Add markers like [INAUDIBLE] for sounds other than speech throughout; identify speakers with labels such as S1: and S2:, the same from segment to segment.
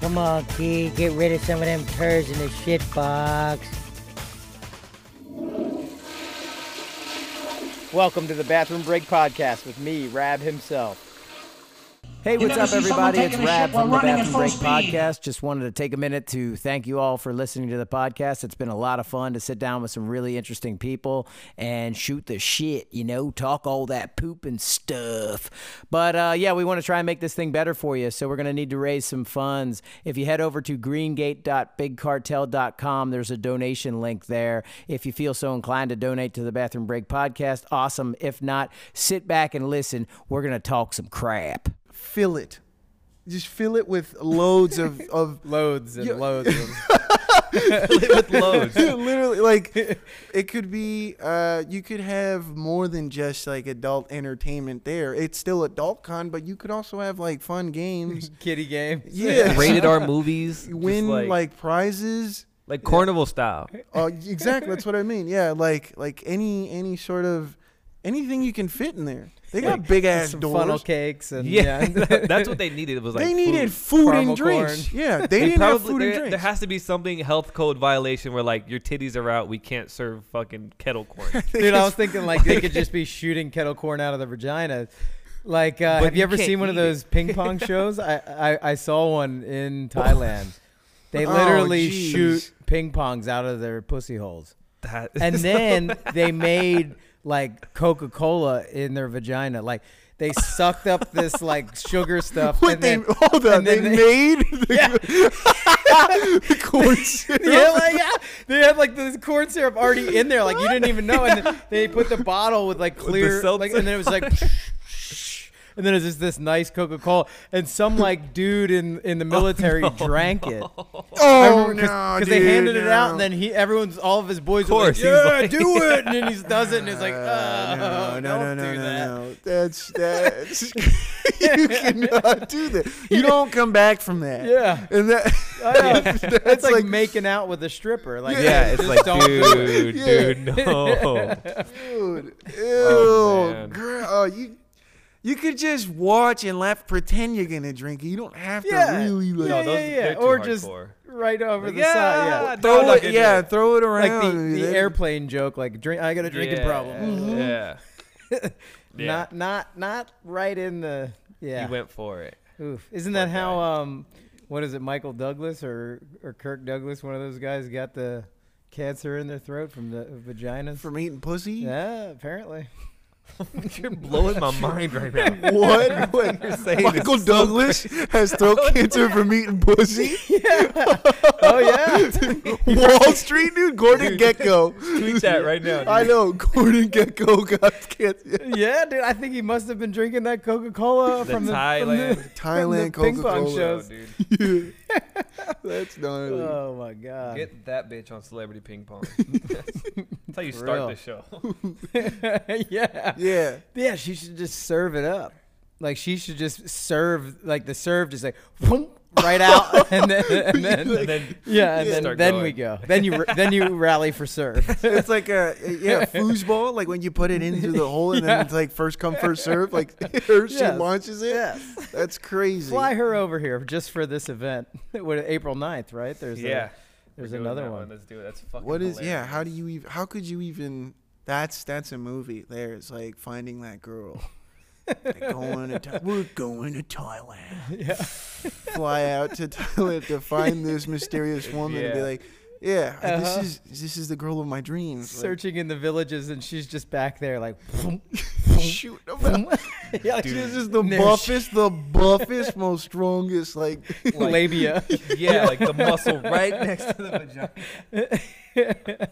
S1: Come on, Key, get rid of some of them turds in the shit box.
S2: Welcome to the Bathroom Break Podcast with me, Rab himself. Hey,
S3: You
S2: what's
S3: never
S2: up,
S3: see someone
S2: everybody? It's
S3: taking a
S2: Rab
S3: shit while
S2: from the
S3: running at
S2: Bathroom
S3: full
S2: Break
S3: speed.
S2: Podcast. Just wanted to take a minute to thank you all for listening to the podcast. It's been a lot of fun to sit down with some really interesting people and shoot the shit, you know, talk all that poop and stuff. But uh, yeah, we want to try and make this thing better for you. So we're going to need to raise some funds. If you head over to greengate.bigcartel.com, there's a donation link there. If you feel so inclined to donate to the Bathroom Break Podcast, awesome. If not, sit back and listen. We're going to talk some crap.
S4: fill it. Just fill it with loads
S5: [LAUGHS]
S4: of, of
S6: loads and
S4: Yeah.
S6: loads of with loads.
S4: literally
S5: [LAUGHS]
S4: like it could be uh you could have more than just like adult entertainment there. It's still adult con, but you could also have like fun
S5: [LAUGHS]
S4: games.
S6: Kitty game.
S4: [LAUGHS] Yeah.
S5: rated R
S4: [LAUGHS]
S5: movies. just
S4: Win like,
S5: like,
S4: prizes.
S5: like carnival style.
S4: Uh, exactly, that's what I mean. Yeah, like like any any sort of anything you can fit in there. They got big ass
S6: Some
S4: doors.
S6: funnel cakes and
S5: [LAUGHS]
S4: [LAUGHS]
S5: Yeah,
S6: yeah.
S5: that's what they needed. It was like
S4: they needed
S5: food.
S4: food,
S6: Caramel
S4: and drinks.
S6: corn.
S5: [LAUGHS]
S4: Yeah, they,
S5: They
S4: didn't have
S5: probably
S4: food
S5: there,
S4: and drinks.
S5: there has to be something health code violation where like your titties are out. We can't serve fucking
S4: [LAUGHS]
S5: kettle corn.
S6: Dude, I was thinking like they could just be shooting kettle corn out of the vagina. Like, uh,
S5: But
S6: have you,
S5: you
S6: ever
S5: can't
S6: seen one of
S5: eat it.
S6: those ping pong shows? I, I, I saw one in Thailand. They
S4: Oh,
S6: literally
S4: jeez.
S6: shoot ping pongs out of their pussy holes.
S5: That-
S6: [LAUGHS]
S4: [LAUGHS]
S6: and then they made like Coca Cola in their vagina. Like they sucked up this like sugar stuff. and
S4: What they
S6: then,
S4: [LAUGHS] hold on,
S6: and
S4: they,
S6: then
S4: made the,
S6: Yeah.
S4: [LAUGHS] the corn syrup.
S6: [LAUGHS] yeah, like yeah. They had like this corn syrup already in there, like you didn't even know. And then they put the bottle with like clear,
S5: seltzer.
S6: like, and then it was like. [LAUGHS] And then it was just this nice Coca Cola, and some like dude in in the military drank it.
S4: Oh
S6: because they handed it out, and then he everyone's all of his boys were like,
S5: course, he's
S6: "Yeah,
S5: like-
S6: do it," and then he does it, and he's like, "Uh,
S4: no,
S6: don't
S4: no, no, no,
S6: do
S4: no,
S6: that."
S4: no.
S6: [LAUGHS]
S4: That's that's [LAUGHS] you cannot do that.
S6: [LAUGHS]
S4: You don't come back from that.
S6: Yeah. [LAUGHS]
S4: and that
S6: I know.
S4: that's
S6: It's like,
S4: like,
S6: making out with a stripper. Like,
S5: yeah, it's
S6: just
S5: like
S6: don't do it.
S5: dude,
S4: Yeah.
S6: [LAUGHS]
S5: dude, no.
S4: dude, ew,
S5: Oh, man.
S4: girl, oh, you you could just watch and laugh, pretend you're gonna drink it. You don't have to
S6: Yeah.
S4: really like
S6: Yeah,
S5: No, those-
S6: yeah, yeah.
S5: they're too
S6: Or just
S5: hardcore.
S6: [LAUGHS] right over the
S5: Yeah,
S6: side. Yeah.
S5: don't
S4: throw
S5: look
S4: it,
S5: into
S4: yeah, throw it around.
S6: like the,
S4: I mean,
S6: the
S4: that-
S6: airplane joke, like drink. I got a drinking
S5: Yeah,
S6: problem. Mm-hmm.
S5: Yeah. yeah.
S6: Not, not, not right in the. Yeah.
S5: You went for it.
S6: Oof. Isn't that
S5: Poor
S6: how? Um, what is it? Michael Douglas or or Kirk Douglas? One of those guys got the cancer in their throat from the vaginas.
S4: [LAUGHS] from eating pussy.
S6: yeah,
S5: [LAUGHS]
S6: apparently. [LAUGHS]
S5: You're blowing my mind right now.
S4: What? what?
S5: saying
S4: Michael
S5: is so [LAUGHS]
S4: Douglas has throat cancer from eating pussy.
S6: Oh
S5: [LAUGHS]
S6: yeah.
S4: Wall Street, dude. Gordon Gecko.
S5: Tweet that right now.
S4: I know Gordon Gecko got cancer.
S6: yeah, dude. I think he must have been drinking that Coca Cola
S5: The
S6: from the
S5: [LAUGHS] Thailand-
S6: From the,
S4: Thailand
S6: from the ping
S4: Coca
S6: pong
S4: Cola.
S6: shows.
S5: dude. dude. [LAUGHS]
S4: That's gnarly.
S5: Uh.
S6: Oh my god.
S5: Get that bitch on celebrity
S6: [LAUGHS]
S5: ping pong. That's how you
S6: Real.
S5: start the
S6: [LAUGHS]
S5: show.
S6: yeah.
S4: yeah.
S6: Yeah, she should just serve it up. Like she should just serve like the serve just like whoom, right out [LAUGHS] and then, and then
S5: [LAUGHS] And then
S6: yeah, and then,
S5: Start
S6: then
S5: going.
S6: we go. Then you then you rally for serve.
S4: It's like a
S5: [LAUGHS]
S4: yeah foosball, like when you put it into the hole and then it's like first come first serve.
S5: [LAUGHS]
S4: Like her, she
S6: Yes.
S4: launches it.
S6: Yes.
S4: That's crazy.
S6: Fly her over here just for this event. [LAUGHS] What April 9th, right? There's a-
S5: yeah. We're
S6: there's
S5: doing
S6: another
S5: that
S6: one.
S5: Let's do it. That's fucking
S4: What is yeah?
S5: hilarious.
S4: How do you even? How could you even? That's that's a movie. There's like finding that girl. Like, going to Tha- we're going to Thailand.
S6: Yeah.
S4: Fly out to Thailand to find this mysterious woman and be
S5: Yeah.
S4: like, yeah,
S6: Uh-huh.
S4: this is this is the girl of my dreams. Like,
S6: Searching in the villages and she's just back there like whoom,
S4: shoot.
S6: [LAUGHS]
S4: I'm like,
S6: yeah, like,
S4: This
S6: she's
S4: is the
S6: No,
S4: buffest, the buffest, most strongest. Like,
S6: just labia.
S5: Yeah,
S6: [LAUGHS]
S5: like the muscle right next to the vagina.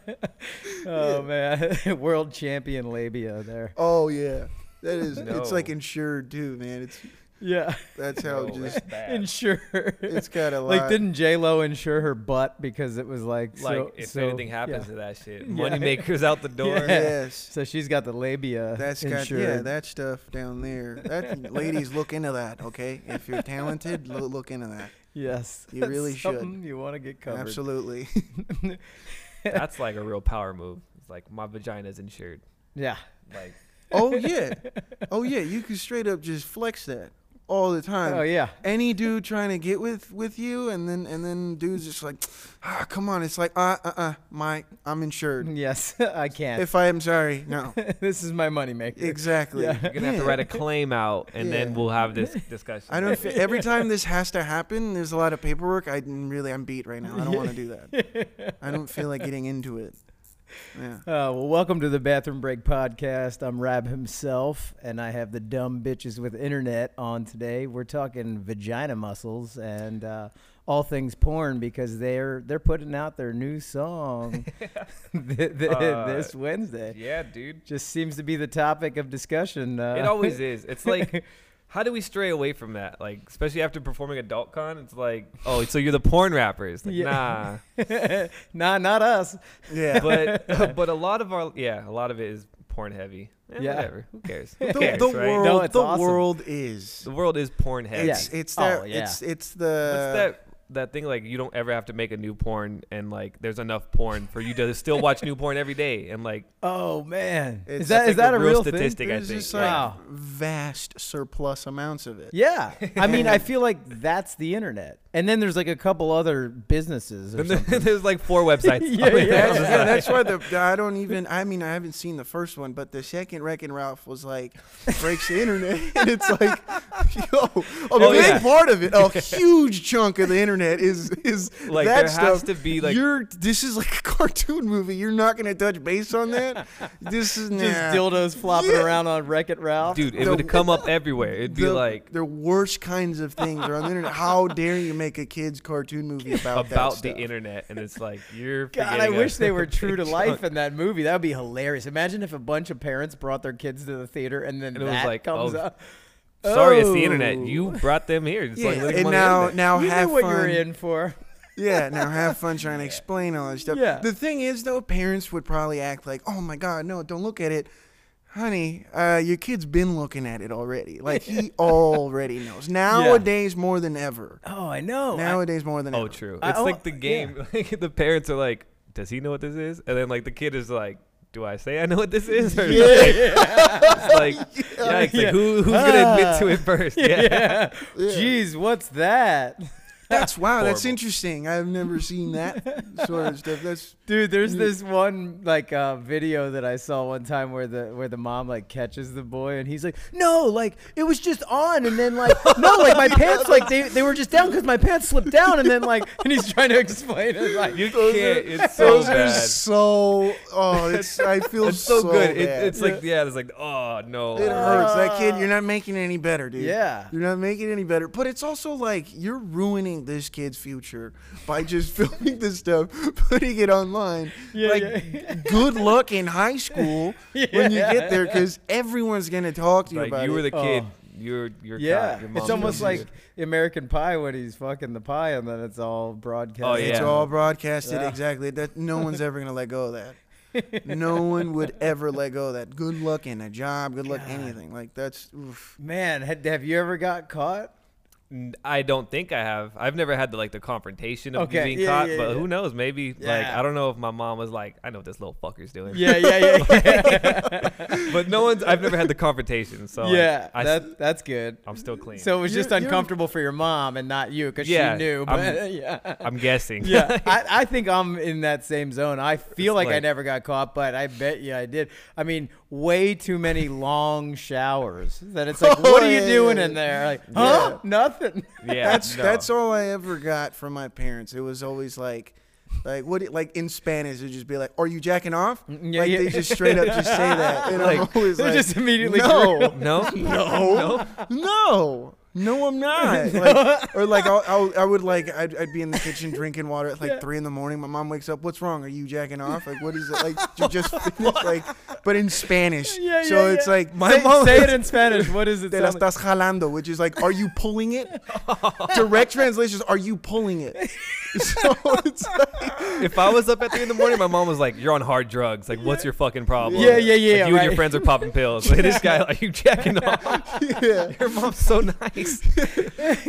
S6: [LAUGHS] oh man. [LAUGHS] World champion labia there.
S4: oh yeah, that is. It's like
S5: No.
S4: insured too, man. It's
S6: Yeah.
S4: that's how
S5: No,
S4: just
S5: that's bad.
S6: [LAUGHS] Insure.
S4: it's got a lot.
S6: Like, didn't J Lo insure her butt because it was like,
S5: like
S6: so,
S5: if
S6: so-
S5: anything happens
S6: yeah.
S5: to that shit,
S6: Yeah.
S5: moneymakers out
S6: [LAUGHS]
S5: the door. [LAUGHS]
S6: Yeah.
S4: yes.
S6: So she's got the labia
S4: That's got
S6: insured.
S4: yeah, that stuff down there. That ladies look into that, okay? If you're talented, lo- look into that.
S6: yes,
S4: You
S6: That's
S4: really should.
S6: something You want to get covered?
S5: [LAUGHS]
S4: Absolutely.
S5: That's like a real power move. It's like my vagina's insured.
S4: [LAUGHS]
S6: Yeah.
S5: Like
S4: oh yeah. Oh yeah, you could straight up just flex that. all the time.
S6: Oh, yeah.
S4: Any dude trying to get with with you, and then and then dudes just like, ah, come on. It's like, uh, uh, uh, my, I'm insured.
S6: Yes, [LAUGHS] I
S5: Mm-hmm.
S6: can.
S4: if I am sorry,
S5: [LAUGHS]
S4: no.
S6: [LAUGHS] this is my moneymaker.
S4: Exactly.
S5: You're
S6: [LAUGHS]
S5: gonna have to write a claim out, and then
S4: Yeah.
S5: we'll have this discussion.
S4: I don't. Fi- every time this has to happen, there's a lot of paperwork. I didn't- really, I'm beat right now. I don't want to do that. I don't feel like getting into it. Yeah.
S6: Uh, well, welcome to the Bathroom Break Podcast. I'm Rab himself, and I have the dumb bitches with internet on today. We're talking vagina muscles and uh, all things porn because they're they're putting out their new
S5: [LAUGHS]
S6: song [LAUGHS] th- th-
S5: Uh,
S6: this Wednesday.
S5: Yeah, dude.
S6: Just seems to be the topic of discussion. Uh,
S5: It always is. It's [LAUGHS] like, how do we stray away from that? Like, especially after performing adult con, it's like, oh, so you're the porn rappers? Like,
S6: Yeah.
S5: Nah.
S6: nah, [LAUGHS] not us.
S5: [LAUGHS]
S4: Yeah.
S5: But but a lot of our yeah, a lot of it is porn heavy. Eh,
S6: Yeah.
S5: Whatever. Who cares? [LAUGHS] Who
S4: the
S5: cares,
S4: the
S5: right?
S4: world.
S6: No, it's
S4: the
S6: awesome.
S4: world is.
S5: The world is porn heavy.
S6: Yeah.
S4: It's it's
S6: Oh,
S4: that.
S6: yeah.
S4: It's it's
S5: What's
S4: the.
S5: that that thing like you don't ever have to make a new porn and like there's enough porn for you to still watch new porn every day and like
S6: Oh man,
S4: It's-
S6: is that
S5: that's,
S6: is
S5: like,
S6: that
S5: the
S6: a
S5: real
S6: real thing?
S5: statistic? I
S4: There's
S5: think,
S4: just
S5: yeah.
S4: like
S6: Wow.
S4: vast surplus amounts of it.
S5: [LAUGHS]
S6: Yeah, I mean, I feel like that's the internet, and then there's like a couple other businesses. Or
S5: And there-
S6: something.
S5: [LAUGHS] there's like four [LAUGHS] websites.
S6: Yeah,
S5: on there.
S4: That's, yeah, that's why the I don't even. I mean, I haven't seen the first one, but the second Wreck and Ralph was like breaks the internet, [LAUGHS] and it's like, yo, a big
S5: Oh, yeah.
S4: part of it, a huge chunk of the internet is is
S5: [LAUGHS] Like,
S4: that
S5: there has
S4: stuff.
S5: to be, like-
S4: you're this is like a [LAUGHS] cartoon movie. You're not gonna touch base on
S5: [LAUGHS]
S4: that. This is
S6: just
S4: nah.
S6: dildos flopping
S4: Yeah.
S6: around on Wreck It Ralph.
S5: Dude, it
S4: The-
S5: would come up everywhere. It'd be
S4: The-
S5: like
S4: the worst kinds of things are on the internet. How dare you make a kids cartoon
S5: [LAUGHS]
S4: movie about that
S5: about the
S4: stuff.
S5: internet, and it's like you're.
S6: God, I
S5: forgetting
S6: wish
S5: a-
S6: they
S5: a
S6: were true
S5: [LAUGHS]
S6: to
S5: big
S6: life
S5: chunk.
S6: in that movie. That would be hilarious. Imagine if a bunch of parents brought their kids to the theater and then
S5: And it was
S6: that
S5: like,
S6: comes
S5: oh,
S6: up.
S5: Sorry, it's the internet.
S6: Oh.
S5: You brought them here. It's like
S4: Yeah,
S5: let
S4: and
S5: them on the
S4: now
S5: internet.
S4: now
S6: you
S4: have
S6: knew what
S4: fun.
S6: you were in for.
S4: Yeah, now have fun trying
S5: [LAUGHS]
S4: to explain all this stuff.
S6: Yeah.
S4: The thing is, though, parents would probably act like, "Oh my God, no, don't look at it, honey. Uh, your kid's been looking at it already. Like
S5: [LAUGHS]
S4: he already knows. Nowadays, more than ever.
S6: Oh, I know.
S4: Nowadays, more than
S5: oh,
S4: ever.
S5: true.
S6: I-
S5: It's
S6: oh,
S5: like the
S6: yeah.
S5: game. [LAUGHS] Like the parents are like, "Does he know what this is?" And then like the kid is like, "Do I say I know what this is?" Or it's like, yeah, it's
S6: Yeah.
S5: like who who's gonna admit to it first? Yeah.
S6: [LAUGHS] yeah. Jeez, what's that?
S4: That's wow. That's
S5: Horrible.
S4: interesting. I've never seen that sort of stuff. That's
S6: Dude, there's this one like uh, video that I saw one time where the where the mom like catches the boy and he's like, "No, like it was just on," and then [LAUGHS] like, "No, like my pants like they, they were just down because my pants slipped down," and then like, [LAUGHS] and he's trying to explain it like,
S5: You can't. It's [LAUGHS] so
S4: those are
S5: bad.
S4: so. Oh, it's. I
S5: [LAUGHS]
S4: feel
S5: It's so, good. It,
S4: bad.
S5: it's like uh, yeah. It's like oh no.
S4: It hurts. That kid, you're not making it any better,
S6: [LAUGHS]
S4: dude.
S6: Yeah.
S4: You're not making it any better. But it's also like you're ruining this kid's future by just [LAUGHS] filming this stuff, putting it online.
S6: Yeah, [LAUGHS]
S4: like,
S6: yeah.
S4: good luck in
S6: [LAUGHS]
S4: high school when you get there because everyone's going to talk to you
S5: like
S4: about
S5: you were
S4: it.
S5: the
S6: Oh.
S5: kid. You're you're
S6: Yeah,
S5: caught. Your
S6: it's
S5: mom's
S6: almost
S5: gonna
S6: like
S5: shoot
S6: American Pie when he's fucking the pie, and then it's all broadcast.
S5: Oh,
S4: It's
S5: yeah.
S4: all broadcasted
S6: Yeah.
S4: exactly. That no one's ever gonna let go of
S6: [LAUGHS]
S4: that. no one would ever let go of that. Good luck in a job. Good luck anything. Like that's. Oof.
S6: Man, had, have you ever got caught?
S5: N- I don't think I have. I've never had the like the confrontation of
S6: Okay,
S5: being
S6: yeah,
S5: caught,
S6: yeah,
S5: but
S6: yeah.
S5: who knows? Maybe like
S6: Yeah.
S5: I don't know if my mom was like, I know what this little fucker's doing.
S6: Yeah, [LAUGHS] yeah, yeah,
S5: but no one's. I've never had the confrontation, so like,
S6: yeah.
S5: I,
S6: that, that's good.
S5: am still clean.
S6: So it was
S4: You're-
S6: just
S4: you're-
S6: uncomfortable for your mom and not you because
S5: Yeah,
S6: she knew.
S5: I'm-
S6: But [LAUGHS] yeah,
S5: I'm guessing.
S6: yeah. [LAUGHS] I, I think I'm in that same zone. I feel
S5: It's
S6: like, I
S5: like-
S6: never got caught, but I bet you I did. I mean, way too many long showers that it's like, what are you
S4: yeah,
S6: doing
S4: yeah,
S6: in there? Like, huh? Nothing.
S5: [LAUGHS] yeah.
S4: that's
S5: no.
S4: that's all I ever got from my parents. It was always like, like what? Like in Spanish, it'd just be like, "Are you jacking off?"
S6: Mm, yeah,
S4: like
S6: yeah.
S4: they just straight up just
S6: [LAUGHS]
S4: say that, and I'm
S5: Like,
S4: always
S6: They're
S4: like,
S6: just immediately
S4: no,
S6: [LAUGHS]
S5: No, [LAUGHS] no,
S4: no, no,
S6: [LAUGHS]
S4: I'm not. Like, or like I'll, I'll, I would like I'd, I'd be in the kitchen drinking water at like three in the morning. My mom wakes up. What's wrong? Are you jacking off? Like what is it? Like
S6: [LAUGHS]
S4: you just [LAUGHS] finished, like, but in Spanish.
S6: Yeah,
S4: so
S6: yeah,
S4: it's
S6: yeah.
S4: like
S6: say, say it in Spanish. What is it?
S4: Te la
S6: sound like?
S4: estás jalando, which is like, are you pulling it?
S6: [LAUGHS]
S4: Direct translations, are you pulling it? So it's like,
S5: If I was up at three in the morning, my mom was like, "You're on hard drugs. Like, what's your fucking problem?
S6: Yeah, yeah, yeah,
S5: Like, you and
S6: right.
S5: your friends are popping pills. [LAUGHS] Like, this guy, like, you jacking
S6: [LAUGHS]
S5: off?
S4: yeah.
S5: Your mom's so nice.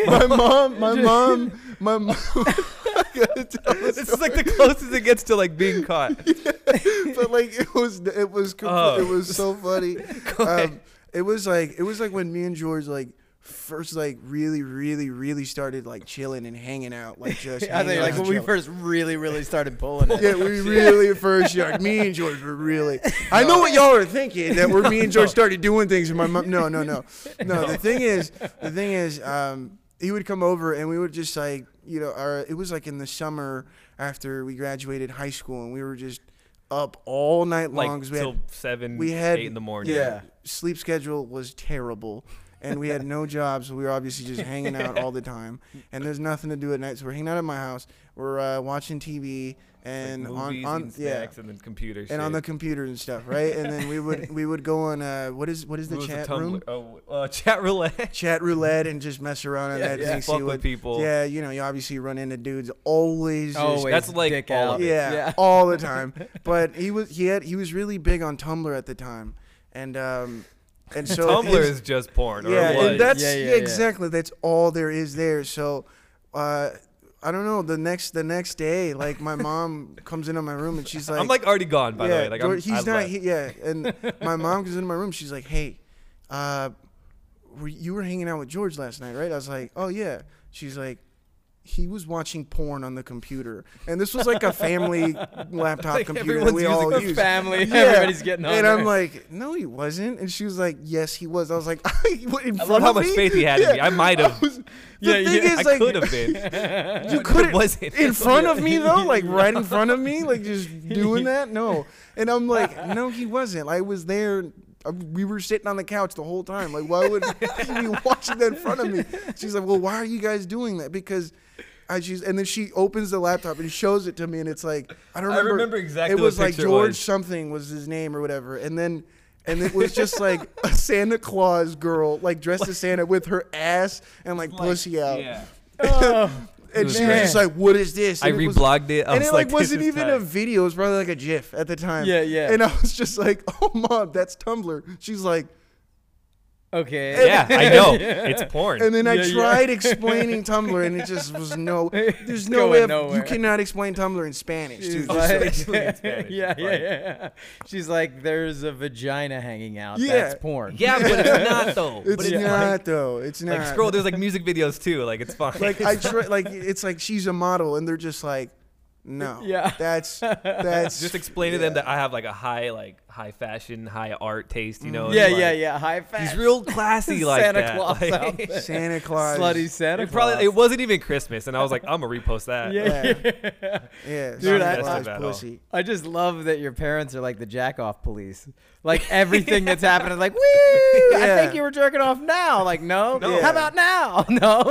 S4: My mom, my mom, my mom. I gotta tell this
S5: [LAUGHS] this is like the closest it gets to like being caught.
S6: [LAUGHS]
S4: but like it was it was compl-
S5: Oh.
S6: [LAUGHS]
S4: it was so funny. Um, it was like it was like when me and George like first like really really really started like chilling and hanging out like just
S6: [LAUGHS] I think
S4: hanging
S6: like
S4: out,
S6: when we
S4: chilling.
S6: first really, really started pulling [LAUGHS] it.
S4: yeah, we really first started. Me and George were really. I know what y'all are thinking that we're me and George started doing things. And my mom, no, no, no, no. The thing is, the thing is, um, he would come over and we would just like, you know, our, it was like in the summer after we graduated high school and we were just up all night long.
S5: like
S4: 'cause we
S5: till
S4: had,
S5: seven,
S4: we had
S5: eight in the morning.
S4: Yeah, sleep schedule was terrible. And we had no [LAUGHS] jobs, so we were obviously just hanging out all the time. And there's nothing to do at night, so we're hanging out at my house. We're uh, watching TV and
S5: And
S4: on,
S5: movies
S4: on
S5: and
S4: yeah,
S5: snacks and then computer shit.
S4: and on the computer and stuff, right? And then we would we would go on uh, what is what is [LAUGHS] the
S5: What was
S4: chat
S5: Tumblr?
S4: room?
S5: Oh, uh, [LAUGHS] chat roulette.
S4: Chat roulette and just mess around on
S5: Yeah,
S4: that
S5: yeah.
S4: and see
S5: Fuck with
S4: what
S5: people. Oh,
S4: Yeah, you know, you obviously run into dudes always. just-
S6: Always
S5: That's like
S6: dick
S5: all
S6: out.
S5: of it.
S4: yeah,
S6: Yeah.
S4: [LAUGHS] all
S5: [LAUGHS]
S4: the time. But he was he had he was really big on Tumblr at the time, and um and so
S5: [LAUGHS] Tumblr
S4: his-
S5: is just porn.
S4: yeah,
S5: or
S4: and that's
S6: Yeah,
S4: yeah,
S6: yeah, yeah.
S4: exactly that's all there is there. So, uh, I don't know. The next the next day, like my mom comes into my room and she's like,
S5: [LAUGHS] I'm like already gone
S4: yeah,
S5: by the way. Like
S4: Dor-
S5: I'm,
S4: he's
S5: I've
S4: not.
S5: left.
S4: He, yeah,
S5: [LAUGHS]
S4: and my mom comes into my room. She's like, "Hey, uh, were, you were hanging out with George last night, right?" I was like, "Oh yeah." She's like, "He was watching porn on the computer, and this was like a
S5: [LAUGHS]
S4: family laptop computer that
S5: everyone's
S4: we
S5: using
S4: all
S5: the
S4: use."
S6: Family, everybody's getting on.
S4: And
S6: there.
S4: I'm like, no, he wasn't. And she was like, yes, he was. I was like, [LAUGHS] what, in
S5: I love
S4: front
S5: how
S4: of
S5: much
S4: me?
S5: faith he had in me.
S4: [LAUGHS]
S5: I might have.
S4: was-
S6: Yeah,
S4: the thing
S6: yeah,
S4: is,
S5: I
S4: like,
S5: could have
S4: [LAUGHS]
S5: been. [LAUGHS]
S4: you couldn't
S5: was it?
S4: in front of
S5: [LAUGHS]
S4: me though, like right in front of me, like just doing that. No, and I'm like, no, he wasn't. I was there. I- We were sitting on the couch the whole time. Like, why would [LAUGHS] he be watching that in front of me? She's like, well, why are you guys doing that? Because. I she's and then she opens the laptop and shows it to me and it's like I don't
S5: I
S4: remember.
S5: remember exactly
S4: It
S5: what
S4: was like
S5: picture it
S4: George
S5: was.
S4: something was his name or whatever, and then and it was just like a Santa Claus girl like dressed as Santa with her ass and like, pussy out.
S5: Yeah.
S4: And
S5: was
S4: she was
S5: great.
S4: just like, "What is this?"
S5: I
S4: And it was-
S5: reblogged it. I
S4: and
S5: was
S4: it like,
S5: like, this
S4: wasn't
S5: is
S4: even
S5: tight.
S4: a video. It was probably like a GIF at the time.
S6: Yeah, yeah.
S4: And I was just like, [LAUGHS] "Oh, mom, that's Tumblr." She's like,
S6: okay,
S5: Yeah,
S4: [LAUGHS]
S5: I know. It's porn.
S4: and then I
S6: Yeah, yeah.
S4: tried explaining Tumblr, and it just was no. There's no
S6: going
S4: way of-
S6: nowhere.
S4: you cannot explain Tumblr in Spanish,
S6: She's
S4: dude.
S6: like-
S5: [LAUGHS]
S4: [LAUGHS]
S5: actually in Spanish.
S6: yeah,
S5: It's
S6: yeah,
S5: like-
S6: yeah. She's like, there's a vagina hanging out.
S4: Yeah.
S6: That's porn.
S5: yeah, but it's not though. but
S4: it's
S5: it's
S4: not
S5: Like,
S4: though. It's not.
S5: like scroll. There's like music videos too. Like it's fine.
S4: Like
S5: [LAUGHS]
S4: I try. Like it's like she's a model, and they're just like, no.
S6: Yeah.
S5: [LAUGHS]
S4: That's that's
S5: just explain to them that I have like a high, like high fashion, high art taste. You know. and,
S6: Mm. Yeah,
S5: like,
S6: yeah, yeah. High five.
S5: He's
S6: [LAUGHS]
S5: real classy like
S6: Santa
S5: that.
S6: Claus
S5: like,
S6: out [LAUGHS] there.
S4: Santa Claus.
S6: Slutty Santa
S5: It [LAUGHS] probably it
S6: Claus.
S5: wasn't even Christmas, and I was like, I'm gonna repost that.
S6: yeah, yeah.
S4: Yeah.
S6: Dude, I-
S4: Santa Claus
S5: That's about
S4: pussy.
S6: [LAUGHS] I just love that your parents are like the jack off police. Like everything that's happening, like, woo! I
S4: Yeah.
S6: think you were jerking off now. Like, no.
S4: No.
S6: How about now? [LAUGHS] No.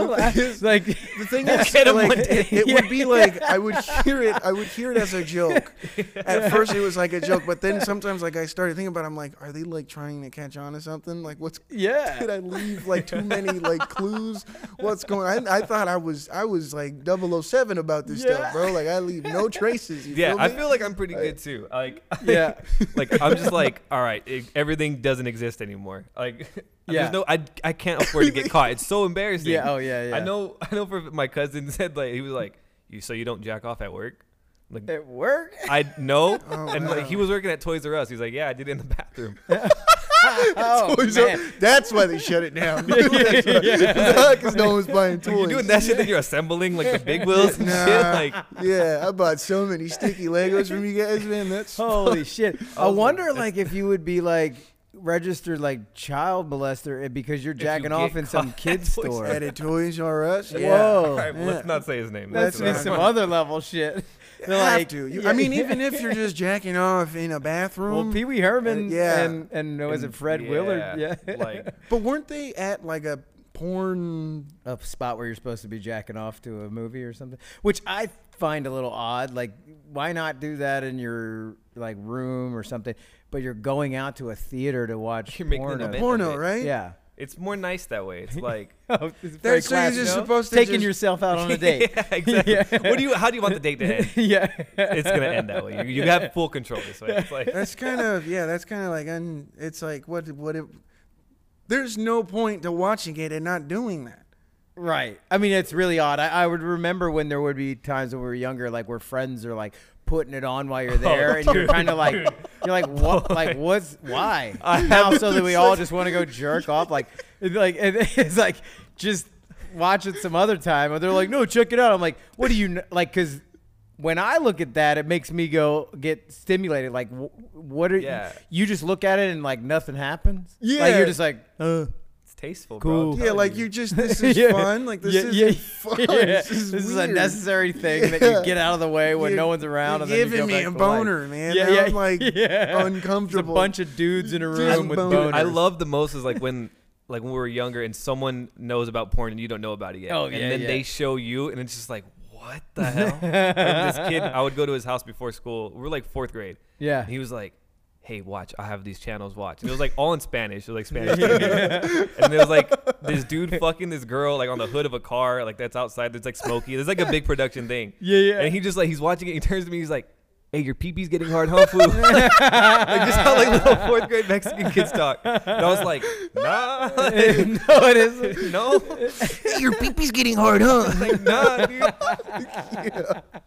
S6: like, [LAUGHS] the thing is,
S5: Get him
S4: like,
S5: one day.
S4: it would be like I would hear it. I would hear it as a joke. At first, it was like a joke, but then sometimes, like I started thinking about, it, I'm like, are they like trying to catch on to something? Like, what's
S6: yeah.
S4: did I leave like too many like clues? What's going? I, I thought I was I was like 007 about this
S6: Yeah.
S4: stuff, bro. Like I leave no traces. You
S5: Yeah,
S4: feel
S5: I
S4: me?
S5: feel
S4: [LAUGHS]
S5: like I'm pretty good too. Like,
S6: [LAUGHS] Yeah.
S5: [LAUGHS] like I'm just like, all right, it, everything doesn't exist anymore. Like, [LAUGHS]
S6: Yeah.
S5: there's no, I,
S6: [LAUGHS]
S5: I can't afford to get caught. It's so embarrassing.
S6: Yeah, oh, yeah, yeah.
S5: I know, I know. For my cousin [LAUGHS] said like he was like, you so you don't jack off at work? I'm Like,
S6: It worked. [LAUGHS]
S5: I know,
S4: Oh,
S5: and
S4: no.
S5: like he was working at Toys R Us. He's like, yeah, I did it in the bathroom.
S6: Oh,
S4: So
S6: man.
S4: that's why they shut it
S5: [LAUGHS]
S4: down. [LAUGHS] Because [LAUGHS] no one's buying toys.
S5: You're doing that shit, then you're assembling like
S6: [LAUGHS]
S5: the big wheels and
S4: Nah.
S5: shit. Like,
S4: Yeah, I bought so many sticky Legos from you guys, man.
S5: [LAUGHS]
S4: That's
S6: Holy shit! I
S5: Oh,
S6: wonder,
S5: it's-
S6: like, if you would be like registered like child molester eh, because you're jacking
S5: get
S6: off in some
S5: caught,
S6: kids
S5: boys
S6: store.
S4: [LAUGHS] at a Toys R Us. Yeah.
S6: Whoa,
S5: all right, let's
S4: Yeah.
S5: not say his name.
S6: that's
S5: Let's
S6: just
S5: not.
S6: some other level shit. They're
S4: have
S6: like,
S4: to. You-
S6: yeah,
S4: I mean,
S6: yeah.
S4: even if you're just jacking off in a
S6: [LAUGHS]
S4: bathroom.
S6: well, Pee Wee Herman,
S4: Uh, yeah.
S6: and and was it Fred Willard? Yeah,
S5: like
S4: but weren't they at like a porn?
S6: [LAUGHS] a spot where you're supposed to be jacking off to a movie or something, which I find a little odd. Like, why not do that in your like room or something? But you're going out to a theater to watch
S5: You're making an
S6: porno.
S5: event.
S4: Porno,
S5: it.
S4: right?
S6: Yeah.
S5: it's more nice that way.
S6: [LAUGHS]
S5: It's like
S6: Oh, it's
S4: That's
S6: very
S4: so you're
S6: classy.
S4: just
S6: No?
S4: supposed to
S6: taking
S4: just-
S6: yourself out
S4: [LAUGHS]
S6: on a date.
S5: [LAUGHS] yeah, exactly.
S6: Yeah.
S5: What do you? How do you want the date to
S6: [LAUGHS]
S5: end?
S6: yeah.
S5: It's gonna end that way. You, you have full control this way. It's like
S4: That's kind of yeah. That's kind of like un, it's like what what if there's no point to watching it and not doing that.
S6: Right. I mean, it's really odd. I, I would remember when there would be times when we were younger, like where friends are like putting it on while you're there, and you're
S5: dude,
S6: kind of like, You're like, what? Like, what's why? now, so that we all just want to go jerk off. Like, it's like and [LAUGHS] it's like just watch it some other time. Or they're like, no, check it out. I'm like, what do you kn-" like? Because when I look at that, it makes me go get stimulated. Like, wh- what are
S5: Yeah.
S6: you just look at it and like nothing happens? like,
S4: Yeah.
S6: you're just like, uh,
S5: It's tasteful,
S6: Cool.
S5: bro.
S4: Yeah, like you just
S6: [LAUGHS]
S4: this is
S6: Yeah.
S4: fun. Like this
S6: Yeah,
S4: is
S6: yeah,
S4: [LAUGHS] fun.
S6: yeah.
S4: This is
S6: a
S4: weird.
S6: necessary thing that you
S4: Yeah.
S6: get out of the way when
S4: You're-
S6: no one's around.
S4: You're
S6: and
S4: giving
S6: then you
S4: me
S6: go
S4: a
S6: back to life.
S4: boner, man.
S6: Yeah,
S4: Now
S6: yeah,
S4: I'm like
S6: yeah. It's a
S4: uncomfortable.
S6: bunch of dudes in a
S4: Dude,
S6: room with boners.
S4: boners.
S5: I love the most is like when like when we were younger and someone knows about porn and you don't know about it yet.
S6: Oh,
S5: and
S6: yeah,
S5: then
S6: yeah.
S5: they show you and it's just like, what the hell?
S6: [LAUGHS]
S5: Like, this kid, I would go to his house before school. We were like fourth grade.
S6: Yeah.
S5: And he was like, Hey, watch, I have these channels, watch. And it was like all in Spanish. It was
S6: [LAUGHS]
S5: like Spanish. TV. and there was like this dude fucking this girl like on the hood of a car, like that's outside. It's like smoky. There's like a big production thing.
S6: [LAUGHS] Yeah, yeah.
S5: And he just like he's watching it, he turns to me, he's like, Hey, your pee-pee's getting hard, huh, fool? [LAUGHS] like just how like little fourth grade Mexican kids talk. And I was like, nah, like,
S6: [LAUGHS] no, it isn't.
S5: [LAUGHS] no,
S2: Your peepee's getting hard, huh?
S5: [LAUGHS] like
S6: [LAUGHS]
S5: nah, dude.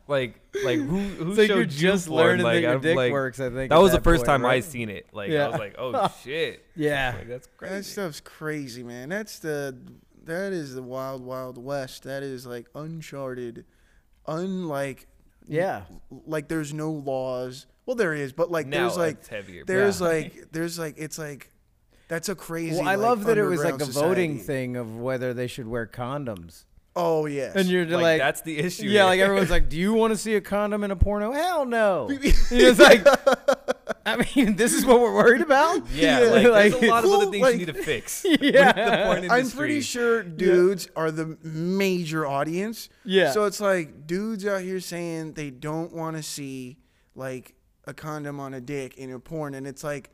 S5: Like, like who who
S6: It's like
S5: showed
S6: you're
S5: you
S6: just
S5: porn?
S6: learning
S5: like,
S6: that your
S5: I'm
S6: dick
S5: like-
S6: works. I think
S5: That
S6: at
S5: was the first
S6: point,
S5: time I
S6: right?
S5: seen it. Like
S6: Yeah.
S5: I was like, oh
S6: [LAUGHS]
S5: shit,
S6: Yeah.
S5: like that's
S4: That
S5: crazy.
S4: stuff's crazy, man. That's the that is the wild wild west. That is like uncharted, unlike
S6: Yeah.
S4: like there's no laws. Well, there is, but like
S5: Now
S4: there's like
S5: it's heavier.
S4: there's
S6: Yeah.
S4: like there's like it's like that's a crazy.
S6: Well, I
S4: like,
S6: love that it was like a
S4: underground
S6: voting
S4: society.
S6: thing of whether they should wear condoms.
S4: Oh yes.
S6: And you're
S5: like,
S6: like, [LAUGHS]
S5: that's the issue.
S6: yeah, like
S5: here.
S6: everyone's like, do you want to see a condom in a porno? Hell no. [LAUGHS] it's like, I mean, this is what we're worried about.
S4: [LAUGHS]
S5: [LAUGHS]
S6: [LAUGHS]
S5: yeah,
S6: Yeah.
S5: like, there's
S6: Like,
S5: a lot of other
S4: who,
S5: things
S4: like-
S5: you need
S4: [LAUGHS]
S5: to fix.
S6: Yeah.
S5: with the porn
S4: I'm pretty
S5: industry.
S4: sure dudes are the major audience.
S6: Yeah.
S4: So it's like dudes out here saying they don't want to see like a condom on a dick in a porn, and it's like,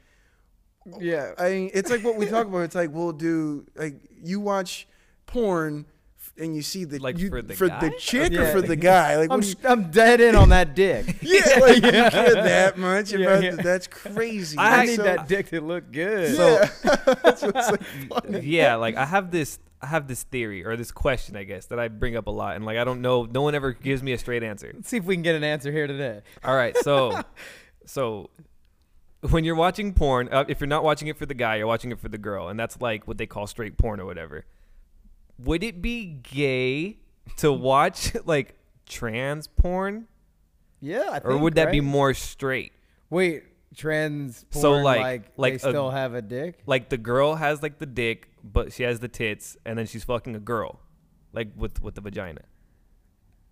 S6: Yeah.
S4: I mean, it's like what we talk about. It's like, well, do like you watch porn f- and you see the
S5: Like,
S4: you-
S5: for the guy?
S4: the chick
S6: Yeah.
S4: or for the guy? Like,
S6: I'm,
S4: what do you-
S6: I'm dead in on that
S5: [LAUGHS]
S6: dick.
S4: [LAUGHS] yeah, like you care that much
S6: Yeah,
S4: about
S6: yeah.
S4: th- that's crazy.
S6: I
S4: Like,
S6: need
S4: so-
S6: that dick to look good.
S4: Yeah. [LAUGHS] That's what
S5: [LAUGHS]
S4: it's like.
S5: yeah, like I have this I have this theory or this question, I guess, that I bring up a lot and like I don't know no one ever gives me a straight answer.
S6: Let's see if we can get an answer here today.
S5: All right,
S6: [LAUGHS]
S5: so so when you're watching porn, uh, if you're not watching it for the guy, you're watching it for the girl, and that's like what they call straight porn or whatever. Would it be gay to watch [LAUGHS] like trans porn
S6: Yeah, I
S5: or
S6: think,
S5: would that be
S6: right?
S5: more straight?
S6: Wait, trans porn,
S5: So,
S6: like,
S5: like-
S6: they
S5: like uh, a-
S6: still have a dick?
S5: Like the girl has like the dick, but she has the tits and then she's fucking a girl like with with the vagina.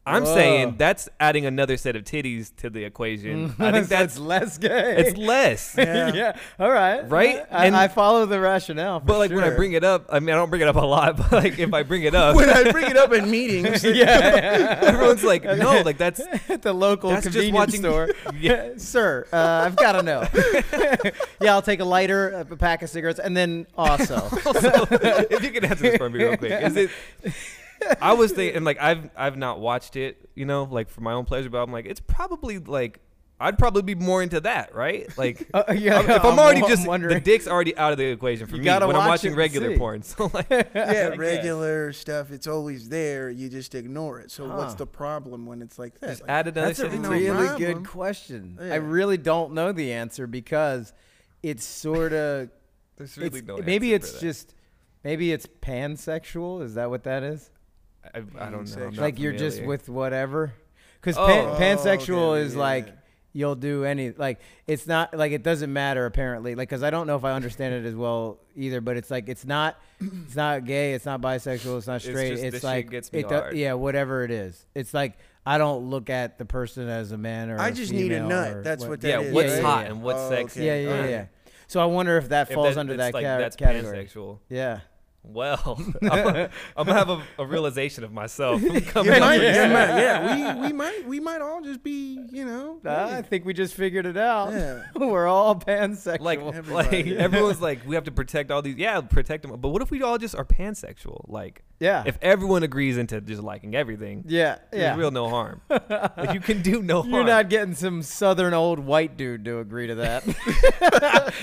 S5: I'm
S6: Whoa.
S5: saying that's adding another set of titties to the equation.
S6: [LAUGHS]
S5: I think
S6: So it's
S5: that's [LAUGHS]
S6: less gay.
S5: it's less.
S6: [LAUGHS] yeah. All right.
S5: Right?
S6: I,
S5: And-
S6: I follow the rationale. For
S5: But like when I
S6: sure.
S5: bring it up, I mean I don't bring it up a lot, [LAUGHS] but like if I bring
S6: [LAUGHS]
S5: it up,
S4: when I bring it up in meetings,
S6: yeah,
S5: [LAUGHS]
S6: [LAUGHS]
S5: everyone's like, "No, like that's
S6: at [LAUGHS] the local
S5: That's just
S6: convenience
S5: watching- [LAUGHS]
S6: store.
S5: Yeah.
S6: Sir, uh, I've got to
S5: [LAUGHS]
S6: know. [LAUGHS] yeah, I'll take a lighter, a pack of cigarettes, and then
S5: [LAUGHS]
S6: also. [LAUGHS]
S5: if you could answer this for me real quick. Is it I was thinking like I've I've not watched it, you know, like for my own pleasure, but I'm like it's probably like I'd probably be more into that, right?
S6: [LAUGHS]
S5: Like
S6: Uh, yeah,
S5: I'm- Um, if I'm, already
S6: wa-
S5: just
S6: wondering.
S5: the dick's already out of the equation for
S6: You
S5: me
S6: gotta
S5: when I'm
S6: watch it
S5: watching
S6: and
S5: regular
S6: see.
S5: porn. So
S6: [LAUGHS]
S5: like
S4: yeah, regular stuff. It's always there. You just ignore it. So what's the problem when it's like that?
S5: just
S4: Like,
S5: add another
S6: That's a
S5: set of
S4: no
S6: really
S5: titties.
S4: problem.
S6: good question. I
S4: Yeah.
S6: really don't know the answer because it's sort of
S5: There's [LAUGHS] really no
S6: maybe
S5: answer for
S6: it's
S5: that.
S6: just maybe it's pansexual. Is that what that is?
S5: I, I don't know. I'm not
S6: like you're just
S5: familiar.
S6: with whatever because
S5: Oh.
S6: pansexual
S4: Oh, okay,
S6: is
S4: yeah,
S6: like
S4: yeah.
S6: you'll do any like it's not like it doesn't matter apparently like because i don't know if i understand it as well either but it's like it's not it's not gay it's not bisexual it's not
S5: It's
S6: straight it's,
S5: just this shit
S6: like
S5: gets me
S6: it do-
S5: hard.
S6: yeah whatever it is it's like i don't look at the person as a man or
S4: I
S6: a
S4: just need a
S6: female
S4: nut.
S6: or
S4: That's what, that
S5: Yeah,
S4: is.
S5: what's
S4: right?
S5: hot and what's
S4: Oh,
S5: sexy.
S6: yeah
S4: okay.
S6: yeah
S4: Alright.
S6: yeah so i wonder if that
S5: If
S6: falls
S5: that-
S6: under
S5: it's
S6: that
S5: like,
S6: ca-
S5: that's
S6: category
S5: pansexual.
S6: yeah
S5: Well, [LAUGHS] I'm, I'm gonna have a, a realization of myself [LAUGHS] coming
S4: You
S5: up.
S4: might,
S5: with
S4: you
S5: that.
S6: [LAUGHS]
S4: might, yeah, we, we might we might all just be you know.
S6: i think we just figured it out
S4: Yeah.
S6: [LAUGHS] we're all pansexual
S5: Like,
S4: Everybody.
S5: [LAUGHS] like everyone's like, we have to protect all these. Yeah, protect them. But what if we all just are pansexual? Like,
S6: Yeah.
S5: If everyone agrees into just liking everything,
S6: yeah. Yeah.
S5: there's real no harm. like you can do no harm.
S6: [LAUGHS] You're not getting some southern old white dude to agree to that.
S5: [LAUGHS]
S6: [LAUGHS] like,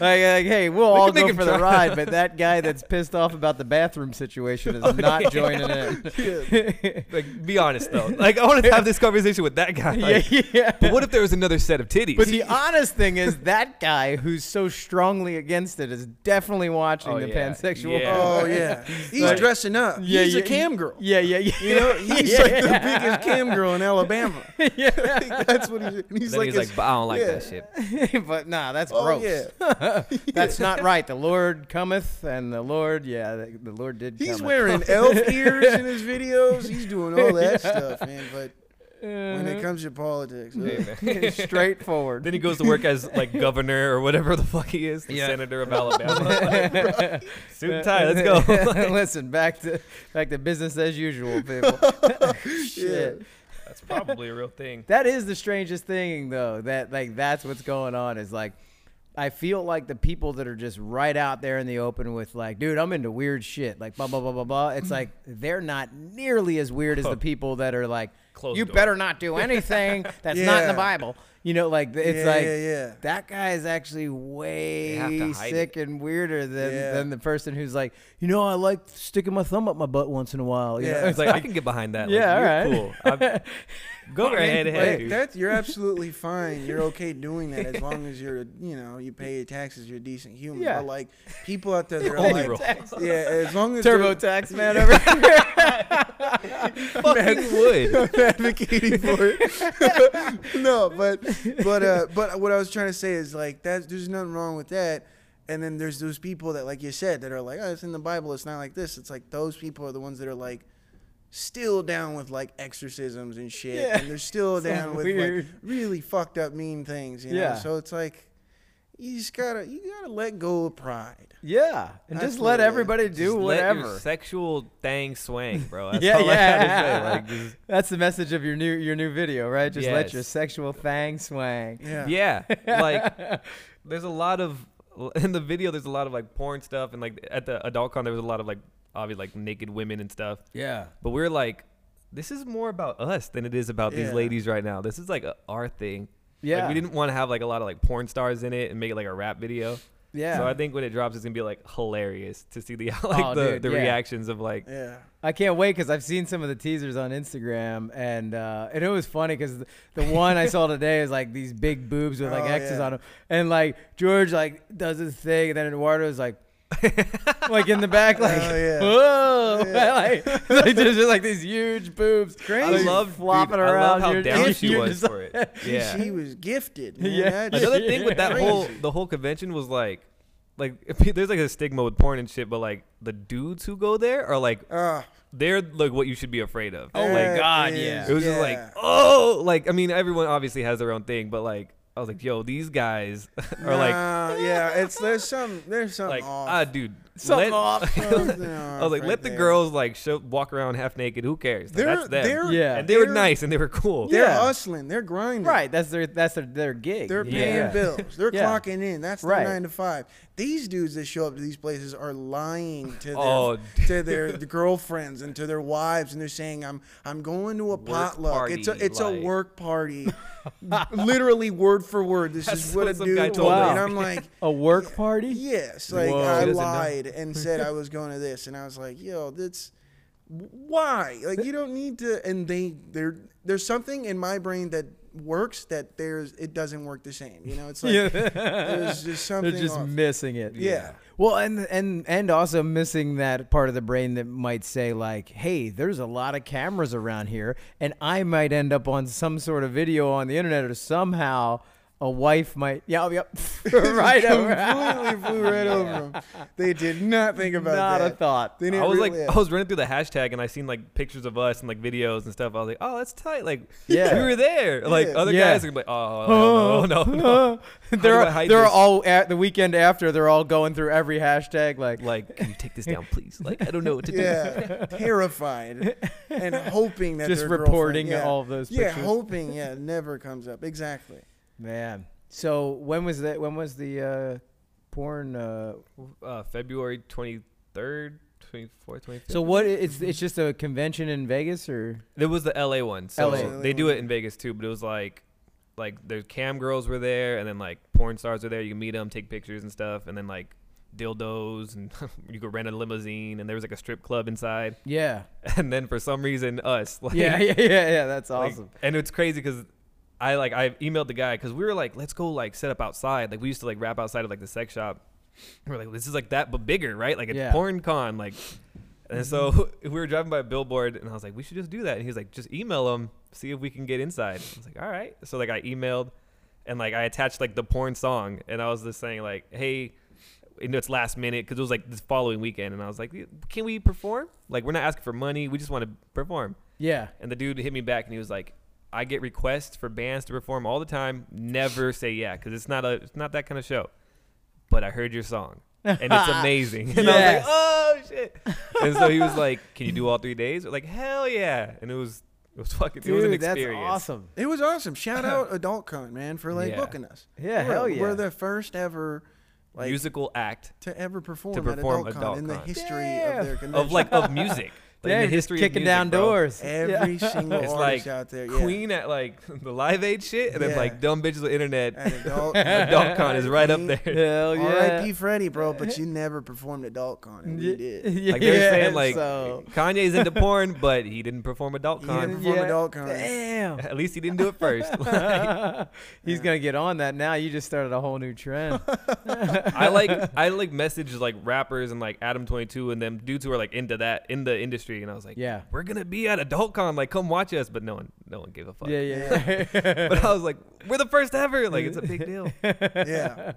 S6: like, hey, we'll all
S5: can make
S6: go
S5: him
S6: for
S5: try.
S6: the ride, but
S5: [LAUGHS]
S6: that guy that's pissed off about the bathroom situation is
S5: Oh,
S6: not joining in.
S5: [LAUGHS] like be honest though.
S6: [LAUGHS]
S5: Like I want to have this conversation with that guy. [LAUGHS] Like,
S6: yeah, yeah.
S5: But what if there was another set of titties?
S6: But the honest thing is, that guy who's so strongly against it is definitely watching
S5: Oh,
S6: the
S5: yeah.
S6: pansexual.
S5: Yeah. Oh,
S6: [LAUGHS]
S4: Oh yeah, he's
S6: like-
S4: dressing up.
S6: Yeah,
S4: he's
S6: yeah,
S4: a cam girl.
S6: [LAUGHS] Yeah, yeah, yeah.
S4: You know, he's
S6: [LAUGHS] yeah.
S4: like the biggest cam girl in Alabama. [LAUGHS]
S6: [LAUGHS]
S4: Like, that's what he's. and he's
S5: then
S4: like,
S5: he's
S4: his-
S5: like, but I don't like
S4: yeah.
S5: that shit.
S6: but nah, that's
S4: Oh
S6: gross.
S4: yeah,
S6: That's
S5: [LAUGHS]
S6: not right. The Lord cometh, and the Lord, yeah, the, the Lord did.
S4: he's
S6: cometh. [LAUGHS]
S4: wearing elf ears in his videos. He's doing all that stuff, man. But when
S6: Uh-huh.
S4: it comes to politics, uh,
S6: straightforward.
S5: Then he goes to work as like [LAUGHS] governor or whatever the fuck he is, the
S6: Yeah.
S5: senator of [LAUGHS] Alabama. [LAUGHS] Suit and tie,
S6: [LAUGHS]
S5: let's go.
S6: Uh,
S5: [LAUGHS]
S6: Listen, back to back to business as usual, people. Shit.
S5: That's probably a real thing.
S6: That is the strangest thing though. That like that's what's going on is like I feel like the people that are just right out there in the open with like, dude, I'm into weird shit, like blah blah blah blah blah. It's like they're not nearly as weird as
S5: [LAUGHS]
S6: the people that are like,
S5: Closed
S6: you
S5: door.
S6: better not do anything that's not
S5: [LAUGHS]
S6: in the
S4: Yeah.
S6: Bible. You know, like it's
S4: Yeah,
S6: like
S4: yeah, yeah.
S6: that guy is actually
S5: have to
S6: way
S5: hide
S6: sick and weirder than
S4: Yeah.
S6: than the person who's like, you know, I like sticking my thumb up my butt once in a while. You
S4: Yeah.
S6: know?
S5: It's like I can get behind that. Like,
S6: Yeah,
S5: you're cool. I'm-
S6: [LAUGHS]
S5: go right ahead, ahead,
S4: Hey,
S5: dude.
S4: that's you're absolutely fine. You're okay doing that as long as you're you know you pay your taxes. You're a decent human.
S6: Yeah.
S4: But like people out there, they're
S5: Holy
S4: like,
S5: roll.
S4: yeah, as long as they're
S6: TurboTax
S4: [LAUGHS]
S6: man over [LAUGHS]
S5: fucking
S4: [LAUGHS]
S5: would.
S4: advocating for it. [LAUGHS] no, but but uh, but what I was trying to say is like that. There's nothing wrong with that. And then there's those people that, like you said, that are like, oh, it's in the Bible. It's not like this. It's like those people are the ones that are like. Still down with like exorcisms and shit,
S6: Yeah.
S4: and they're still
S6: So
S4: down with
S6: weird.
S4: like really fucked up mean things, you know.
S6: Yeah.
S4: So it's like, you just gotta you gotta let go of pride.
S6: Yeah, and just let
S4: Absolutely.
S6: everybody do
S5: Just let your
S6: whatever.
S5: sexual thing swang, bro. That's
S6: Yeah,
S5: all
S6: yeah.
S5: I gotta say. Like,
S6: [LAUGHS]
S5: just-
S6: That's the message of your new your new video, right? Just let your
S5: Yes.
S6: sexual fang swang.
S4: Yeah.
S5: yeah
S6: [LAUGHS]
S5: like there's a lot of in the video there's a lot of like porn stuff and like at the adult con there was a lot of like obviously like naked women and stuff
S6: Yeah.
S5: but we're like this is more about us than it is about these
S4: Yeah.
S5: ladies right now this is like a, our thing Like,
S6: Yeah.
S5: we didn't want to have like a lot of like porn stars in it and make it like a rap video
S6: Yeah.
S5: so i think when it drops it's gonna be like hilarious to see the [LAUGHS] like
S6: Oh,
S5: the,
S6: dude,
S5: the
S6: yeah.
S5: reactions of like
S4: Yeah.
S6: I can't wait because I've seen some of the teasers on Instagram, and uh, and it was funny because the, the one I saw today is like these big boobs with like
S4: Oh,
S6: X's
S4: yeah.
S6: on them, and like George like does his thing, and then Eduardo's [LAUGHS] like. like in the back, like
S4: Oh,
S6: [LAUGHS]
S4: yeah.
S6: whoa, [LAUGHS] like, like just, just like these huge boobs,
S5: I
S6: like,
S5: love
S6: flopping
S5: dude,
S6: around.
S5: I love how
S6: You're-
S5: down
S6: [LAUGHS]
S5: she
S6: you're
S5: was
S6: just
S5: for it. Yeah,
S4: She was gifted. Man.
S6: [LAUGHS] Yeah.
S4: That's-
S5: Another thing with that whole
S4: Crazy.
S5: the whole convention was like, like [LAUGHS] if you- there's like a stigma with porn and shit, but like the dudes who go there are like
S4: Ah,
S5: they're like what you should be afraid of.
S6: Oh my
S5: Like,
S6: God,
S4: that
S6: Uh, yeah.
S4: is-
S5: It was just like
S4: yeah.
S5: oh, like I mean everyone obviously has their own thing, but like I was like yo these guys are like
S4: Nah, yeah, it's there's some there's something
S5: like ah
S4: off.
S5: dude
S6: Something
S5: let-
S6: off.
S4: Something
S5: I
S4: off
S5: was like
S4: right
S5: let the
S4: there.
S5: girls like show, walk around half naked. Who cares? Like,
S4: They're-
S5: that's them.
S4: they're-
S6: Yeah.
S5: and they were
S4: they're-
S5: nice and they were cool.
S4: They're
S6: Yeah.
S4: hustling. They're grinding.
S6: Right, that's their that's their, their gig.
S4: They're
S5: Yeah.
S4: paying bills. They're
S6: Yeah.
S4: clocking in. That's their
S6: Right.
S4: nine to five. These dudes that show up to these places are lying to their
S5: Oh,
S4: to their [LAUGHS] girlfriends and to their wives, and they're saying, "I'm I'm going to a potluck. it's a
S5: party,
S4: it's
S5: like-
S4: a work
S5: [LAUGHS]
S4: party." Literally word for word. This
S5: That's
S4: is what, a
S5: what some
S4: dude
S5: guy
S4: told
S5: told Oh,
S4: me,
S6: me.
S4: and I'm
S5: [LAUGHS]
S4: like.
S6: A work party? [LAUGHS]
S4: Yes, like
S6: Whoa.
S4: I
S5: She doesn't know.
S4: lied and said I was going to this, and I was like, "Yo, that's why." Like you don't need to. And they there there's something in my brain that works that there's it doesn't work the same. You know, it's
S6: [LAUGHS]
S4: like there's just
S6: They're
S4: something.
S6: just
S4: [LAUGHS] off.
S6: missing it.
S4: Yeah.
S6: Well, and and and also missing that part of the brain that might say like, "Hey, there's a lot of cameras around here, and I might end up on some sort of video on the internet, or somehow a wife might." Yeah, [LAUGHS] yep. right [LAUGHS] over.
S4: completely flew right over 'em. They did not think about
S6: Not
S4: that.
S6: a thought.
S4: They didn't
S5: I was
S4: really
S5: like,
S4: have-
S6: oh,
S5: I was running through the hashtag and I seen like pictures of us and like videos and stuff. I was like, oh, that's tight. Like,
S6: Yeah.
S5: we were there. Like,
S4: Yeah.
S5: other
S6: Yeah.
S5: guys are gonna be like, oh, no, no, no.
S6: [LAUGHS] they're
S5: do I hide
S6: they're
S5: this?
S6: all at the weekend after. They're all going through every hashtag like.
S5: Like, can you take this down, please? Like, I don't know what to
S4: yeah,
S6: [LAUGHS]
S4: terrified and hoping that
S6: Just
S4: their girlfriend-
S6: reporting
S4: yeah.
S6: all of those
S4: Yeah,
S6: pictures.
S4: hoping. Yeah, it never comes up exactly.
S6: Man. So when was that? When was the uh, porn? Uh,
S5: do. Uh, February 23rd, 24th, 25th.
S6: So what? It's it's just a convention in Vegas, or
S5: There was the LA one. So
S6: LA.
S5: they do it in Vegas too, but it was like like the cam girls were there and then like porn stars were there. You can meet them, take pictures and stuff, and then like dildos and [LAUGHS] you could rent a limousine and there was like a strip club inside. [LAUGHS]
S6: yeah,
S5: And then for some reason us like
S6: yeah, yeah, yeah, yeah. That's
S5: like-
S6: awesome.
S5: and it's crazy cuz I like I emailed the guy cuz we were like let's go like set up outside. Like we used to like rap outside of like the sex shop. And we're like this is like that but bigger, right? Like a
S6: Yeah. Mm-hmm.
S5: porn con like and so [LAUGHS] we were driving by a billboard, and I was like, "We should just do that." And he was like, "Just email them, see if we can get inside." I was like, "All right." So like I emailed, and like I attached like the porn song, and I was just saying like, "Hey, you know it's last minute because it was like this following weekend," and I was like, "Can we perform? Like we're not asking for money, we just want to perform."
S6: yeah,
S5: And the dude hit me back, and he was like, "I get requests for bands to perform all the time. Never say yeah because it's not a it's not that kind of show." But I heard your song, and
S6: [LAUGHS]
S5: it's amazing. [LAUGHS] And I was like,
S6: Yes.
S5: "Oh shit!" And so he was like, "Can you do all three days?" We're like, "Hell yeah!" And it was it was fucking
S6: dude,
S5: it was an
S6: that's
S5: experience.
S6: awesome.
S4: It was awesome.
S6: [LAUGHS]
S4: Shout out AdultCon, man, for like
S5: Yeah.
S4: booking us.
S6: Yeah,
S4: We're-
S6: hell yeah.
S4: We're the first ever like
S5: Musical act
S4: to ever perform,
S5: to perform
S4: at AdultCon in the
S5: AdultCon.
S4: history
S6: Yeah.
S4: of their convention.
S5: of like
S6: [LAUGHS]
S5: of music, like
S6: yeah,
S5: in the
S6: just
S5: history
S6: kicking
S5: of music,
S6: down
S5: bro.
S6: doors.
S4: every
S6: yeah.
S4: single
S5: It's
S4: artist
S5: like
S4: out there. yeah.
S5: Queen at like [LAUGHS] the live aid shit, and
S4: Yeah.
S5: then like dumb bitches with internet.
S4: At
S5: [LAUGHS]
S4: adult,
S5: DumpCon is right up there.
S6: [LAUGHS] Hell yeah.
S4: R.I.P. Freddie, bro, but you
S5: [LAUGHS]
S4: never performed AdultCon, and we
S6: [LAUGHS]
S4: did.
S6: yeah.
S5: Like they're saying like
S6: so-
S5: Kanye's into porn, but he didn't perform adult
S4: You didn't
S5: con.
S4: perform
S6: Yeah.
S4: AdultCon.
S6: Damn.
S5: [LAUGHS] At least he didn't do it
S6: [LAUGHS]
S5: first.
S6: He's gonna get on that now. You just started a whole new trend.
S5: [LAUGHS] I like I like message like rappers and like Adam Twenty Two and them dudes who are like into that in the industry, and I was
S6: [LAUGHS]
S5: like,
S6: Yeah.
S5: we're gonna be at adult con, like come watch us. But no one no one gave a
S6: [LAUGHS]
S5: fuck.
S6: yeah, [LAUGHS] yeah.
S5: [LAUGHS] But I was like, we're the first ever. Like it's a big deal. [LAUGHS]
S4: Yeah.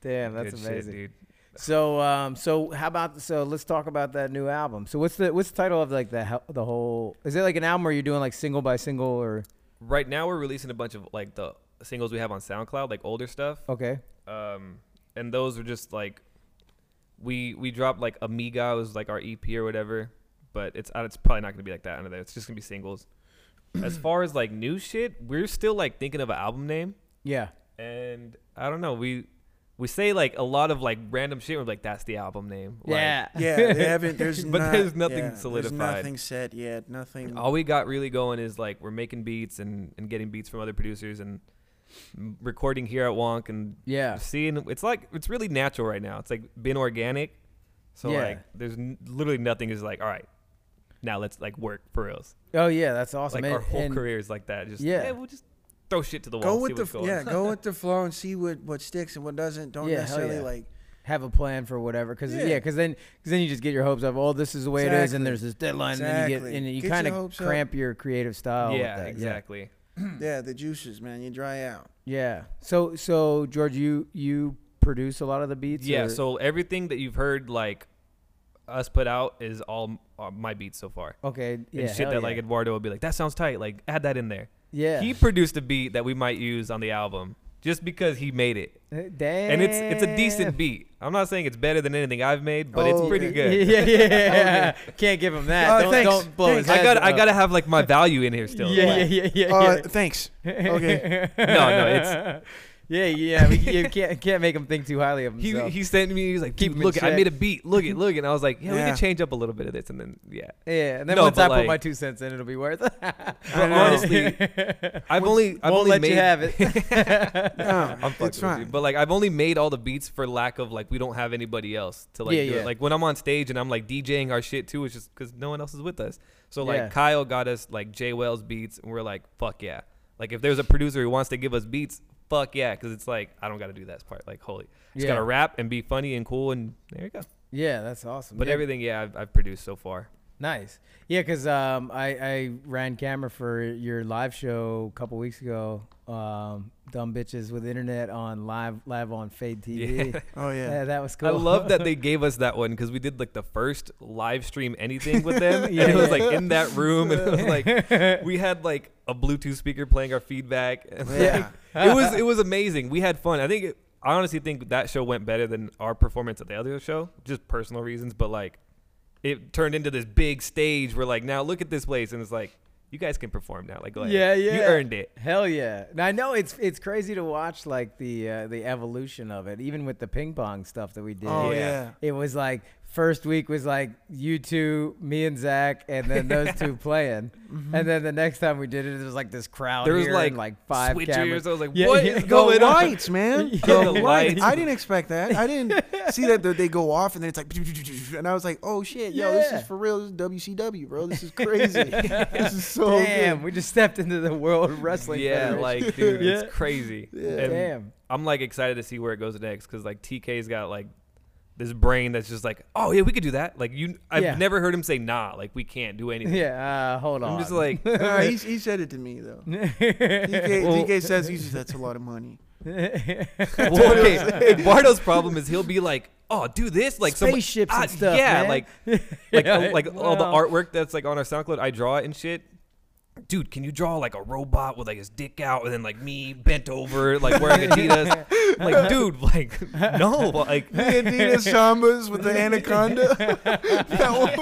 S6: Damn, [LAUGHS] that's
S5: Good shit,
S6: amazing.
S5: dude.
S6: So, um, so how about so? Let's talk about that new album. So, what's the what's the title of like the he- the whole? Is it like an album where you're doing like single by single or
S5: Right now we're releasing a bunch of like the singles we have on SoundCloud, like older stuff.
S6: okay?
S5: um, and those were just like we we dropped like Amiga was like our EP or whatever, but it's uh, it's probably not gonna be like that under there. It's just gonna be singles. as far as like new shit, we're still like thinking of an album name,
S6: Yeah,
S5: and I don't know we. We say like a lot of like random shit. We're like, "That's the album name." Like, [LAUGHS]
S6: yeah,
S4: Yeah, they haven't. There's
S5: But
S4: not-
S5: there's nothing
S4: yeah,
S5: solidified.
S4: There's nothing set yet. Nothing.
S5: all we got really going is like we're making beats and, and getting beats from other producers and recording here at Wonk and
S6: yeah.
S5: seeing it's like it's really natural right now. It's like been organic. So
S6: Yeah.
S5: like there's n- literally nothing is like all right. Now let's like work for reals.
S6: Oh yeah, that's awesome.
S5: Like
S6: And-
S5: our whole
S6: and-
S5: career is like that. Just
S6: Yeah.
S5: yeah, we'll just throw shit to the wall.
S4: go
S5: see
S4: with the
S5: what's
S4: f-
S5: going.
S4: yeah. Go with the flow and see what what sticks and
S6: [LAUGHS]
S4: what doesn't. Don't
S6: Yeah, hell
S4: necessarily
S6: yeah.
S4: like.
S6: have a plan for whatever because yeah
S4: Yeah.
S6: because then cause then you just get your hopes up oh this is the way it is and
S4: Exactly.
S6: there's this deadline and then you get
S4: Exactly.
S6: and you
S4: Get your
S6: kind of
S4: hopes up.
S6: cramp your creative style with
S5: Yeah,
S6: that.
S5: exactly.
S4: Yeah, the juices, man. You dry
S5: [LAUGHS]
S4: out.
S6: yeah yeah so so George you you produce a lot of the beats
S5: Yeah,
S6: or-
S5: so everything that you've heard like us put out is all m- uh, my beats so far.
S6: okay yeah
S5: and shit
S6: hell
S5: that
S6: yeah.
S5: like Eduardo would be like, that sounds tight. Like add that in there.
S6: yeah
S5: He produced a beat that we might use on the album just because he made it.
S6: damn
S5: and it's it's a decent beat. I'm not saying it's better than anything I've made, but
S4: Oh,
S5: it's pretty
S4: okay.
S6: [LAUGHS]
S5: good.
S6: yeah yeah,
S5: [LAUGHS]
S6: yeah. can't give him that
S4: Uh,
S6: don't,
S4: thanks.
S6: don't blow his
S5: I
S6: head
S5: got I
S6: up.
S5: [LAUGHS] got to have like my value in here still.
S6: [LAUGHS] yeah yeah yeah yeah,
S4: Uh,
S6: yeah.
S4: thanks. Okay.
S6: [LAUGHS]
S5: No, no, it's-
S6: yeah yeah we, you
S5: [LAUGHS]
S6: can't can't make him think too highly of
S5: He
S6: himself
S5: he sent me. He's like,
S6: Keep
S5: keep
S6: him in
S5: looking. I
S6: check.
S5: made a beat. Look it, look it. And I was like, yeah, we
S4: Yeah.
S5: can change up a little bit of this, and then yeah.
S6: Yeah, and then
S5: No,
S6: once
S5: but,
S6: I put
S5: like-
S6: my two cents in, it'll be worth. it.
S5: But
S4: know.
S6: [LAUGHS]
S5: honestly, I've only I've
S6: Won't
S5: only
S6: let
S5: made,
S6: you have it.
S4: [LAUGHS]
S6: [LAUGHS]
S4: No,
S5: [LAUGHS] I'm fucking
S4: Oh. it's
S5: with
S4: fine.
S5: you. But like I've only made all the beats for lack of like we don't have anybody else to like
S6: Yeah,
S5: do
S6: yeah.
S5: it. Like when I'm on stage and I'm like DJing our shit too, it's just because no one else is with us. So like
S6: Yeah.
S5: Kyle got us like Jay Wells beats, and we're like fuck yeah. Like if there's a producer who wants to give us beats, fuck yeah, because it's like I don't got to do that part. Like holy, just
S6: Yeah.
S5: gotta rap and be funny and cool, and there you go.
S6: yeah, that's awesome.
S5: But
S6: Yeah,
S5: everything, yeah, I've, I've produced so far.
S6: nice. Yeah, because um, I I ran camera for your live show a couple weeks ago. Um, dumb bitches with internet on live live on Fade TV. Yeah,
S4: Oh yeah.
S6: that was cool.
S5: I love that they gave us that one because we did like the first live stream anything with them.
S6: Yeah.
S5: and it was like in that room, and it
S6: [LAUGHS]
S5: was like we had like a Bluetooth speaker playing our feedback. [LAUGHS] And, like,
S4: Yeah.
S5: it was it was amazing. We had fun. I think it, I honestly think that show went better than our performance at the other show, just personal reasons. But like, it turned into this big stage where like now look at this place, and it's like you guys can perform now. Like, go ahead.
S6: Yeah, yeah.
S5: you earned it.
S6: [LAUGHS] Hell yeah! And I know it's it's crazy to watch like the uh, the evolution of it, even with the ping pong stuff that we did.
S4: Oh, Yeah. yeah.
S6: It was like First week was like you two, me and Zach, and then
S5: [LAUGHS]
S6: those two playing. And then the next time we did it, it was like this crowd.
S5: Mm-hmm. There was,
S6: here and,
S5: like,
S6: like five
S5: switchers.
S6: cameras.
S5: I was like, what is
S4: The
S6: [LAUGHS]
S5: going on?
S4: lights,
S5: [LAUGHS]
S4: man.
S6: Yeah,
S4: The
S5: the
S4: lights.
S5: lights.
S4: I didn't expect that. I
S5: [LAUGHS]
S4: didn't see that th- they go off and then it's like, [LAUGHS] and I was like, oh shit, yo, this
S6: Yeah.
S4: is for real. This is WCW, bro. This is
S5: [LAUGHS]
S4: crazy. this is so
S6: Damn, we just stepped into the world of wrestling.
S5: yeah,
S6: Federation.
S5: like dude,
S6: Yeah.
S5: it's crazy. And
S6: Damn.
S5: I'm like excited to see where it goes next because like TK's got like this brain that's just like, oh yeah, we could do that. Like you, I've
S6: Yeah.
S5: never heard him say nah. Like we can't do anything.
S6: [LAUGHS] Yeah, uh, hold on.
S5: I'm
S6: [LAUGHS]
S5: just like,
S4: good. [LAUGHS] Nah, he, he said it to me
S5: [LAUGHS]
S4: though. DK, DK says he's just, that's a lot of money.
S5: well, okay. Eduardo's problem is he'll be like, oh, do this like some-
S6: Spaceships and
S5: ah,
S6: stuff,
S5: Yeah,
S6: man.
S5: like
S6: [LAUGHS]
S5: like
S6: Yeah,
S5: all- like all the
S6: well.
S5: artwork that's like on our SoundCloud. I draw it and shit. Dude, can you draw like a robot with like his dick out and then like me bent over
S6: [LAUGHS]
S5: like wearing Adidas? like, dude, like [LAUGHS] no, like
S4: The Adidas Shambas with the anaconda.
S5: [LAUGHS]
S4: that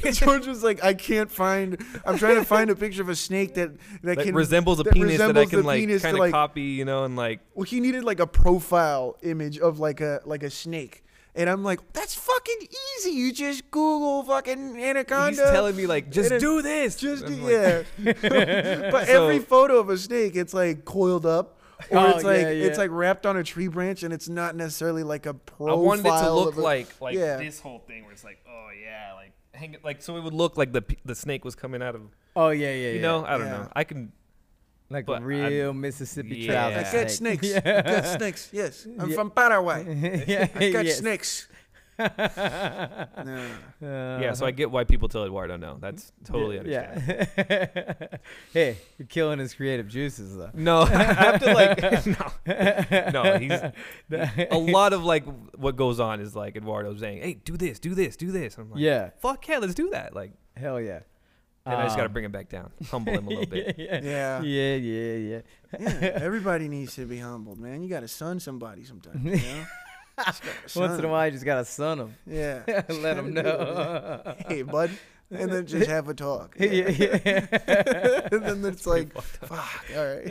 S4: one. [LAUGHS] George was like, I can't find. I'm trying to find a picture of a snake that that,
S5: that
S4: can
S5: resembles a
S4: that
S5: penis that I
S4: resembles
S5: can
S4: the
S5: like
S4: penis to,
S5: kind of
S4: like-
S5: copy, you know, and like
S4: Well, he needed like a profile image of like a like a snake, and I'm like, that's fucking easy. You just Google fucking anaconda.
S5: he's telling me like just
S4: and-
S5: do
S4: [LAUGHS]
S5: this.
S4: just
S5: I'm like,
S4: yeah.
S5: [LAUGHS]
S4: but
S5: So-
S4: every photo of a snake, it's like coiled up. Or
S6: Oh,
S4: it's like
S6: yeah, yeah.
S4: it's like wrapped on a tree branch, and it's not necessarily like a
S5: I
S4: profile.
S5: wanted it to
S4: of
S5: look
S4: a-
S5: like like
S4: yeah.
S5: this whole thing where it's like, oh yeah, like hang it like so it would look like the p- the snake was coming out of
S6: [LAUGHS] oh yeah, yeah, yeah.
S5: you know, I don't
S4: Yeah.
S5: know. I can
S6: like
S5: but
S6: a
S5: I'm-
S6: real Mississippi
S5: yeah.
S6: trout.
S4: I
S5: Yeah.
S4: got
S6: [LAUGHS]
S4: snakes.
S5: [LAUGHS]
S4: I got snakes. Yes, I'm from Paraguay.
S6: yeah,
S5: [LAUGHS]
S4: I got
S6: yes.
S4: snakes. No.
S5: yeah,
S4: Uh-huh.
S5: so I get why people tell Eduardo no. That's totally understandable.
S4: [LAUGHS]
S6: Yeah. [LAUGHS] hey, you're killing his creative juices though.
S5: No, [LAUGHS] I have
S4: [LAUGHS]
S5: to like [LAUGHS] no,
S6: [LAUGHS]
S5: no. He's a lot of like what goes on is like Eduardo saying, "Hey, do this, do this, do this." And I'm like,
S6: Yeah.
S5: fuck yeah, let's do that." Like,
S6: Hell yeah.
S5: and I just got
S4: Uh-huh.
S5: to
S6: Um,
S5: bring him back down, humble him
S6: [LAUGHS]
S4: [LAUGHS]
S5: a little bit.
S6: yeah,
S4: Yeah.
S6: yeah, yeah, yeah.
S4: Yeah, everybody needs to be humbled, man. You got to sun somebody sometimes. You
S5: [LAUGHS]
S4: know? Just gotta
S6: Once in
S4: sun
S6: a
S4: 'em.
S6: while, you just gotta sun him. [LAUGHS]
S4: Yeah.
S5: [LAUGHS]
S4: Just
S6: Let
S4: gotta
S6: him
S4: do it, man.
S6: know.
S4: [LAUGHS]
S6: [LAUGHS]
S4: Hey, bud. And then just have a
S5: [LAUGHS]
S4: talk.
S6: yeah, yeah.
S4: [LAUGHS] and then it's like, fuck, all
S5: [LAUGHS]
S4: right.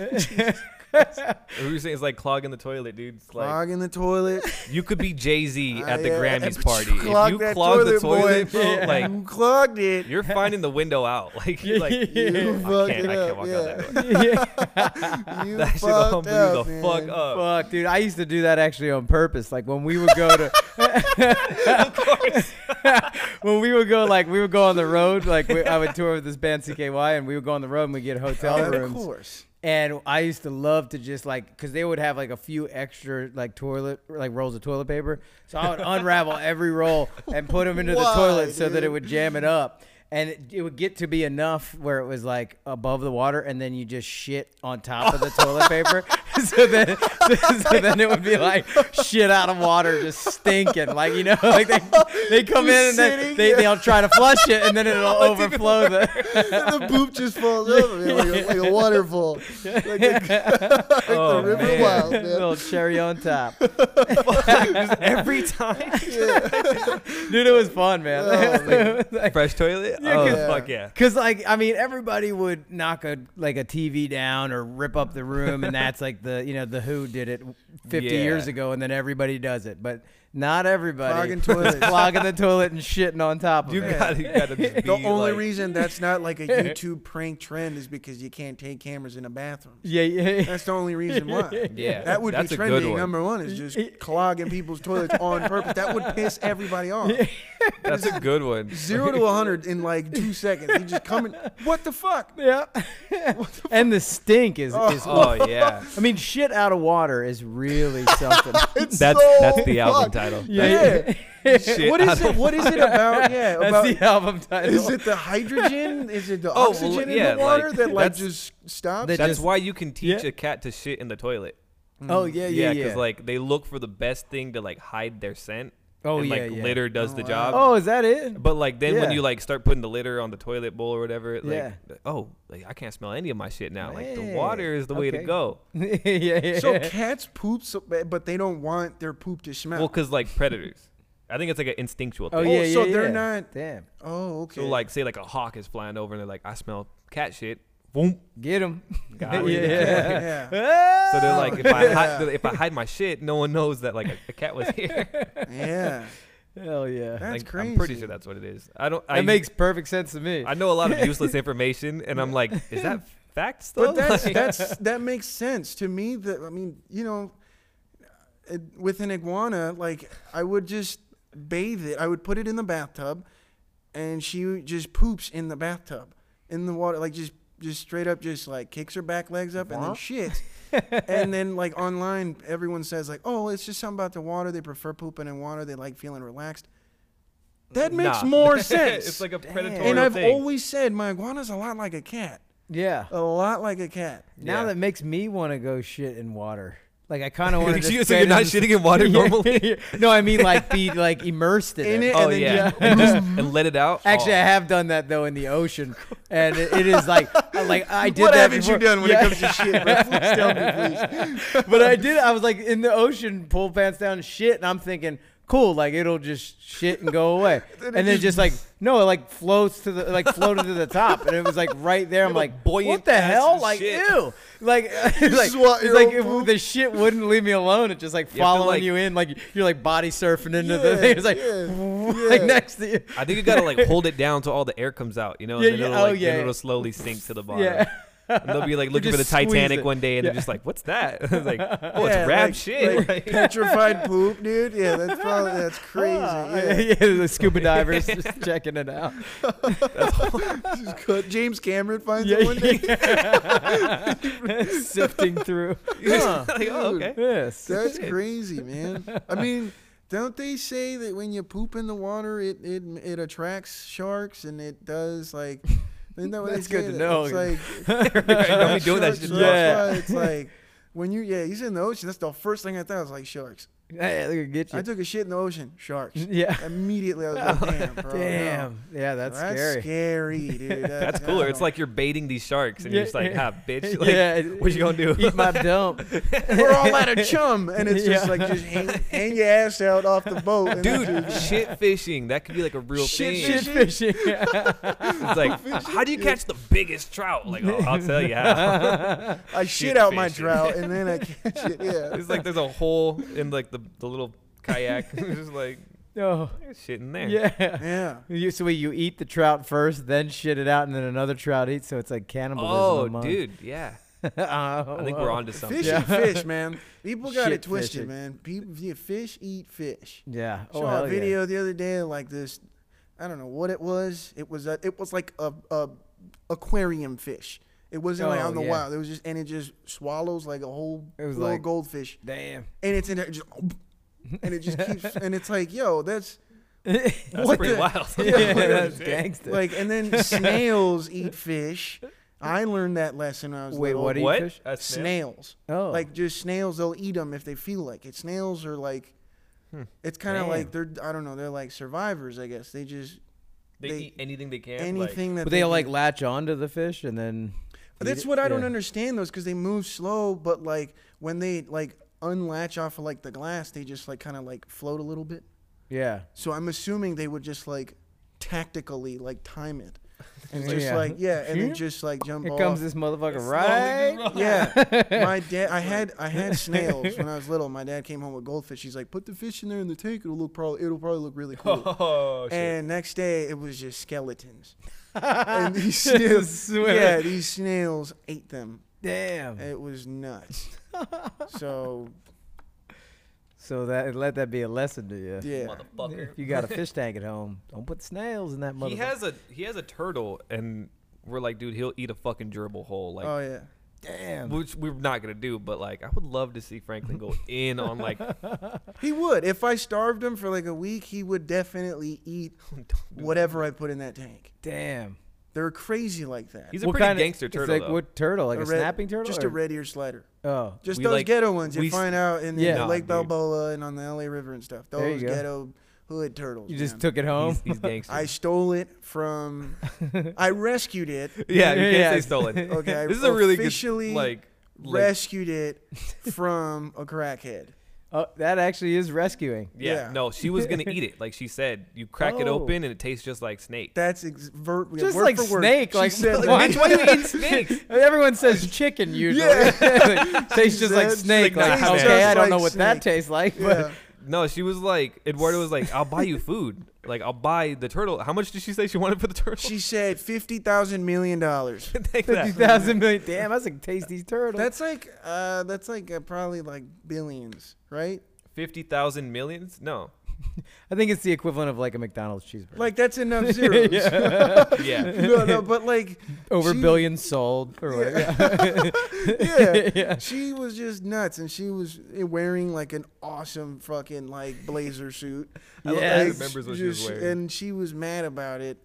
S5: We were saying it's like clogging the toilet, dude. It's like
S4: Clog in the toilet.
S5: you could be Jay
S4: [LAUGHS]
S5: Z
S4: Ah,
S5: at the
S4: yeah.
S5: Grammys
S4: You
S5: party. If
S4: clogged
S5: you
S4: that
S5: clog the
S4: toilet, boy.
S5: toilet, bro,
S4: [LAUGHS]
S6: Yeah.
S5: like
S4: You clogged it.
S5: [LAUGHS] you're finding the window out. [LAUGHS] Like, you're like
S4: You
S5: I
S4: fucked
S5: can't,
S4: it
S5: I
S4: up.
S5: can't walk
S4: yeah.
S5: out that door. [LAUGHS]
S4: You
S5: That should
S4: fucked
S5: humble you
S4: up,
S5: the
S4: man.
S5: fuck up.
S6: Fuck, dude. I used to do that actually on purpose. Like when we would go
S4: [LAUGHS]
S6: to, [LAUGHS] when we would go, like we would go on the road. Like we, I would tour with this band CKY, and we would go on the road and we get hotel
S4: Of
S6: rooms.
S4: course.
S6: And I used to love to just like, cause they would have like a few extra like toilet, like rolls of toilet paper. So I would unravel
S4: [LAUGHS]
S6: every roll and put them into the
S4: Why,
S6: toilet so that it
S4: dude?
S6: would jam it up. And it, it would get to be enough where it was like above the water, and then you just shit on top of the toilet
S4: [LAUGHS]
S6: paper. [LAUGHS] So then, so then it would be like shit out of water, just stinking. Like you know, like they, they come in and
S4: Just
S6: then
S4: sitting
S6: they,
S4: there.
S6: they'll try to flush it,
S4: [LAUGHS]
S6: and then it'll overflow the.
S4: and the poop just falls over man, like, a, like
S5: [LAUGHS]
S4: a waterfall, like, a, [LAUGHS] like
S5: Oh,
S4: the River
S5: man.
S4: Wild,
S6: [LAUGHS]
S4: man.
S6: little cherry on
S4: [LAUGHS]
S6: top.
S5: Every time.
S6: Dude, it was fun, man.
S4: Oh, man. [LAUGHS]
S5: Fresh toilet?
S6: Yeah,
S5: oh,
S6: 'cause-
S5: fuck yeah.
S6: [LAUGHS] Cause like I mean everybody would knock a like a TV down or rip up the room and that's like the you know the Who did it 50
S5: Yeah.
S6: years ago and then everybody does it but not everybody
S4: Clogging
S6: is
S4: toilets.
S6: clogging the toilet and shitting on top of
S5: You
S6: it.
S5: gotta, you gotta just be
S4: The only
S5: like,
S4: reason that's not like
S5: [LAUGHS]
S4: a YouTube prank trend is because you can't take cameras in a bathroom.
S6: yeah, yeah,
S4: That's the only reason why.
S5: [LAUGHS] Yeah,
S4: That would
S5: that's
S4: be
S5: a good
S4: trending
S5: one.
S4: number one is
S5: [LAUGHS]
S4: just clogging people's toilets on purpose. That would piss everybody off.
S5: That's a
S4: [LAUGHS]
S5: good one. [LAUGHS]
S4: Zero to 100 in like two seconds. You just coming. What the fuck?
S6: yeah. [LAUGHS] and the stink is, is
S5: Oh yeah,
S6: I mean shit out of water is
S4: [LAUGHS]
S6: really something.
S4: It's
S6: [LAUGHS]
S5: that's
S4: so
S5: that's the album
S4: fucked.
S5: title.
S4: Yeah.
S5: Shit
S4: What
S5: out
S4: is
S5: of
S4: it? What is it
S5: [LAUGHS]
S4: about? Yeah,
S6: That's
S4: about
S6: the [LAUGHS] album title.
S4: Is it the hydrogen? Is it the
S5: Oh, well,
S4: oxygen
S5: yeah,
S4: in the water
S5: like,
S4: that like
S5: that's-
S4: just stops?
S6: They
S5: That's
S6: just-
S5: why you can teach
S6: Yeah.
S5: a cat to shit in the toilet.
S6: oh yeah, yeah, yeah.
S5: like they look for the best thing to like hide their scent.
S6: Oh,
S5: and,
S6: yeah,
S5: like
S6: yeah.
S5: litter does the job.
S6: oh, is that it?
S5: But like then when
S6: Yeah.
S5: you like start putting the litter on the toilet bowl or whatever, it, like
S6: Yeah.
S5: oh, like, I can't smell any of my shit now. Like the
S6: Hey,
S5: water is the way to
S6: okay.
S5: go.
S6: [LAUGHS] yeah, yeah.
S5: [LAUGHS]
S4: so cats poop, so, bad, but they don't want their poop to smell.
S5: Well, because like predators, I think it's like an instinctual thing.
S6: Uh. oh, yeah, yeah,
S4: so they're
S6: yeah.
S4: not-
S6: Damn.
S4: oh, okay.
S5: So like say like a hawk is flying over and they're like, I smell cat shit. Boom.
S6: Get him. [LAUGHS]
S5: Got
S6: yeah.
S5: it.
S6: Ah, yeah.
S4: yeah,
S5: [LAUGHS] So they're like, if I hide,
S4: Yeah.
S6: [LAUGHS]
S5: if I hide my shit, no one knows that like a, a cat was here.
S4: yeah.
S6: Hell yeah.
S4: That's
S5: like,
S4: crazy.
S5: I'm pretty sure that's what it is. I don't. I
S6: That makes perfect sense to me.
S5: I know a lot of useless information, and
S6: [LAUGHS]
S5: I'm like, is that facts though?
S4: But that's
S5: Like-
S4: that's that makes sense to me. That I mean, you know, it, with an iguana, like I would just bathe it. I would put it in the bathtub, and she just poops in the bathtub in the water, like just just straight up, just like kicks her back legs up and then shits.
S5: [LAUGHS]
S4: and then like online, everyone says like, oh, it's just something about the water. They prefer pooping in water. They like feeling relaxed. That makes
S5: Nah.
S4: more sense.
S5: [LAUGHS] [LAUGHS] it's like a predatory
S4: and I've
S5: thing.
S4: always said my iguana's a lot like a cat.
S6: yeah.
S4: A lot like a cat.
S6: Now
S5: Yeah.
S6: that makes me want to go shit in water. Like I
S5: [LAUGHS]
S6: kind of want to.
S5: So [LAUGHS] you're
S6: [LAUGHS]
S5: not shitting in water normally?
S6: no, I mean like be like immersed in,
S4: In
S6: it.
S4: it,
S5: oh
S4: and then
S6: [LAUGHS]
S5: yeah, and, just, and let it out.
S6: Actually, I
S5: Oh.
S6: have done that though in the ocean, and it, it is like like I did.
S4: what
S6: that
S4: haven't you
S6: before.
S4: done when
S6: Yeah.
S4: it comes to
S6: [LAUGHS]
S4: shit? Bro? Please tell me, please.
S6: but I did. I was like in the ocean, pull pants down, shit, and I'm thinking, cool, like it'll just shit and go away.
S4: Then it
S6: and then
S4: just-
S6: just like no, it like floats to the like floated to the top, and it was like right there. I'm
S5: Little
S6: like,
S5: buoyant
S6: what the
S5: ass
S6: hell? Like
S5: shit.
S6: ew, like [LAUGHS] it's like,
S4: swat
S6: it's
S4: your
S6: like
S4: own
S6: if
S4: poop.
S6: the shit wouldn't leave me alone. It's just like
S5: to,
S6: following
S5: like-
S6: you in, like you're like body surfing into the
S4: Yeah,
S6: thing. [LAUGHS] It's like
S4: yeah,
S6: like
S4: yeah.
S6: next to you.
S5: I think you gotta like hold it down till all the air comes out, you know, and
S6: Yeah,
S5: then,
S6: yeah.
S5: it'll,
S6: Oh,
S5: like,
S6: yeah.
S5: then it'll slowly sink to the bottom.
S6: Yeah.
S5: And they'll
S6: [LAUGHS]
S5: be like looking for the
S6: just squeeze
S5: Titanic
S6: it.
S5: one day, and
S6: Yeah.
S5: they're just like, "What's that?" [LAUGHS]
S6: [LAUGHS]
S5: it's like,
S4: Yeah,
S5: "Oh, it's rab
S4: like-
S5: shit."
S4: like petrified poop, dude. Yeah, that's probably
S6: [LAUGHS]
S4: that's crazy.
S6: Ah,
S4: Yeah.
S6: yeah, the scuba divers just checking it out.
S4: [LAUGHS] Just cut- James Cameron finds
S6: Yeah,
S4: it one day.
S6: yeah. [LAUGHS] sifting through. Huh.
S5: [LAUGHS] Like, oh, okay.
S6: Yes.
S4: [LAUGHS] That's crazy, man. I mean, don't they say that when you poop in the water, it it, it attracts sharks and it
S6: [LAUGHS]
S4: does like. Isn't that what
S6: That's
S4: they say?
S6: good to
S4: That
S6: know.
S4: It's
S6: [LAUGHS]
S4: like [LAUGHS]
S5: Don't be doing that
S4: sharks,
S5: shit.
S4: so
S6: Yeah.
S4: That's why it's like when you yeah, he's in the ocean. That's the first thing I thought. I was like sharks.
S6: Hey, they're gonna get you.
S4: I took a shit in the ocean. Sharks.
S6: [LAUGHS] yeah.
S4: Immediately I was like, damn, bro. no.
S6: Mm-hmm. Damn. Yeah, that's,
S4: That's
S6: scary.
S4: scary, dude.
S5: That's cooler. It's like you're baiting these sharks, and
S6: Yeah,
S5: you're just like,
S6: yeah.
S5: "Ah,
S6: [LAUGHS]
S5: bitch!" Like, what you gonna do?
S6: Eat my dump.
S4: [LAUGHS] we're all out of chum, and it's just
S6: Yeah.
S4: like just hang, hang your ass out off the boat, and
S6: [LAUGHS]
S4: then
S5: Dude, shit fishing. That could be like a real
S4: Shit
S5: thing.
S6: Shit fishing. [LAUGHS]
S4: [LAUGHS]
S5: It's like, how do you catch the biggest trout? Like, oh, I'll tell
S4: [LAUGHS]
S5: you how.
S6: [LAUGHS]
S4: I
S5: shit
S4: shit out my
S5: fishing.
S4: drought, and then I catch it. Yeah,
S5: It's like there's a hole in like the, the little kayak. [LAUGHS] It's just like
S6: oh,
S5: there's shit in there.
S6: yeah.
S4: yeah.
S6: You, so wait, you eat the trout first, then shit it out, and then another trout eats. So it's like cannibalism.
S5: Oh,
S6: among-
S5: dude, yeah.
S6: [LAUGHS] Oh,
S5: I think we're
S6: wow.
S5: onto something.
S4: Fish
S6: Yeah.
S4: eat fish, man. People got
S6: Shit
S4: it twisted,
S6: fishing.
S4: man. People, yeah, fish eat fish.
S6: Yeah. Oh,
S4: Saw a
S6: hell yeah.
S4: video the other day, of, like this. I don't know what it was. It was a, it was like a, a aquarium fish. It wasn't like
S6: Oh,
S4: on the
S6: yeah.
S4: wild. It was just and it just swallows like a whole
S6: It was
S4: little
S6: like-
S4: goldfish,
S6: Damn.
S4: and it's in there just, and it just
S6: [LAUGHS]
S4: keeps and it's like yo, that's
S5: That's
S4: What
S5: pretty
S4: the- [LAUGHS]
S5: wild.
S6: yeah,
S5: [LAUGHS]
S6: that's gangster.
S4: like
S6: [LAUGHS]
S4: and then snails eat fish. I learned that lesson when I was
S6: Wait,
S4: little.
S6: what do you
S5: what?
S6: fish?
S5: A snail?
S4: snails?
S6: Oh,
S4: Like just snails, they'll eat them if they feel like it. Snails are like, it's kind of
S6: Hmm. Damn.
S4: like they're I don't know they're like survivors I guess. They just
S5: They,
S4: They-
S5: eat anything they can. [LAUGHS]
S4: anything that
S6: but they
S4: can-
S6: like latch onto the fish and then. eat
S4: That's
S6: it?
S4: what I don't
S6: Yeah.
S4: understand though, because they move slow, but like when they like unlatch off of like the glass, they just like kind of like float a little bit.
S6: Yeah.
S4: So I'm assuming they would just like tactically like
S6: [LAUGHS]
S4: time it, and
S6: Yeah.
S4: just like yeah, and then
S6: Yeah.
S4: just like jump
S6: Here
S4: off.
S6: comes this motherfucker,
S5: slowly
S6: right?
S5: [LAUGHS] just roll.
S6: [LAUGHS]
S4: yeah, my dad. I had I had snails when I was little. My dad came home with goldfish. He's like, put the fish in there in the tank. It'll look probably it'll probably look really cool.
S5: Like, [LAUGHS] oh shit.
S4: And next day it was just skeletons.
S6: [LAUGHS] Ah.
S4: and these [LAUGHS] snails,
S6: Swimming.
S4: yeah, these snails ate them.
S6: Damn.
S4: It was nuts. so
S6: So that let that be a lesson to you.
S4: yeah,
S5: Motherfucker.
S6: If you got a fish tank at home, don't put snails in that motherfucker.
S5: He has a he has a turtle, and we're like, dude, he'll eat a fucking gerbil whole. Like,
S4: oh yeah.
S6: Damn.
S5: which we're not gonna do, but like I would love to see Franklin go in
S4: [LAUGHS]
S5: on like [LAUGHS]
S4: He would. If I starved him for like a week, he would definitely eat whatever I put in that tank.
S6: Damn.
S4: They're crazy like that.
S5: he's a pretty gangster
S6: it's
S5: turtle
S6: Like
S5: though.
S6: what turtle? Like a,
S4: red-
S6: snapping turtle?
S4: Just a
S6: or-
S4: red ear slider.
S6: Oh.
S4: Just
S5: We
S4: those
S5: like-
S4: ghetto ones
S5: we
S4: you
S5: s-
S4: find out in
S6: Yeah.
S4: the
S6: Nah,
S4: Lake
S5: dude.
S4: Balboa and on the LA River and stuff.
S6: There you
S4: Those
S6: go.
S4: ghetto hood turtles.
S6: You just
S4: man.
S6: took it home.
S5: he's, he's gangster. [LAUGHS]
S4: I stole it
S6: [LAUGHS]
S4: from. I rescued it.
S5: yeah, you
S6: Yeah,
S5: can't
S6: yeah.
S5: say
S6: [LAUGHS]
S5: stolen.
S4: Okay, I
S5: this is a really good
S4: officially
S5: like like-
S4: rescued it from a crackhead.
S6: oh, that actually is rescuing.
S5: yeah,
S4: yeah.
S5: no, she was gonna
S6: [LAUGHS]
S5: eat it. Like she said, you crack it
S6: Oh.
S5: open and it tastes just like snake.
S4: That's ex- ver-
S6: Just
S4: word
S6: like
S4: for word.
S6: snake.
S4: She
S6: Like,
S4: said
S6: what?
S5: Bitch, why do you eat snakes?
S4: [LAUGHS]
S6: [LAUGHS] Everyone says chicken usually.
S4: Yeah.
S6: tastes just like
S4: That's
S6: snake.
S5: like
S6: Like,
S5: nice
S6: okay,
S4: snake.
S6: I don't know
S4: Like
S6: what that
S4: snake.
S6: tastes like,
S4: Yeah.
S6: but
S5: No, she was like Eduardo was like, "I'll buy you food. Like I'll buy the turtle. How much did she say she wanted for the turtle? [LAUGHS]
S4: She said fifty thousand million dollars.
S5: Take
S6: Fifty
S5: that.
S6: thousand million. Damn, that's a tasty turtle.
S4: That's like uh, that's like uh, probably like billions, right?
S5: Fifty thousand millions?
S4: [LAUGHS]
S5: No.
S6: I think it's the equivalent of like a McDonald's cheeseburger.
S4: Like that's
S5: [LAUGHS]
S4: enough zeros.
S5: Yeah.
S4: [LAUGHS] no, no, but
S5: [LAUGHS]
S4: like
S6: over
S4: she-
S6: billion sold or whatever.
S4: yeah. She was just nuts, and she was wearing like an awesome fucking like blazer suit.
S5: I love
S6: that
S4: Like,
S6: he
S5: remembers what she was wearing.
S4: And she was mad about it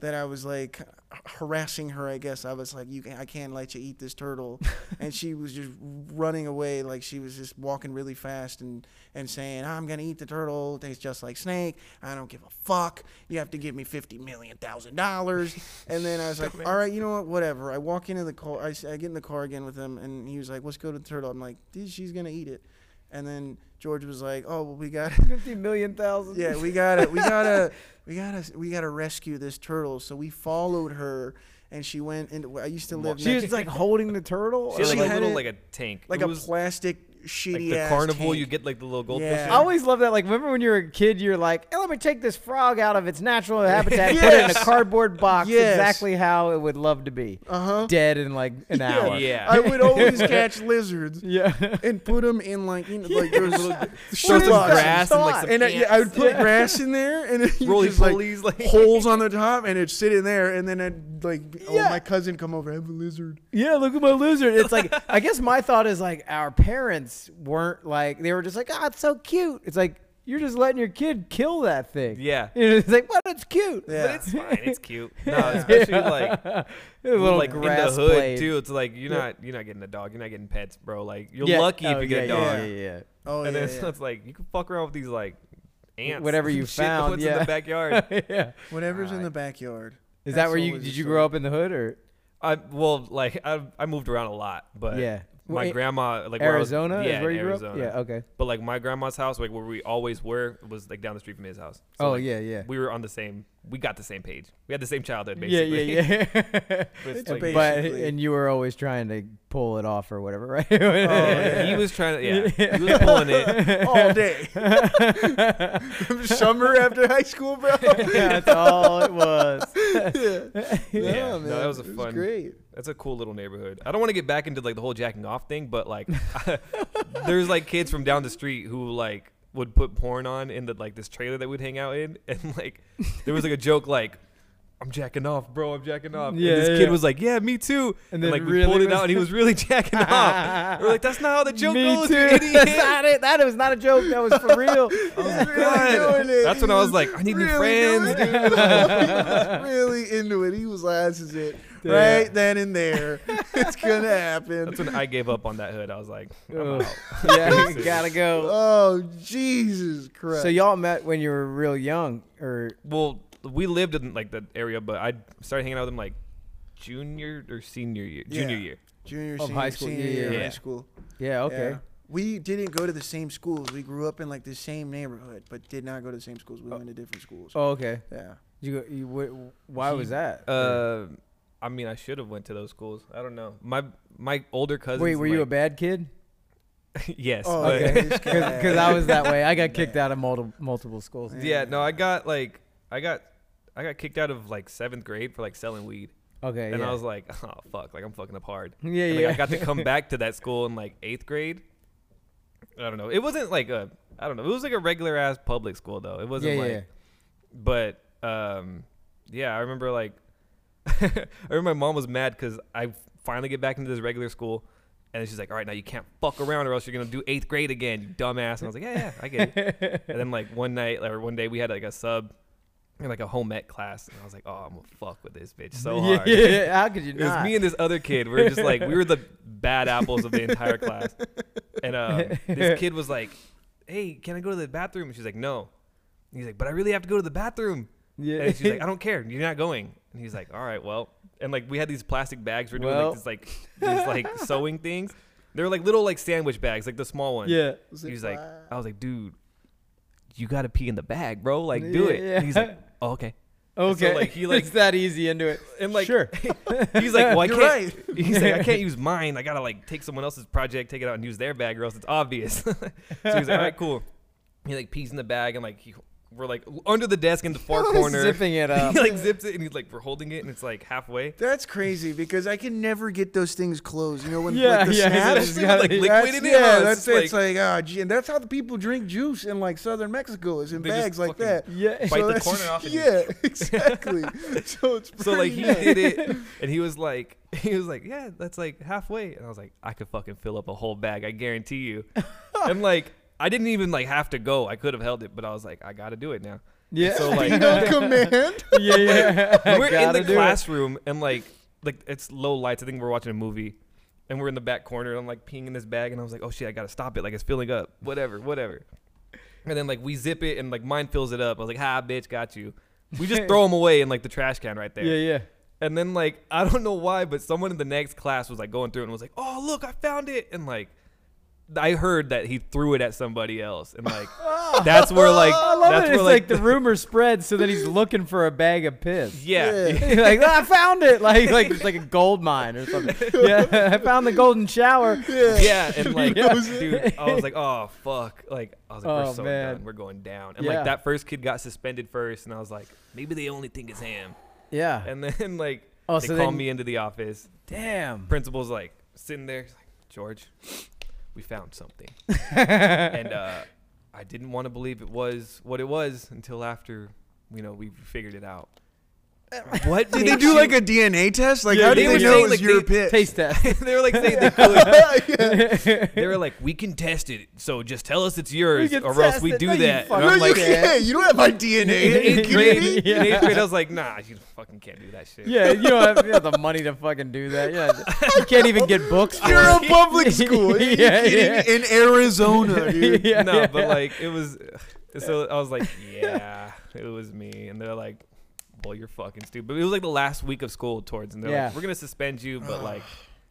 S4: that I was like harassing her. I guess I was like, "You, can, I can't let you eat this turtle," and she was just running away like she was just walking really fast and and saying, "I'm gonna eat the turtle. It tastes just like snake. I don't give a fuck. You have to give me fifty million thousand dollars." And then I was like, "All right, you know what? Whatever." I walk into the car. I, s- I get in the car again with him, and he was like, "Let's go to the turtle." I'm like, "Dude, she's gonna eat it." And then George was like, "Oh, well, we got."
S6: Fifty million thousand.
S4: yeah, we gotta, we gotta, we gotta, we gotta rescue this turtle. So we followed her, and she went into. I used to live.
S6: She
S4: next,
S6: was like holding the turtle.
S5: She had
S4: She
S5: like a
S4: had
S5: little
S4: it-
S5: like a tank.
S4: like
S5: it
S4: a
S5: was
S4: plastic shitty
S5: like the
S4: ass
S5: carnival.
S4: tank.
S5: You get like the little goldfish.
S4: Yeah.
S6: I always love that. Like, remember when you were a kid, you're like, hey, let me take this frog out of its natural habitat, put it in a
S4: Yes.
S6: cardboard box,
S4: Yes.
S6: exactly how it would love to be.
S4: Uh huh.
S6: Dead in like an hour.
S5: Yeah.
S4: I would
S5: [LAUGHS]
S4: always catch lizards
S6: Yeah. [LAUGHS]
S4: and put them in like you know, like those little
S5: Show
S6: What
S5: [LAUGHS]
S4: show
S6: is
S5: some
S6: that?
S5: grass and like
S6: Thought.
S5: some
S4: And I, yeah, I would put grass in there and
S5: [LAUGHS]
S4: it
S5: roly
S4: just, like,
S5: polies. Like,
S4: [LAUGHS] holes on the top and it'd sit in there and then I'd like be- oh
S6: Yeah.
S4: my cousin come over I have a lizard
S6: Yeah, look at my lizard. It's
S5: [LAUGHS]
S6: like I guess my thought is like our parents weren't like they were just like, oh, it's so cute. It's like you're just letting your kid kill that thing. [LAUGHS]
S5: [LAUGHS] Yeah.
S6: You know, it's like, what? It's cute.
S5: but
S4: yeah
S5: it's fine.
S6: [LAUGHS]
S5: It's cute. No, especially like
S6: A [LAUGHS] little
S5: like in the
S6: grass
S5: hood
S6: blade.
S5: too. It's like you're not you're not getting a dog. You're not getting pets, bro. Like you're
S6: Yeah.
S5: lucky
S6: Oh,
S5: if you get
S6: yeah,
S5: a
S6: yeah,
S5: dog.
S6: Yeah, yeah.
S4: oh
S5: [LAUGHS] and
S4: yeah,
S5: then
S4: yeah.
S5: so [LAUGHS] it's like you can fuck around with these like ants,
S6: Whatever you
S5: [LAUGHS] shit,
S6: found,
S5: What's in
S6: yeah.
S5: the backyard?
S6: [LAUGHS] yeah.
S4: whatever's in the backyard
S6: Is that
S4: That's
S6: where you
S4: always
S6: did
S4: the
S6: you
S4: story.
S6: grow up in the hood or
S5: I well, like I I moved around a lot, but
S6: Yeah.
S5: my
S6: Wait,
S5: grandma like where I was-
S6: Arizona?
S5: yeah,
S6: is where you grew
S5: Arizona.
S6: up? Yeah. Okay.
S5: But like my grandma's house, like where we always were, was like down the street from his house. So,
S6: oh
S5: like,
S6: yeah, yeah.
S5: We were on the same. We got the same page. We had the same childhood,
S6: yeah,
S5: basically. [LAUGHS]
S6: yeah, yeah. [LAUGHS]
S5: But it's
S4: a
S5: like-
S4: basic-
S6: but
S4: Basically.
S6: and you were always trying to pull it off or whatever, right? [LAUGHS]
S4: yeah.
S5: he was trying to. Oh, Yeah, he was pulling it.
S4: [LAUGHS] all
S6: [LAUGHS]
S4: day [LAUGHS] summer after high school
S5: [LAUGHS]
S4: bro
S5: Oh,
S6: That's all it was.
S5: Yeah, no, that was a
S4: it [LAUGHS]
S5: fun-
S4: great
S5: That's a cool little neighborhood. I don't want to get back into like the whole jacking off thing, but like, [LAUGHS] there's like kids from down the street who like would put porn on in the like this trailer that we'd hang out in, [LAUGHS] and like there was like a joke like. I'm jacking off, bro. I'm jacking off.
S6: Yeah,
S5: and this
S6: yeah.
S5: kid was like, "Yeah, me too." And,
S6: then
S5: like we
S6: really
S5: pulled it
S6: was- [LAUGHS]
S5: out, and he was really jacking off. We're like, "That's not how the joke
S6: Me
S5: goes,
S6: too.
S5: you
S6: [LAUGHS]
S5: idiot."
S6: That's not it. That was not a joke. That was for
S5: [LAUGHS]
S6: real.
S5: Oh, God.
S4: doing it.
S5: That's when I was like, I need new friends,
S4: doing it.
S5: dude.
S4: he
S5: [LAUGHS]
S4: was really into it. He was like, this is it. Right then and
S5: [LAUGHS]
S4: there. it's going to happen.
S5: That's when I gave up on that hood. I was like,
S6: Ugh. yeah, [LAUGHS] gotta go.
S4: Oh, Jesus Christ.
S6: So y'all met when you were real young, or
S5: well, we lived in like the area, but I started hanging out with him like junior or senior year,
S4: Yeah.
S5: junior year.
S4: Junior,
S6: Of
S4: senior,
S6: high school,
S4: senior
S6: yeah,
S4: year of
S5: yeah.
S4: high school.
S6: yeah, okay.
S4: Yeah. We didn't go to the same schools. We grew up in like the same neighborhood, but did not go to the same schools. We went to different schools.
S6: Oh, okay.
S4: Yeah.
S6: You, go, you wh- why was that?
S5: Uh, I mean, I should have went to those schools. I don't know. My my older cousins.
S6: Wait, were you a
S5: like,
S6: bad
S5: [LAUGHS]
S6: kid?
S5: yes.
S4: Oh,
S5: but-
S4: okay. this guy.
S6: Because I was that way. I got kicked out of multiple multiple schools.
S5: [LAUGHS] yeah. No, I got like I got I got kicked out of like seventh grade for like selling weed,
S6: Okay.
S5: and
S6: yeah.
S5: I was like, [LAUGHS] oh fuck, like I'm fucking up hard.
S6: [LAUGHS] yeah,
S5: And,
S6: yeah.
S5: like, I got to
S6: [LAUGHS]
S5: come back to that school in like eighth grade. I don't know. It wasn't like a I don't know. It was like a regular ass public school though. It wasn't
S6: yeah, yeah,
S5: like
S6: yeah.
S5: but um yeah, I remember like [LAUGHS] I remember my mom was mad because I finally get back into this regular school and she's like, All right, now you can't fuck around or else you're gonna do eighth grade again, you dumbass. And I was like, Yeah, yeah, I get it. and then like one night or one day we had like a sub and like a home ec class and I was like, Oh, I'm gonna fuck with this bitch
S6: [LAUGHS]
S5: so
S6: yeah,
S5: hard. [LAUGHS]
S6: yeah, yeah. How could you
S5: It was
S6: not?
S5: me and this other kid. We were just like we were the bad apples of the entire class. And um, this kid was like, "Hey, can I go to the bathroom?" And she's like, "No." And he's like, "But I really have to go to the bathroom."
S6: Yeah.
S5: [LAUGHS] And
S6: [LAUGHS]
S5: she's like, "Oh, "I don't care. You're not going." And he's like, "All right, well." And like we had these plastic bags. We're doing
S6: Well.
S5: like this like
S6: [LAUGHS]
S5: these like sewing things. They were like little like sandwich bags, like the small ones.
S6: yeah.
S5: He was like, I was like, dude, you gotta pee in the bag, bro. Like, do
S6: Yeah,
S5: it.
S6: yeah.
S5: And he's like, oh, okay.
S6: [LAUGHS] Okay.
S5: like, he, like-
S6: [LAUGHS] it's that easy into it.
S5: And like, [LAUGHS]
S6: sure.
S5: He's like, well, I
S4: You're
S5: can't. [LAUGHS] He's like, I can't use mine. [LAUGHS] I gotta like take someone else's project, take it out and use their bag, or else it's obvious. so he's like, all right, cool. he like pees in the bag and like he, we're like under the desk in
S4: [LAUGHS]
S5: the far
S6: [LAUGHS] He's
S5: corner.
S6: zipping it up.
S5: [LAUGHS] he like zips it and he's like we're holding it and it's like halfway.
S4: That's crazy because I can never get those things closed. You know when
S6: Yeah,
S4: like the
S6: yeah,
S4: snaps,
S6: it's gotta
S4: [LAUGHS]
S5: Like, be- liquid
S4: [LAUGHS] that's,
S5: in it,
S4: yeah,
S5: huh?
S4: that's
S5: It's
S4: it.
S5: like-
S4: It's like ah, gee, and that's how the people drink juice in like southern Mexico is in
S5: They just
S4: bags like
S5: fucking
S4: that.
S6: Yeah.
S5: bite the
S4: that's-
S5: corner off
S4: [LAUGHS]
S5: and-
S4: yeah,
S5: [LAUGHS]
S4: exactly. so it's
S5: So like he
S4: pretty nuts. [LAUGHS]
S5: [LAUGHS] did it and he was like he was like yeah that's like halfway and I was like I could fucking fill up a whole bag I
S4: [LAUGHS]
S5: guarantee you. and like I didn't even like have to go I could have held it but I was like I got to do it now.
S6: [LAUGHS] Yeah.
S5: So
S4: You
S5: like
S4: [LAUGHS] know, command.
S6: yeah, [LAUGHS] yeah.
S5: we're in
S6: Gotta
S5: the
S6: do it.
S5: classroom and like like it's low lights. I think we're watching a movie and we're in the back corner and I'm like peeing in this bag and I was like, oh shit, I gotta stop it. Like it's filling up. Whatever, whatever. And then like we zip it and like mine fills it up. I was like, ha, bitch, got you.
S6: [LAUGHS]
S5: We just throw them away in like the trash can right there.
S6: Yeah, yeah.
S5: And then like [LAUGHS] I don't know why, but someone in the next class was like going through and was like, oh look, I found it. And like I heard that he threw it at somebody else
S6: [LAUGHS]
S5: and like that's where like
S6: I love
S5: that's
S6: it.
S5: where
S6: It's like, the rumor spreads, so then he's looking for a bag of piss. [LAUGHS]
S5: [LAUGHS] yeah.
S4: Yeah.
S6: He's like, "Ah, I found it. Like, like it's like a gold mine or something. Yeah, [LAUGHS] I found the golden shower. [LAUGHS]
S5: yeah, and like,
S6: Yeah.
S5: dude, I was like, oh fuck, like, I was like, we're
S6: Oh,
S5: so
S6: man.
S5: done, we're going down, and
S6: Yeah.
S5: like that first kid got suspended first, and I was like, maybe they only think it's him,
S6: Yeah.
S5: and then [LAUGHS] like,
S6: Oh,
S5: they
S6: so
S5: called
S6: then-
S5: me into the office,
S6: Damn.
S5: principal's like sitting there, he's like, George, we
S6: [LAUGHS]
S5: found something, and uh, I didn't want to believe it was what it was until after, you know, we figured
S6: [LAUGHS]
S5: it out. What
S4: Did they do like a DNA test? Like
S5: Yeah,
S4: how
S5: they
S4: did
S5: were
S4: they know
S5: saying,
S4: it was
S5: like,
S4: your
S5: they-
S4: piss? [LAUGHS]
S6: Taste test. [LAUGHS]
S5: [LAUGHS] they were like saying they could. They were like, we can test it, so just tell us it's yours,
S6: can
S5: or else
S6: test
S5: we
S6: it.
S5: do
S6: No, you
S5: that.
S6: fucking
S5: And I'm
S4: no, you
S5: like,
S4: can't. You don't have my
S5: [LAUGHS] in
S4: DNA.
S5: eighth [LAUGHS] grade,
S6: Yeah.
S5: in eighth grade, I was like, nah, you fucking can't do that shit.
S6: Yeah, [LAUGHS] you don't have, you don't have the money to fucking do that. Yeah, you can't even get books. For
S4: You're a
S6: it. [LAUGHS]
S4: public school. Are you
S6: Yeah,
S4: kidding?
S6: yeah.
S4: In
S5: [LAUGHS]
S4: Arizona,
S6: [LAUGHS]
S4: dude.
S6: yeah,
S5: no,
S6: yeah.
S5: but like it was. So I was like, yeah, it was me, and they're like, well, you're fucking stupid. It was like the last week of school towards, and they're
S6: Yeah.
S5: like, we're gonna suspend
S6: [SIGHS]
S5: you, but like.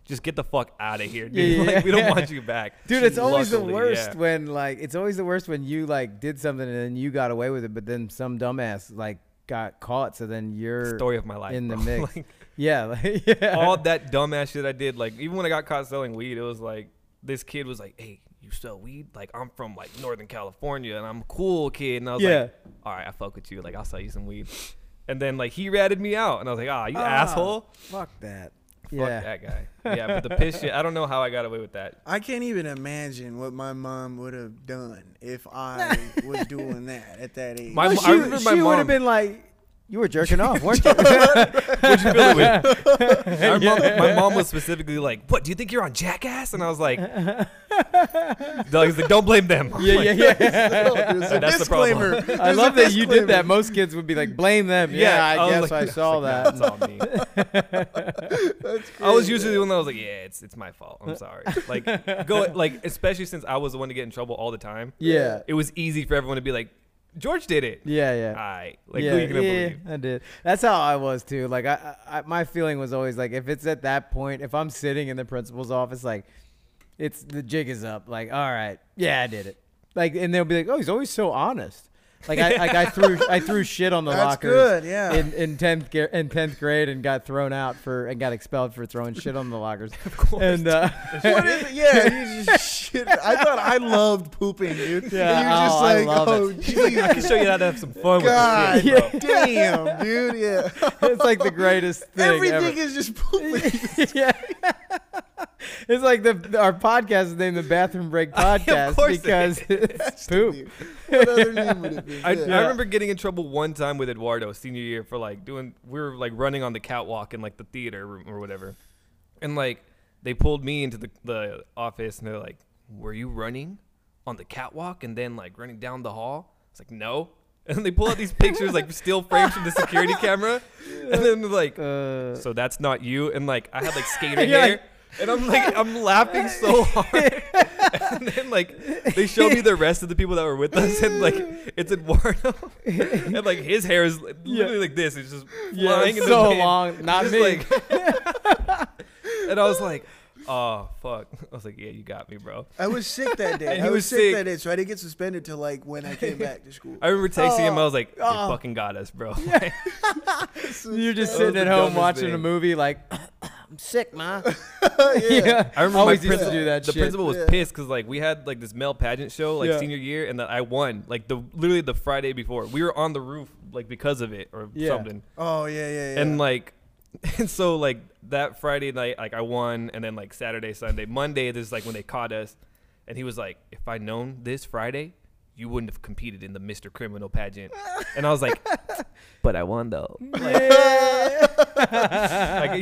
S5: Just get the fuck out of here, dude.
S6: Yeah, yeah,
S5: [LAUGHS] Like we don't
S6: yeah.
S5: want you back,
S6: Dude, it's always the
S5: Luckily,
S6: worst
S5: yeah.
S6: when like it's always the worst when you like did something and then you got away with it, but then some dumbass like got caught, so then you're
S5: Story of my life
S6: in the
S5: bro. [LAUGHS]
S6: mix.
S5: Like,
S6: yeah, [LAUGHS] like, yeah.
S5: all that dumbass shit I did, like even when I got caught selling weed, it was like this kid was like, "Hey, you sell weed? Like I'm from like Northern California and I'm a cool kid." And I was
S6: Yeah.
S5: like, "All right, I fuck with you. Like I'll sell you some weed." And then like he ratted me out, and I was like, "Ah, you asshole!
S6: Fuck that.
S5: Fuck that guy." Yeah, but the piss shit, I don't know how I got away
S6: [LAUGHS]
S5: with that.
S4: I can't even imagine what my mom would have done if [LAUGHS] I was doing that at that age.
S5: My
S6: No,
S5: I
S6: she
S5: remember my
S6: she would
S5: mom-
S6: have been like, "You were jerking off,
S5: [LAUGHS]
S6: weren't you?"
S5: What'd you fill it with? My, mom, my mom was specifically like, "What? Do you think you're on Jackass?" And I was like,
S6: [LAUGHS]
S5: no, he's like, "Don't blame them." I'm
S6: yeah,
S5: [LAUGHS] like,
S6: yeah, yeah.
S4: There's a
S5: That's the problem.
S4: disclaimer.
S6: I
S4: There's a
S6: love that you did
S4: disclaimer.
S6: that. Most kids would be like, "Blame them." Yeah, I,
S5: was [LAUGHS]
S6: guess
S5: like-
S6: I
S5: was
S6: saw
S5: like,
S6: that.
S5: "Nah, it's all me." [LAUGHS] I was usually the one that was like, "Yeah, it's it's my fault. I'm sorry." Like go like especially since I was the one to get in trouble all the time.
S6: Yeah.
S5: It was easy for everyone to be like, "George did it."
S6: Yeah, yeah.
S5: All right. Like
S6: yeah,
S5: who you gonna
S6: yeah,
S5: believe?
S6: I did. That's how I was too. Like I, I, I- my feeling was always like, if it's at that point, if I'm sitting in the principal's office, like, it's the jig is up. Like, all right, yeah, I did it. Like, and they'll be like, oh, he's always so honest. Like I, like I threw, I threw shit on the
S4: That's
S6: lockers
S4: good, yeah.
S6: in in tenth gra- in tenth grade and got thrown out for and got expelled for throwing shit on the
S4: [LAUGHS]
S6: lockers.
S5: [LAUGHS]
S6: of course. And uh,
S4: [LAUGHS]
S6: [LAUGHS]
S4: What is it? Yeah, you just shit. I thought I loved pooping, dude.
S6: Yeah,
S4: and you're just
S6: oh, I
S4: like,
S6: love
S4: oh,
S6: it.
S5: I
S4: Jesus,
S5: can show you how to have some fun
S4: God,
S5: with this shit, bro.
S4: damn, dude, yeah.
S6: it's like the greatest thing. ever.
S4: Everything is just pooping.
S6: yeah. it's like the our podcast is named the Bathroom
S4: [LAUGHS]
S6: Break Podcast
S5: course it
S6: because it's poop.
S4: What other name would it be?
S5: I,
S4: Yeah.
S5: I remember getting in trouble one time with Eduardo senior year for like doing we were like running on the catwalk in like the theater room or whatever, and like they pulled me into the the office and they're like, "Were you running on the catwalk and then like running down the hall?" It's like no. [LAUGHS] And they pull out these pictures, like still frames from the security camera, and then they're like,
S6: Uh,
S5: "So that's not you." And like, I
S6: [LAUGHS]
S5: had like skater
S6: You're
S5: hair,
S6: like-
S5: and I'm like, I'm
S6: [LAUGHS]
S5: laughing so hard. [LAUGHS] and then like, they show me the rest of the people that were with us, and like, it's Eduardo, [LAUGHS] and like his hair is literally like this. It's just
S6: yeah,
S5: flying
S6: it's
S5: in the
S6: so
S5: wind.
S6: long. Not
S5: [LAUGHS] Just,
S6: me.
S5: like- and I was like, "Oh fuck!" I was like, "Yeah, you got me, bro."
S4: I was sick that day.
S5: And
S4: I
S5: he
S4: was,
S5: was
S4: sick,
S5: sick.
S4: that day, so I didn't get suspended till like when I came back to school.
S5: I remember texting him. I was like, "They
S6: Oh.
S5: fucking got us, bro."
S6: [LAUGHS] You're just
S5: That was
S6: sitting
S5: the
S6: at home
S5: dumbest
S6: watching a
S5: [LAUGHS] thing.
S6: movie like
S1: I'm sick, ma.
S6: [LAUGHS] yeah.
S5: I remember
S6: Always
S5: my
S6: used to
S5: principal,
S6: do that
S5: The
S6: shit. [LAUGHS]
S5: principal [LAUGHS] was pissed because like we had like this male pageant show like
S6: Yeah.
S5: senior year, and that I won like the literally the Friday before. We were on the roof like because of it or
S6: Yeah.
S5: something,
S4: Oh yeah, yeah, yeah.
S5: and like. [LAUGHS] And so like that Friday night, like I won, and then like Saturday, Sunday, Monday, this is like when they caught us, and he was like, "If I'd known this Friday, you wouldn't have competed in the Mr. Criminal pageant." And I was like, "But I won though." Like, like,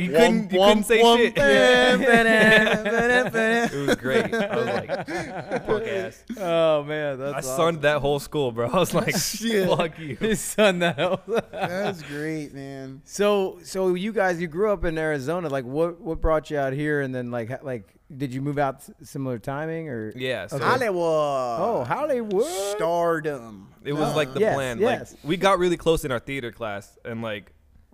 S6: [LAUGHS]
S5: you couldn't, you couldn't say shit. [LAUGHS]
S6: shit.
S5: It was great. I was like, punk ass.
S6: [LAUGHS] oh man,
S5: I
S6: that's
S5: sunned that whole school, bro. [LAUGHS] I was like, fuck you.
S6: [LAUGHS] His son [LAUGHS] now.
S4: that's great, man.
S6: so, so you guys, you grew up in Arizona. Like, what, what brought you out here? And then, like, ha- like, did you move out s- similar timing or?
S5: Yeah, so
S4: Hollywood.
S6: Oh, Hollywood.
S4: Stardom.
S5: it was like the
S6: Yes,
S5: plan.
S6: yes.
S5: Like we got really close in our theater class, and like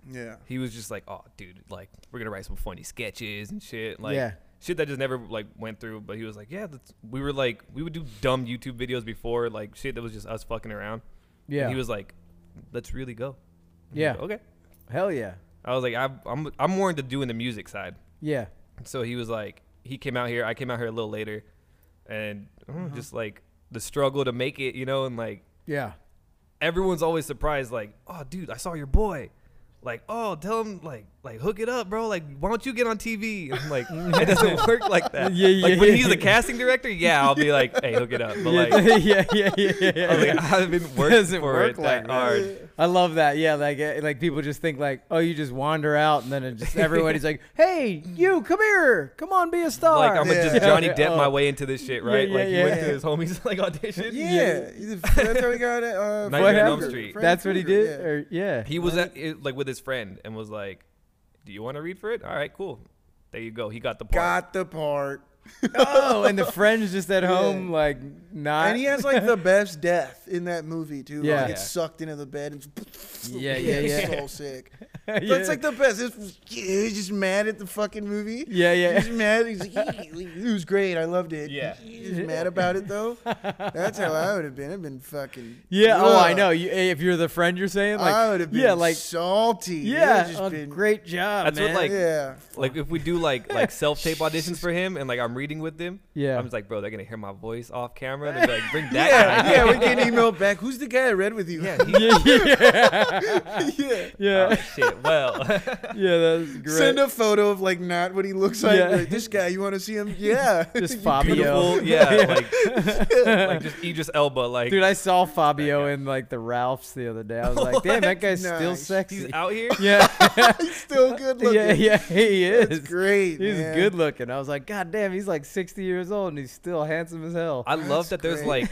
S4: Yeah.
S5: he was just like, oh, dude, like we're gonna write some funny sketches and shit, like
S6: Yeah.
S5: shit that just never like went through. But he was like, yeah, that's, we were like, we would do dumb YouTube videos before, like shit that was just us fucking around. And
S6: Yeah.
S5: he was like, let's really go. And I was
S6: Yeah.
S5: like, okay.
S6: Hell yeah.
S5: I was like, I'm I'm I'm more into doing the music side.
S6: Yeah.
S5: so he was like he came out here i came out here a little later and I
S6: Mm-hmm.
S5: don't know, just like the struggle to make it you know and like
S6: Yeah.
S5: everyone's always surprised like oh dude i saw your boy like oh tell him like like hook it up bro like why don't you get on tv and [LAUGHS] I'm like
S6: [LAUGHS]
S5: it doesn't work like that
S6: Yeah, yeah,
S5: like when
S6: yeah,
S5: he's the
S6: yeah.
S5: casting director yeah i'll be like hey hook it up but like,
S6: [LAUGHS] yeah, yeah, yeah, yeah, yeah,
S5: I, was like,
S6: yeah.
S5: I
S6: [LAUGHS]
S5: haven't worked
S6: Doesn't
S5: for
S6: work
S5: it that
S6: like that. [LAUGHS]
S5: hard
S6: I love that. Yeah, like eh, like people just think like, oh, you just wander out, and then it just everybody's
S4: [LAUGHS]
S6: like, hey, you, come here, come on, be a star.
S5: like i'm gonna
S4: Yeah.
S5: just johnny depp
S6: Oh. [LAUGHS]
S5: my way into this shit right
S6: yeah,
S5: like he
S6: yeah,
S5: went
S6: yeah.
S5: to his homies [LAUGHS] like audition
S4: Yeah, that's how we got it. Uh,
S5: Nightmare
S4: Freddy
S6: on Elm
S4: Krueger.
S5: Street.
S4: Freddy
S6: That's what he
S4: Krueger,
S6: did.
S4: yeah.
S6: Or yeah,
S5: He was at it, like with his friend and was like, "Do you want to read for it? All right, cool. There you go. He got the part.
S4: Got the part.
S6: [LAUGHS] oh, and the friend's just at home, like not.
S4: And he has like the best death in that movie too. Yeah,
S6: Yeah.
S4: like, gets sucked into the bed and
S6: [LAUGHS]
S4: [LAUGHS]
S6: Yeah, yeah, yeah.
S4: so
S6: [LAUGHS]
S4: sick.
S6: yeah.
S4: That's like the best. It's, he's just mad at the fucking movie.
S6: Yeah, yeah.
S4: He's just mad. He's like, it was great. I loved it.
S5: Yeah.
S4: He's just mad about
S6: [LAUGHS]
S4: it though. That's how I would have been. I've been fucking.
S6: [LAUGHS] yeah. Oh, I
S4: Ugh.
S6: know. You, eh, if you're the friend, you're saying [LAUGHS] like,
S4: I would have been.
S6: yeah, like
S4: salty. It would've
S6: yeah,
S4: just
S6: oh,
S4: been-
S6: great job,
S5: That's what,
S6: man.
S5: like-
S4: yeah.
S5: Like if we
S6: [LAUGHS]
S5: do like like self tape auditions for him and like I'm reading with him,
S6: Yeah. [LAUGHS]
S5: I'm just like, bro, they're gonna hear my voice off camera. They're like, bring that
S4: [LAUGHS]
S5: guy.
S4: Yeah, yeah, we
S6: [LAUGHS]
S4: get an email back. Who's the guy I read with you?
S5: [LAUGHS]
S4: [LAUGHS]
S5: Yeah, he, [LAUGHS]
S6: yeah, yeah,
S4: yeah.
S6: yeah,
S5: oh, shit. Well, [LAUGHS]
S6: yeah. That's great.
S4: Send a photo of like not what he looks like.
S6: Yeah.
S4: Like, this guy, you want to see
S6: [LAUGHS]
S4: him? Yeah. [LAUGHS]
S6: just
S5: beautiful.
S6: Fabio. [LAUGHS]
S5: Yeah, like like just Idris Elba. Like
S6: Dude, I saw Fabio in like the Ralphs the other day. I was
S4: [LAUGHS]
S6: like, damn, that guy's still
S4: Nice.
S6: sexy.
S5: he's out here.
S6: [LAUGHS] Yeah,
S4: He's still good [LAUGHS] looking.
S6: yeah, yeah, he is.
S4: That's great.
S6: He's
S4: man.
S6: good looking. I was like, God damn, he's like 60 years old and he's still handsome as hell.
S5: I love that there's
S4: great.
S5: like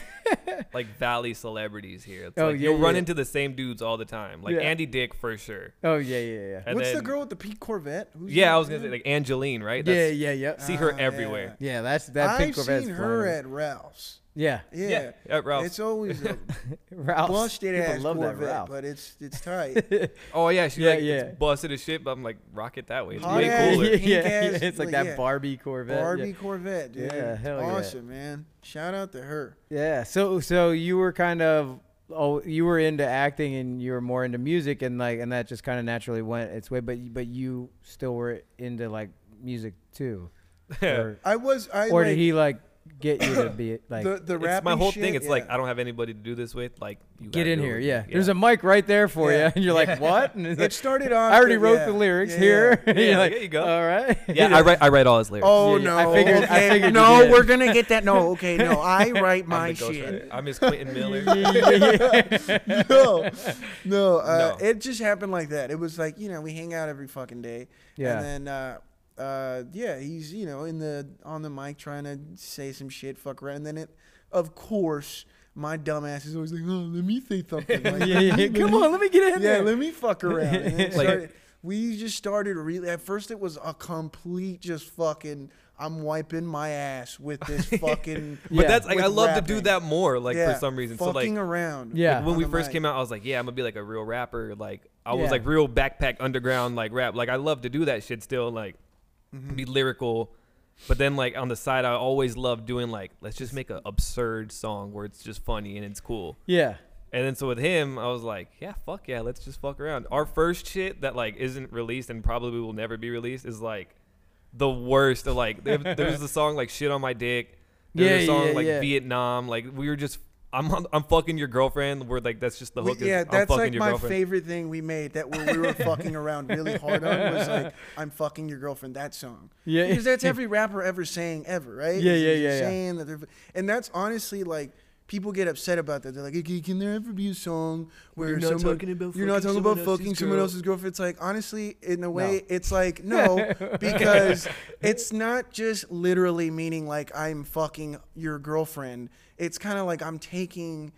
S6: [LAUGHS]
S5: like valley celebrities here. It's
S6: Oh,
S5: like
S6: yeah,
S5: you'll run
S6: yeah.
S5: into the same dudes all the time. Like
S6: Yeah.
S5: Andy Dick for sure.
S6: oh, yeah, yeah, yeah.
S5: And
S4: What's the
S5: then-
S4: girl with the pink Corvette? Who's
S5: Yeah,
S4: that?
S5: I was gonna say like Angeline, right?
S6: Yeah,
S5: That's-
S6: yeah, yeah.
S5: See her
S4: Ah,
S5: everywhere.
S4: yeah.
S6: Yeah, that's that pink
S4: I've
S6: Corvette's
S4: seen her
S6: flying.
S4: at Ralph's.
S6: Yeah.
S4: Yeah.
S5: Yeah, at Ralph's.
S4: It's always
S6: [LAUGHS]
S4: a
S6: Ralph.
S4: busted
S6: People
S4: ass
S6: love that
S4: Corvette,
S6: Ralph.
S4: but it's
S6: [LAUGHS]
S4: it's tight.
S5: Oh yeah, she
S6: Yeah,
S5: like
S6: yeah.
S5: yeah. busted as shit, but I'm like rock it that way. It's
S4: Hot
S5: way
S4: ass.
S6: [LAUGHS]
S5: cooler.
S6: yeah,
S4: Pink
S6: yeah,
S4: ass,
S6: yeah, It's like
S4: like,
S6: that
S4: yeah.
S6: Barbie Corvette. yeah.
S4: Barbie Corvette, dude.
S6: Yeah, hell yeah.
S4: awesome, man. Shout out to her.
S6: Yeah. So so you were kind of oh you were into acting and you were more into music and like and that just kind of naturally went its way. But but you still were into like music
S5: [LAUGHS]
S6: too, or,
S4: I was I
S6: or
S4: like,
S6: did he like get you to be like
S4: the the
S5: It's
S4: rapping
S5: my whole
S4: shit,
S5: thing. It's
S4: yeah.
S5: like I don't have anybody to do this with. Like you
S6: get
S5: gotta
S6: in
S5: do it
S6: here?
S5: with me.
S6: Yeah. There's a mic right there for you, and you're like what? And it's like,
S4: it started
S6: [LAUGHS]
S4: off.
S6: I already
S4: the-
S6: wrote
S4: yeah,
S6: the lyrics
S4: yeah,
S6: here.
S5: yeah.
S6: [LAUGHS] And you're
S5: Yeah,
S6: like,
S5: there you go.
S6: All right.
S5: yeah.
S6: [LAUGHS]
S5: I write I write all his lyrics.
S4: Oh
S6: Yeah,
S4: no!
S6: I figured- I
S4: okay.
S6: figured you
S4: no,
S6: did.
S4: we're gonna get that. No,
S6: [LAUGHS]
S4: okay, no. I write
S5: I'm,
S4: my
S5: the
S4: shit.
S5: ghostwriter. I'm his Clinton Miller.
S4: [LAUGHS] no, no, uh,
S5: No.
S4: It just happened like that. It was like you know we hang out every fucking day.
S6: Yeah.
S4: And then uh, uh, yeah, he's you know in the on the mic trying to say some shit, fuck around, and then it, of course, my dumbass is always like, oh, let me say
S6: [LAUGHS]
S4: something. Like,
S6: yeah, yeah, yeah. Come on, let me get in
S4: yeah,
S6: there.
S4: let me fuck around.
S5: [LAUGHS]
S4: And it
S5: Like-
S4: started- we just started really. At first, it was a complete just fucking. I'm wiping my ass with
S5: [LAUGHS]
S4: this fucking.
S6: Yeah.
S5: But that's like
S4: With
S5: I love to do
S4: rapping.
S5: that more. Like
S4: yeah,
S5: for some reason, so
S4: fucking
S5: like
S4: around.
S6: Yeah.
S5: when
S4: on
S5: we
S4: the
S5: first
S4: mic.
S5: came out, I was like, yeah, I'm gonna be like a real rapper. Like I
S6: Yeah.
S5: was like real backpack underground like rap. Like I love to do that shit still. Like
S4: Mm-hmm.
S5: be lyrical. But then, like on the side, I always love doing like, let's just make an absurd song where it's just funny and it's cool.
S6: yeah.
S5: And then so with him, I was like, yeah, fuck yeah, let's just fuck around. Our first shit that like isn't released and probably will never be released is like the worst of like there, there
S6: [LAUGHS]
S5: was a song like shit on my dick. There was
S6: Yeah,
S5: a song
S6: yeah,
S5: like
S6: yeah.
S5: Vietnam. Like we were just I'm I'm fucking your girlfriend. We're like that's just the
S4: We-
S5: hook. is,
S4: yeah,
S5: I'm
S4: that's
S5: fucking
S4: like
S5: your
S4: my
S5: girlfriend.
S4: favorite thing we made that we, we
S5: [LAUGHS]
S4: were fucking around really hard on was like I'm fucking your girlfriend that song.
S6: Yeah.
S4: Because that's every rapper ever saying ever, right?
S6: Yeah,
S4: Is
S6: yeah,
S4: just
S6: yeah, yeah.
S4: Saying that they're and that's honestly like People get upset about that. They're like, "Okay, "Can there ever be a song where
S5: You're not
S4: someone-
S5: talking about
S4: you're not talking
S5: fucking
S4: about
S5: someone else's
S4: fucking someone
S5: girl."
S4: else's girlfriend?" It's like, honestly, in a way,
S6: [LAUGHS]
S4: it's like no, because it's not just literally meaning like I'm fucking your girlfriend. It's kind of like I'm taking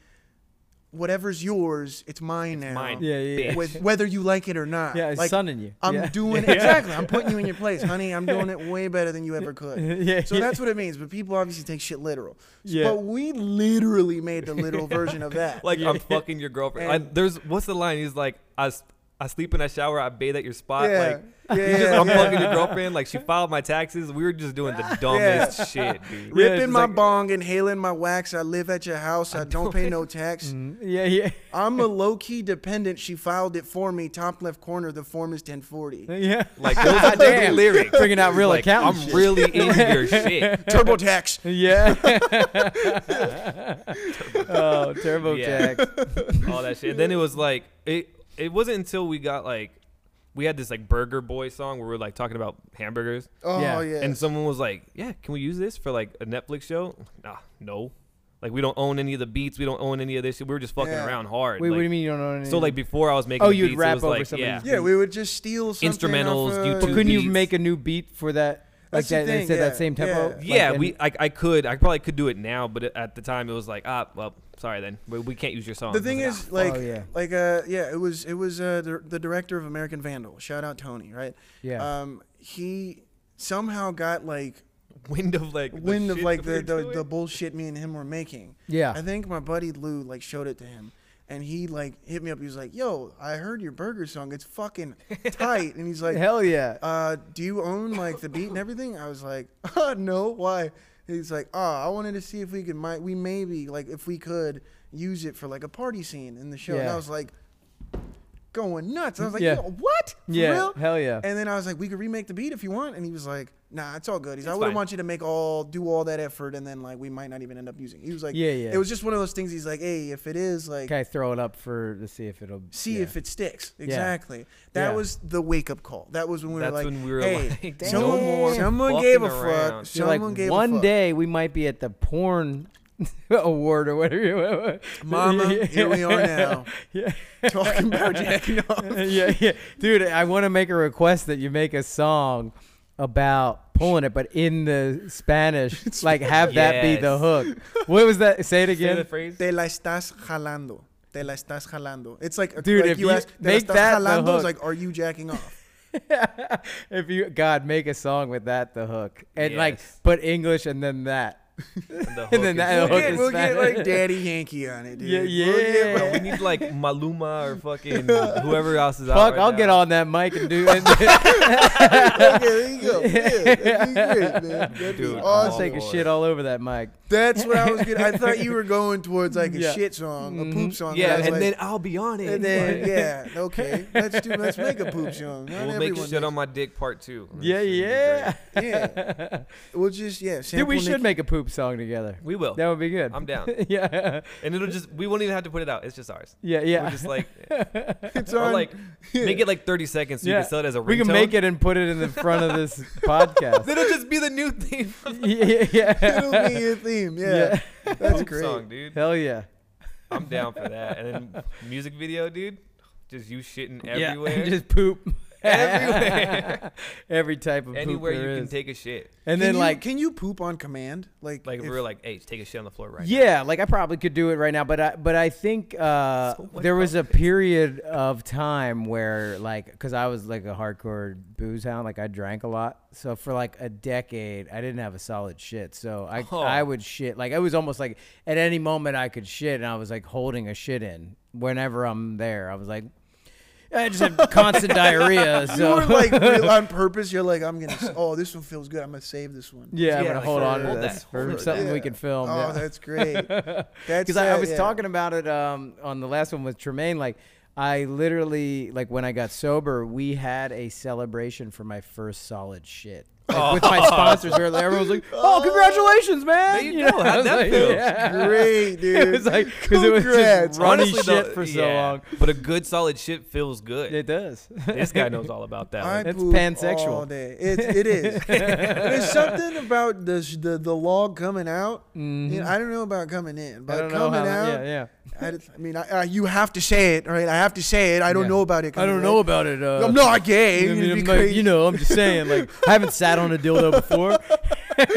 S4: whatever's yours, it's mine now.
S5: mine.
S6: Yeah, yeah, yeah.
S4: [LAUGHS] With whether you like it or
S6: [LAUGHS]
S4: not.
S6: Yeah, it's
S4: like,
S6: sunning you.
S4: I'm
S6: yeah.
S4: doing exactly. I'm putting you in your place, honey. I'm doing it way better than you ever could.
S6: [LAUGHS] yeah,
S4: So
S6: yeah.
S4: that's what it means. But people obviously take shit literal.
S6: Yeah.
S4: But we literally made the literal version of that.
S5: Like I'm fucking your girlfriend. I,
S4: And-
S5: there's what's the line? He's like I. s- I sleep and I shower. I bathe at your spot.
S4: Yeah.
S5: Like
S4: Yeah,
S5: he's just,
S4: yeah,
S5: I'm
S4: yeah.
S5: fucking your girlfriend. Like she filed my taxes. We were
S4: [LAUGHS]
S5: just doing the dumbest shit, dude.
S6: Yeah,
S4: ripping
S6: it's
S4: my
S6: like-
S4: bong, inhaling my wax. I live at your house. I, don't pay no tax.
S6: yeah, yeah,
S4: I'm a low key dependent. She filed it for me. Top left corner. The form is 1040.
S6: yeah.
S5: Like those [LAUGHS] are the
S6: Damn.
S5: lyrics.
S6: Bringing out real
S5: like,
S6: accountant
S5: I'm
S6: shit. [LAUGHS]
S5: really into your shit.
S4: TurboTax.
S6: Yeah. oh, TurboTax.
S5: [LAUGHS] all that shit. then it was like it. It wasn't until we got like we had this like Burger Boy song where we were like talking about hamburgers,
S4: Oh
S6: Yeah.
S4: yeah.
S5: and someone was like, "Yeah, can we use this for like a Netflix show?" Nah, no. Like we don't own any of the beats. We don't own any of this shit. We were just fucking
S4: Yeah.
S5: around hard.
S6: Wait,
S5: like,
S6: what do you mean you don't know anything?
S5: So like before I was making
S6: Oh,
S5: the
S6: you'd
S5: beats, it
S6: rap
S5: was
S6: over
S5: like,
S6: somebody's
S5: yeah.
S6: beats.
S4: yeah, we would just steal something
S5: Instrumentals,
S4: off, uh,
S5: YouTube
S6: But couldn't you
S5: beats.
S6: make a new beat for that? Like
S4: That's the
S6: that,
S4: thing,
S6: instead of that
S4: yeah,
S6: same tempo.
S4: yeah.
S6: Like,
S5: Yeah,
S6: and-
S5: we I, I could I probably could do it now, but at the time it was like ah well sorry then we, we can't use your song.
S4: The
S5: I was
S4: thing
S5: like, "Ah,
S4: is, like,
S6: Oh, yeah.
S4: like, uh, yeah, it was, it was uh, the, the director of American Vandal. Shout out Tony, right?
S6: Yeah.
S4: Um, he somehow got like
S5: "Ah, wind of like the
S4: wind of
S5: shit
S4: like
S5: that we're
S4: the the,
S5: doing."
S4: the bullshit me and him were making.
S6: Yeah.
S4: I think my buddy Lou like showed it to him, and he like hit me up. He was like, "Yo, I heard your burger song. It's fucking tight." and he's like,
S6: Hell yeah.
S4: uh, do you own like the beat and everything? I was like, [LAUGHS] uh, no, why? He's like, oh, I wanted to see if we could, might, we maybe like if we could use it for like a party scene in the show. And
S6: Yeah.
S4: I was like, going nuts. I was like,
S6: Yeah.
S4: Yo, what? For
S6: Yeah,
S4: real?
S6: hell yeah.
S4: And then I was like, we could remake the beat if you want. And he was like, nah, it's all good. He's, like, I
S5: It's
S4: wouldn't
S5: fine.
S4: want you to make all, do all that effort, and then like we might not even end up using. It. He was like,
S6: Yeah, yeah.
S4: It was just one of those things. He's like, hey, if it is like.
S6: Okay, throw it up for to see if it'll
S4: See
S6: yeah.
S4: if it sticks. Exactly. That
S6: Yeah.
S4: was the wake up call. That was when we
S5: That's
S4: were like,
S5: when we were
S4: hey,
S6: [LAUGHS]
S5: like, "Damn,
S4: someone,
S5: no more
S4: someone
S5: fucking
S4: gave a
S5: around."
S4: fuck.
S6: You're
S4: Someone
S6: like,
S4: gave a
S6: one
S4: fuck. [LAUGHS]
S6: day we might be at the porn [LAUGHS] award or whatever. [LAUGHS]
S4: Mama, here we are now.
S6: yeah.
S4: talking about jacking
S5: [LAUGHS]
S4: off.
S6: [LAUGHS] yeah, yeah, dude. I want to make a request that you make a song about pulling it, but in the Spanish.
S5: [LAUGHS]
S6: like, have that be the
S5: Yes.
S6: hook. What was that? Say it
S5: Say the
S6: again.
S4: [LAUGHS]
S5: phrase.
S4: Te la estás jalando. Te la estás jalando. It's like,
S6: Dude,
S4: like
S6: if you-
S4: ask, "Te la
S6: make
S4: estás
S6: that the
S4: jalando,"
S6: hook.
S4: it's like, are you
S6: [LAUGHS]
S4: jacking off?
S6: if you God make a song with that, the hook, and like
S5: Yes.
S6: put English and then that. [LAUGHS]
S5: The hook
S6: then
S5: is-
S6: that-
S4: We'll
S6: hook
S4: get,
S6: is
S4: we'll get
S6: Spanish.
S4: like Daddy Yankee on it, dude.
S6: Yeah,
S4: We'll get-
S6: yeah.
S5: Bro, we need like Maluma or fucking whoever else is
S6: [LAUGHS]
S5: out.
S6: Fuck,
S5: right
S6: I'll
S5: now.
S6: get on that mic and
S5: [LAUGHS]
S6: do. And, [LAUGHS]
S4: okay, there you go. Yeah, that'd be great, man. That'd
S5: Dude,
S6: [LAUGHS]
S4: be
S6: I'll
S4: awesome.
S6: take a
S5: Oh, Lord.
S6: shit all over that
S5: [LAUGHS]
S6: mic.
S4: That's what I was getting. I thought you were going towards like a
S6: Yeah. Mm-hmm.
S4: shit song, a poop song.
S5: Yeah,
S4: I was
S5: and
S4: like,
S5: then I'll be on it.
S6: [LAUGHS]
S4: And then yeah, okay. Let's do let's make a poop song. Not
S5: we'll make
S4: everyone
S5: shit on my dick part two.
S6: Yeah,
S5: Shit'd be
S6: yeah.
S5: great.
S4: makes- Yeah. We'll just
S6: [LAUGHS]
S4: yeah,
S6: Dude,
S4: sample
S6: we should
S4: Nicki-
S6: make a poop song together.
S5: We will,
S6: That would be good.
S5: I'm down.
S6: [LAUGHS] yeah,
S5: and it'll just we won't even have to put it out. It's just ours.
S6: yeah, yeah.
S5: We're
S6: [LAUGHS]
S5: just like,
S4: it's
S5: or
S4: on
S5: like make it like 30 seconds so you
S6: Yeah.
S5: can sell it as a
S6: we can
S5: ringtone.
S6: make it and put it in the front of
S5: [LAUGHS]
S6: this podcast.
S5: It'll just be the new
S6: [LAUGHS]
S5: theme.
S6: yeah, yeah.
S4: [LAUGHS] it'll be your theme. Yeah. [LAUGHS] That's
S5: Poop
S4: great.
S5: song, dude.
S6: Hell yeah.
S5: I'm down for that. And then music video, dude. Just you shitting
S6: Yeah, [LAUGHS]
S5: everywhere. [LAUGHS]
S6: just poop. [LAUGHS]
S5: Everywhere.
S6: Every type of
S5: Anywhere
S6: poop
S5: you
S6: there
S5: can
S6: is.
S5: take a shit.
S6: And
S4: Can
S6: then
S4: you-
S6: like
S4: can you poop on command? Like
S5: Like
S4: if- [LAUGHS]
S5: we're like, hey, take a shit on the floor right now.
S6: yeah, like I probably could do it right now, but I but I think uh,
S5: So what
S6: there was a period of time where like because I was like a hardcore booze hound, like I drank a lot. So for like a decade, I didn't have a solid shit. So I
S5: Oh.
S6: I would shit like it was almost like at any moment I could shit, and I was like holding a shit in whenever I'm there. I was like. I just had
S5: [LAUGHS]
S6: constant diarrhea.
S4: you
S6: So [LAUGHS]
S4: were like real on purpose. You're like, I'm gonna. s- Oh, this one feels good. I'm gonna save this one.
S6: Yeah, I'm
S5: Yeah,
S6: gonna
S5: like,
S6: hold on
S5: hold
S6: to
S5: that,
S6: this
S5: hold
S6: for
S5: it.
S6: something we
S4: Yeah.
S6: can film.
S4: Oh,
S6: yeah. [LAUGHS]
S4: that's great. That's
S6: Because I, I
S4: that,
S6: was
S4: yeah.
S6: talking [LAUGHS] about it um, on the last one with Tremaine. Like, I literally, like, when I got sober, we had a celebration for my first solid shit. Like, with [LAUGHS] my sponsors, we were like- everyone was like, "Oh, congratulations, man!"
S5: There you go. How'd
S6: I was [LAUGHS]
S5: that
S6: like,
S5: feel?
S6: yeah.
S4: Great, dude.
S6: [LAUGHS] It was like because it was
S4: Congrats.
S6: just runny shit
S5: though,
S6: for so
S5: yeah.
S6: long.
S5: But a good solid shit feels good.
S6: It does. [LAUGHS]
S5: this guy knows all about [LAUGHS] that.
S4: I
S5: one.
S6: It's
S4: poop
S6: pansexual.
S4: All day. It,
S6: [LAUGHS]
S4: it is. There's something about the sh- the, the log coming out. You know, I don't know about coming in,
S6: I
S4: but
S6: Mm-hmm. don't know
S4: coming
S6: how.
S4: out.
S6: Yeah, yeah.
S4: I, just- I mean, I, I, you have to say it, all right? I have to say it. I don't
S6: Yeah.
S4: know about it.
S6: I don't know about it. Uh,
S4: I'm not gay.
S6: I mean,
S4: It'd
S6: I'm
S4: be
S6: like,
S4: crazy.
S6: you know, I'm just saying. Like, I haven't sat on a dildo before. [LAUGHS]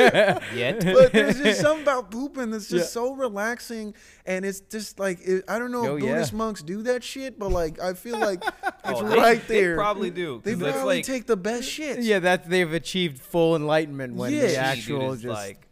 S4: [LAUGHS]
S5: Yet.
S4: but there's just something about pooping that's just
S6: Yeah.
S4: so relaxing, and it's just like it, I don't know
S6: Oh,
S4: if Buddhist
S6: yeah.
S4: monks do that shit, but like
S6: [LAUGHS]
S4: I feel like it's
S5: Oh, they-
S4: right
S5: they
S4: there.
S5: probably do,
S4: They
S5: 'cause it's
S4: probably
S5: like-
S4: take the best
S6: [LAUGHS]
S4: shit.
S6: yeah, that they've achieved full enlightenment when
S4: Yeah. Gee,
S6: the
S4: dude,
S6: actual
S5: it's
S6: just [LAUGHS]
S5: like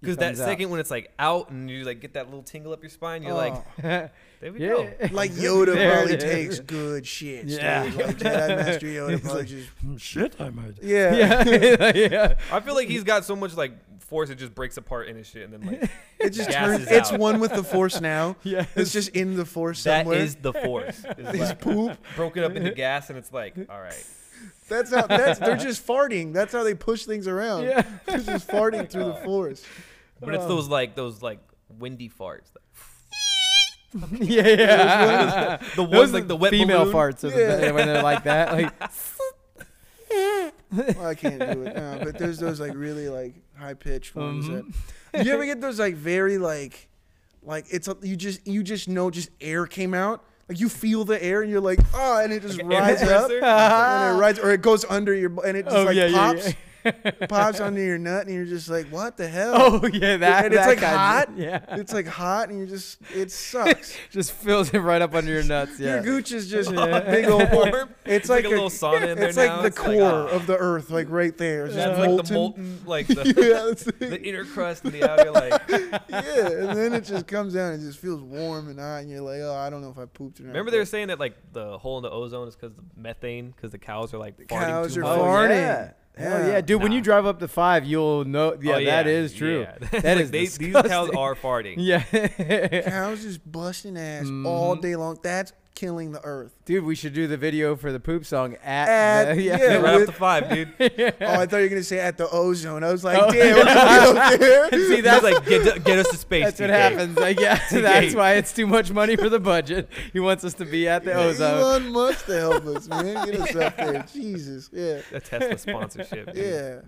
S5: because that
S6: comes out.
S5: second when it's like out and you like get that little tingle up your spine, you're like,
S4: Oh.
S5: there we go.
S6: yeah. [LAUGHS]
S4: Like Yoda
S6: There
S4: probably
S6: it is. [LAUGHS]
S4: takes good shit.
S6: Yeah.
S4: Yeah. Dude.
S6: [LAUGHS]
S4: Like Jedi Master Yoda probably just
S6: Shit, I might.
S4: yeah.
S6: [LAUGHS] Yeah, yeah.
S5: I feel like he's got so much like force it just breaks apart in his shit and then like
S4: It just
S5: Gasses
S4: turns. It's
S5: out.
S4: one with the
S6: [LAUGHS]
S4: Force now.
S6: Yes.
S4: It's just in the Force
S5: that
S4: somewhere.
S5: is the force. It's
S6: [LAUGHS]
S4: It's
S5: like
S4: poop.
S5: broken up into gas and it's like, all right.
S4: That's how.
S6: [LAUGHS]
S4: That's, they're just farting. That's how they push things around.
S6: Yeah.
S4: [LAUGHS] They're just farting
S6: [LAUGHS]
S4: through the Force.
S5: But it's those like those like windy farts.
S6: yeah, [LAUGHS] yeah.
S5: The ones
S6: Those
S5: like the wet
S6: female
S5: balloon.
S6: farts are the
S4: Yeah.
S6: best when they're like that. Like,
S4: [LAUGHS]
S6: [LAUGHS]
S4: Well, I can't do it now. But there's those like really like high pitched ones.
S6: Mm-hmm. [LAUGHS]
S4: That, you ever get those like very like, like it's a, you just you just know just air came out. Like you feel the air and you're like ah, and it just
S5: Like an air
S4: rides up
S5: compressor?
S4: and it rides or it goes under your bu- and it just
S6: Ah. Oh,
S4: like
S6: yeah, yeah,
S4: pops pops under your nut and you're just like what the hell?
S6: [LAUGHS] oh yeah, that.
S4: and it's
S6: that
S4: like
S6: kind of-
S4: hot.
S6: [LAUGHS] yeah,
S4: It's like hot and you just it sucks.
S6: just fills it right up under your nuts. Yeah.
S4: Your gooch is [LAUGHS] just
S5: Yeah.
S4: big old
S5: Warm.
S4: [LAUGHS] It's,
S5: It's like
S4: like,
S5: a little sauna in
S4: It's
S5: there
S4: like
S5: now.
S4: the
S5: It's like,
S4: core
S5: ah.
S4: of the earth, like right there. It's just
S5: That's
S4: molten.
S5: like the molten like
S4: [LAUGHS]
S5: the,
S4: yeah,
S5: [LAUGHS]
S4: it's
S5: the
S4: like-
S5: inner crust and the outer like
S4: yeah, and then it just comes down and it just feels warm and hot, and you're like, oh, I don't know if I pooped or not.
S5: Remember
S4: [LAUGHS]
S5: they were saying that like the hole in the ozone is because the methane because the cows are like farting
S4: cows
S5: too
S4: are
S5: much.
S4: farting.
S6: Oh, Yeah. Hell yeah,
S4: Yeah.
S6: dude! When you
S5: Nah.
S6: drive up to five, you'll know. Yeah,
S5: Oh,
S6: that is true.
S5: yeah. [LAUGHS]
S6: That is
S5: Like, they- these cows
S6: disgusting.
S5: are farting.
S6: [LAUGHS] Yeah,
S4: cows just busting ass
S5: Mm-hmm.
S4: all day long? That's killing the earth.
S6: dude, we should do the video for the poop song at.
S4: At-
S6: the- [LAUGHS]
S4: yeah,
S5: right
S4: with-
S5: off the five, dude. [LAUGHS]
S4: Oh, I thought you were gonna say at the ozone. I was like,
S6: Oh.
S4: damn, we're
S5: [LAUGHS]
S4: gonna go there.
S6: See,
S5: He's
S6: that's
S5: like, get, get us to space.
S6: That's what
S5: TK."
S6: happens. I guess that's
S5: TK.
S6: why it's too much money for the budget. He wants us to be at the ozone.
S4: Elon Musk to help us, man. Get us up
S5: [LAUGHS]
S4: there, Jesus. Yeah,
S5: A Tesla sponsorship. dude.
S4: yeah,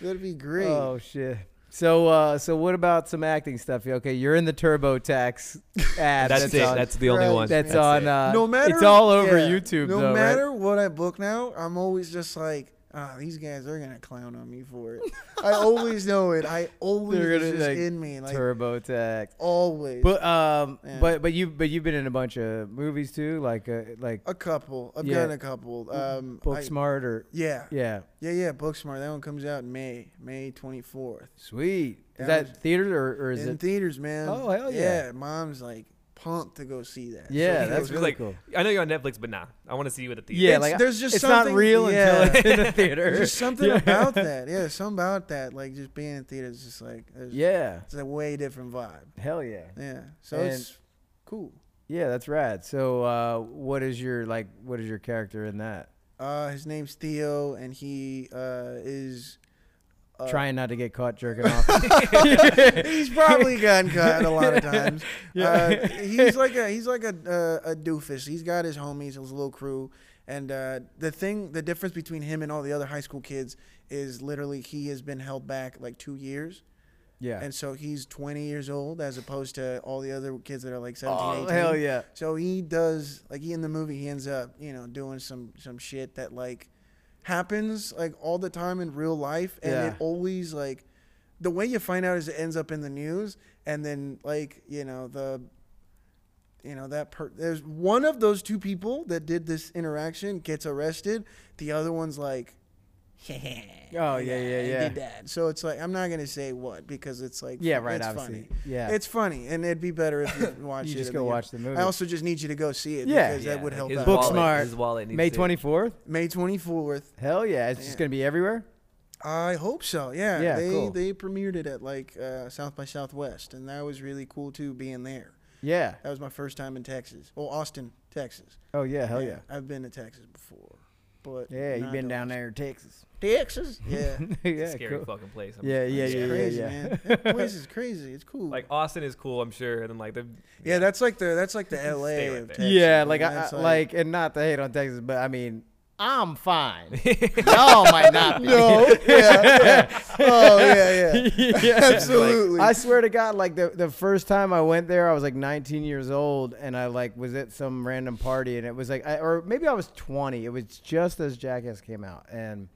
S4: that'd be great.
S6: Oh shit. So, uh, so what about some acting stuff? Okay, you're in the TurboTax ad.
S5: That's, it.
S6: on-
S5: That's the only
S4: Right.
S5: one.
S6: that's,
S5: it.
S6: on. Uh,
S4: no matter
S6: it's all over
S4: yeah.
S6: YouTube.
S4: No
S6: though, right?
S4: matter what I book now, I'm always just like, ah, these guys are gonna clown on me for it.
S6: [LAUGHS]
S4: I always know it. I always
S6: They're
S4: it's
S6: gonna,
S4: just
S6: like,
S4: in me, like
S6: TurboTax.
S4: always.
S6: But um,
S4: Yeah.
S6: but but you but you've been in a bunch of movies too, like uh, like
S4: a couple. I've
S6: Yeah. Mm-hmm.
S4: done a couple. Um, I-
S6: Booksmart or
S4: yeah,
S6: yeah.
S4: yeah, yeah. Booksmart. That one comes out in May, May 24th.
S6: Sweet. Is
S4: That
S6: that
S4: was-
S6: theater or, or is
S4: in
S6: it?
S4: theaters, man.
S6: Oh, hell yeah.
S4: Mom's like pumped to go see that. So
S6: Yeah,
S4: she
S6: that's
S4: goes-
S6: really
S5: like,
S6: cool.
S5: I know you're on Netflix, but nah, I want to see you at the theater.
S6: Yeah,
S4: It's-
S6: like
S4: there's just
S6: it's
S4: something-
S6: not real
S4: yeah. [LAUGHS]
S6: until it's in the theater.
S4: There's just something
S6: [LAUGHS] Yeah.
S4: about that. Yeah, something about that. Like just being in theaters, is just like there's-
S6: Yeah.
S4: it's a way different vibe.
S6: Hell yeah.
S4: Yeah. So
S6: And-
S4: it's cool.
S6: Yeah, that's rad. So uh, what is your like what is your character in that?
S4: Uh, his name's Theo, and he uh, is. Uh,
S6: Trying not to get caught jerking off.
S4: [LAUGHS] He's probably gotten cut a lot of times. uh, he's like a he's like a uh, a doofus. He's got his homies, his little crew, and uh, the thing, the difference between him and all the other high school kids is literally he has been held back like two years,
S6: yeah.
S4: and so he's 20 years old as opposed to all the other kids that are like 17,
S6: oh
S4: 18.
S6: hell yeah.
S4: So he does like he in the movie he ends up you know doing some some shit that like happens like all the time in real life and
S6: Yeah.
S4: it always like the way you find out is it ends up in the news and then like you know the you know that per- there's one of those two people that did this interaction gets arrested the other
S6: [LAUGHS]
S4: one's like [LAUGHS] [LAUGHS]
S6: yeah,
S4: oh
S6: yeah, yeah.
S4: did that so it's like I'm not gonna say what because it's like
S6: Yeah, right,
S4: it's
S6: obviously.
S4: funny
S6: Yeah.
S4: it's funny and it'd be better
S6: [LAUGHS]
S4: if you watch
S6: You
S4: it
S6: just
S4: at
S6: go watch the movie.
S4: I also just need you to go see it
S6: Yeah.
S4: because that would help
S5: His
S4: out.
S6: Book
S5: wallet,
S6: smart.
S5: His wallet needs
S6: May
S5: to-
S6: 24th?
S4: May 24th.
S6: Hell yeah. It's just going to be everywhere?
S4: I hope so. Yeah,
S6: Yeah,
S4: they
S6: cool.
S4: they premiered it at like uh, South by Southwest and that was really cool too being there.
S6: Yeah.
S4: That was my first time in Texas. Well, Austin, Texas.
S6: Oh yeah, hell yeah.
S4: I've been to Texas before. but
S6: Yeah, you
S4: not
S6: been
S4: the-
S6: down there in Texas. [LAUGHS]
S4: Texas? Yeah,
S6: yeah,
S5: Scary
S6: cool.
S5: fucking place. I'm
S6: yeah, yeah,
S4: it's
S6: yeah, yeah,
S4: crazy,
S6: yeah. [LAUGHS]
S4: man. That place is crazy. It's cool.
S5: Like Austin is cool, I'm sure, and then like the
S4: yeah, that's like the that's like the
S5: Stay
S4: L.A.
S5: right
S4: of
S5: there.
S4: Texas.
S6: Yeah,
S4: man.
S6: like I, I-
S4: That's
S6: like, and not to hate on Texas, but I mean, I'm fine. Y'all might not be. [LAUGHS]
S4: no, yeah, yeah. [LAUGHS] oh yeah, yeah,
S6: Yeah.
S4: [LAUGHS] absolutely.
S6: I swear to God, like the, the first time I went there, I was like 19 years old, and I like was at some random party, and it was like, I, or maybe I was 20. It was just as Jackass came out, and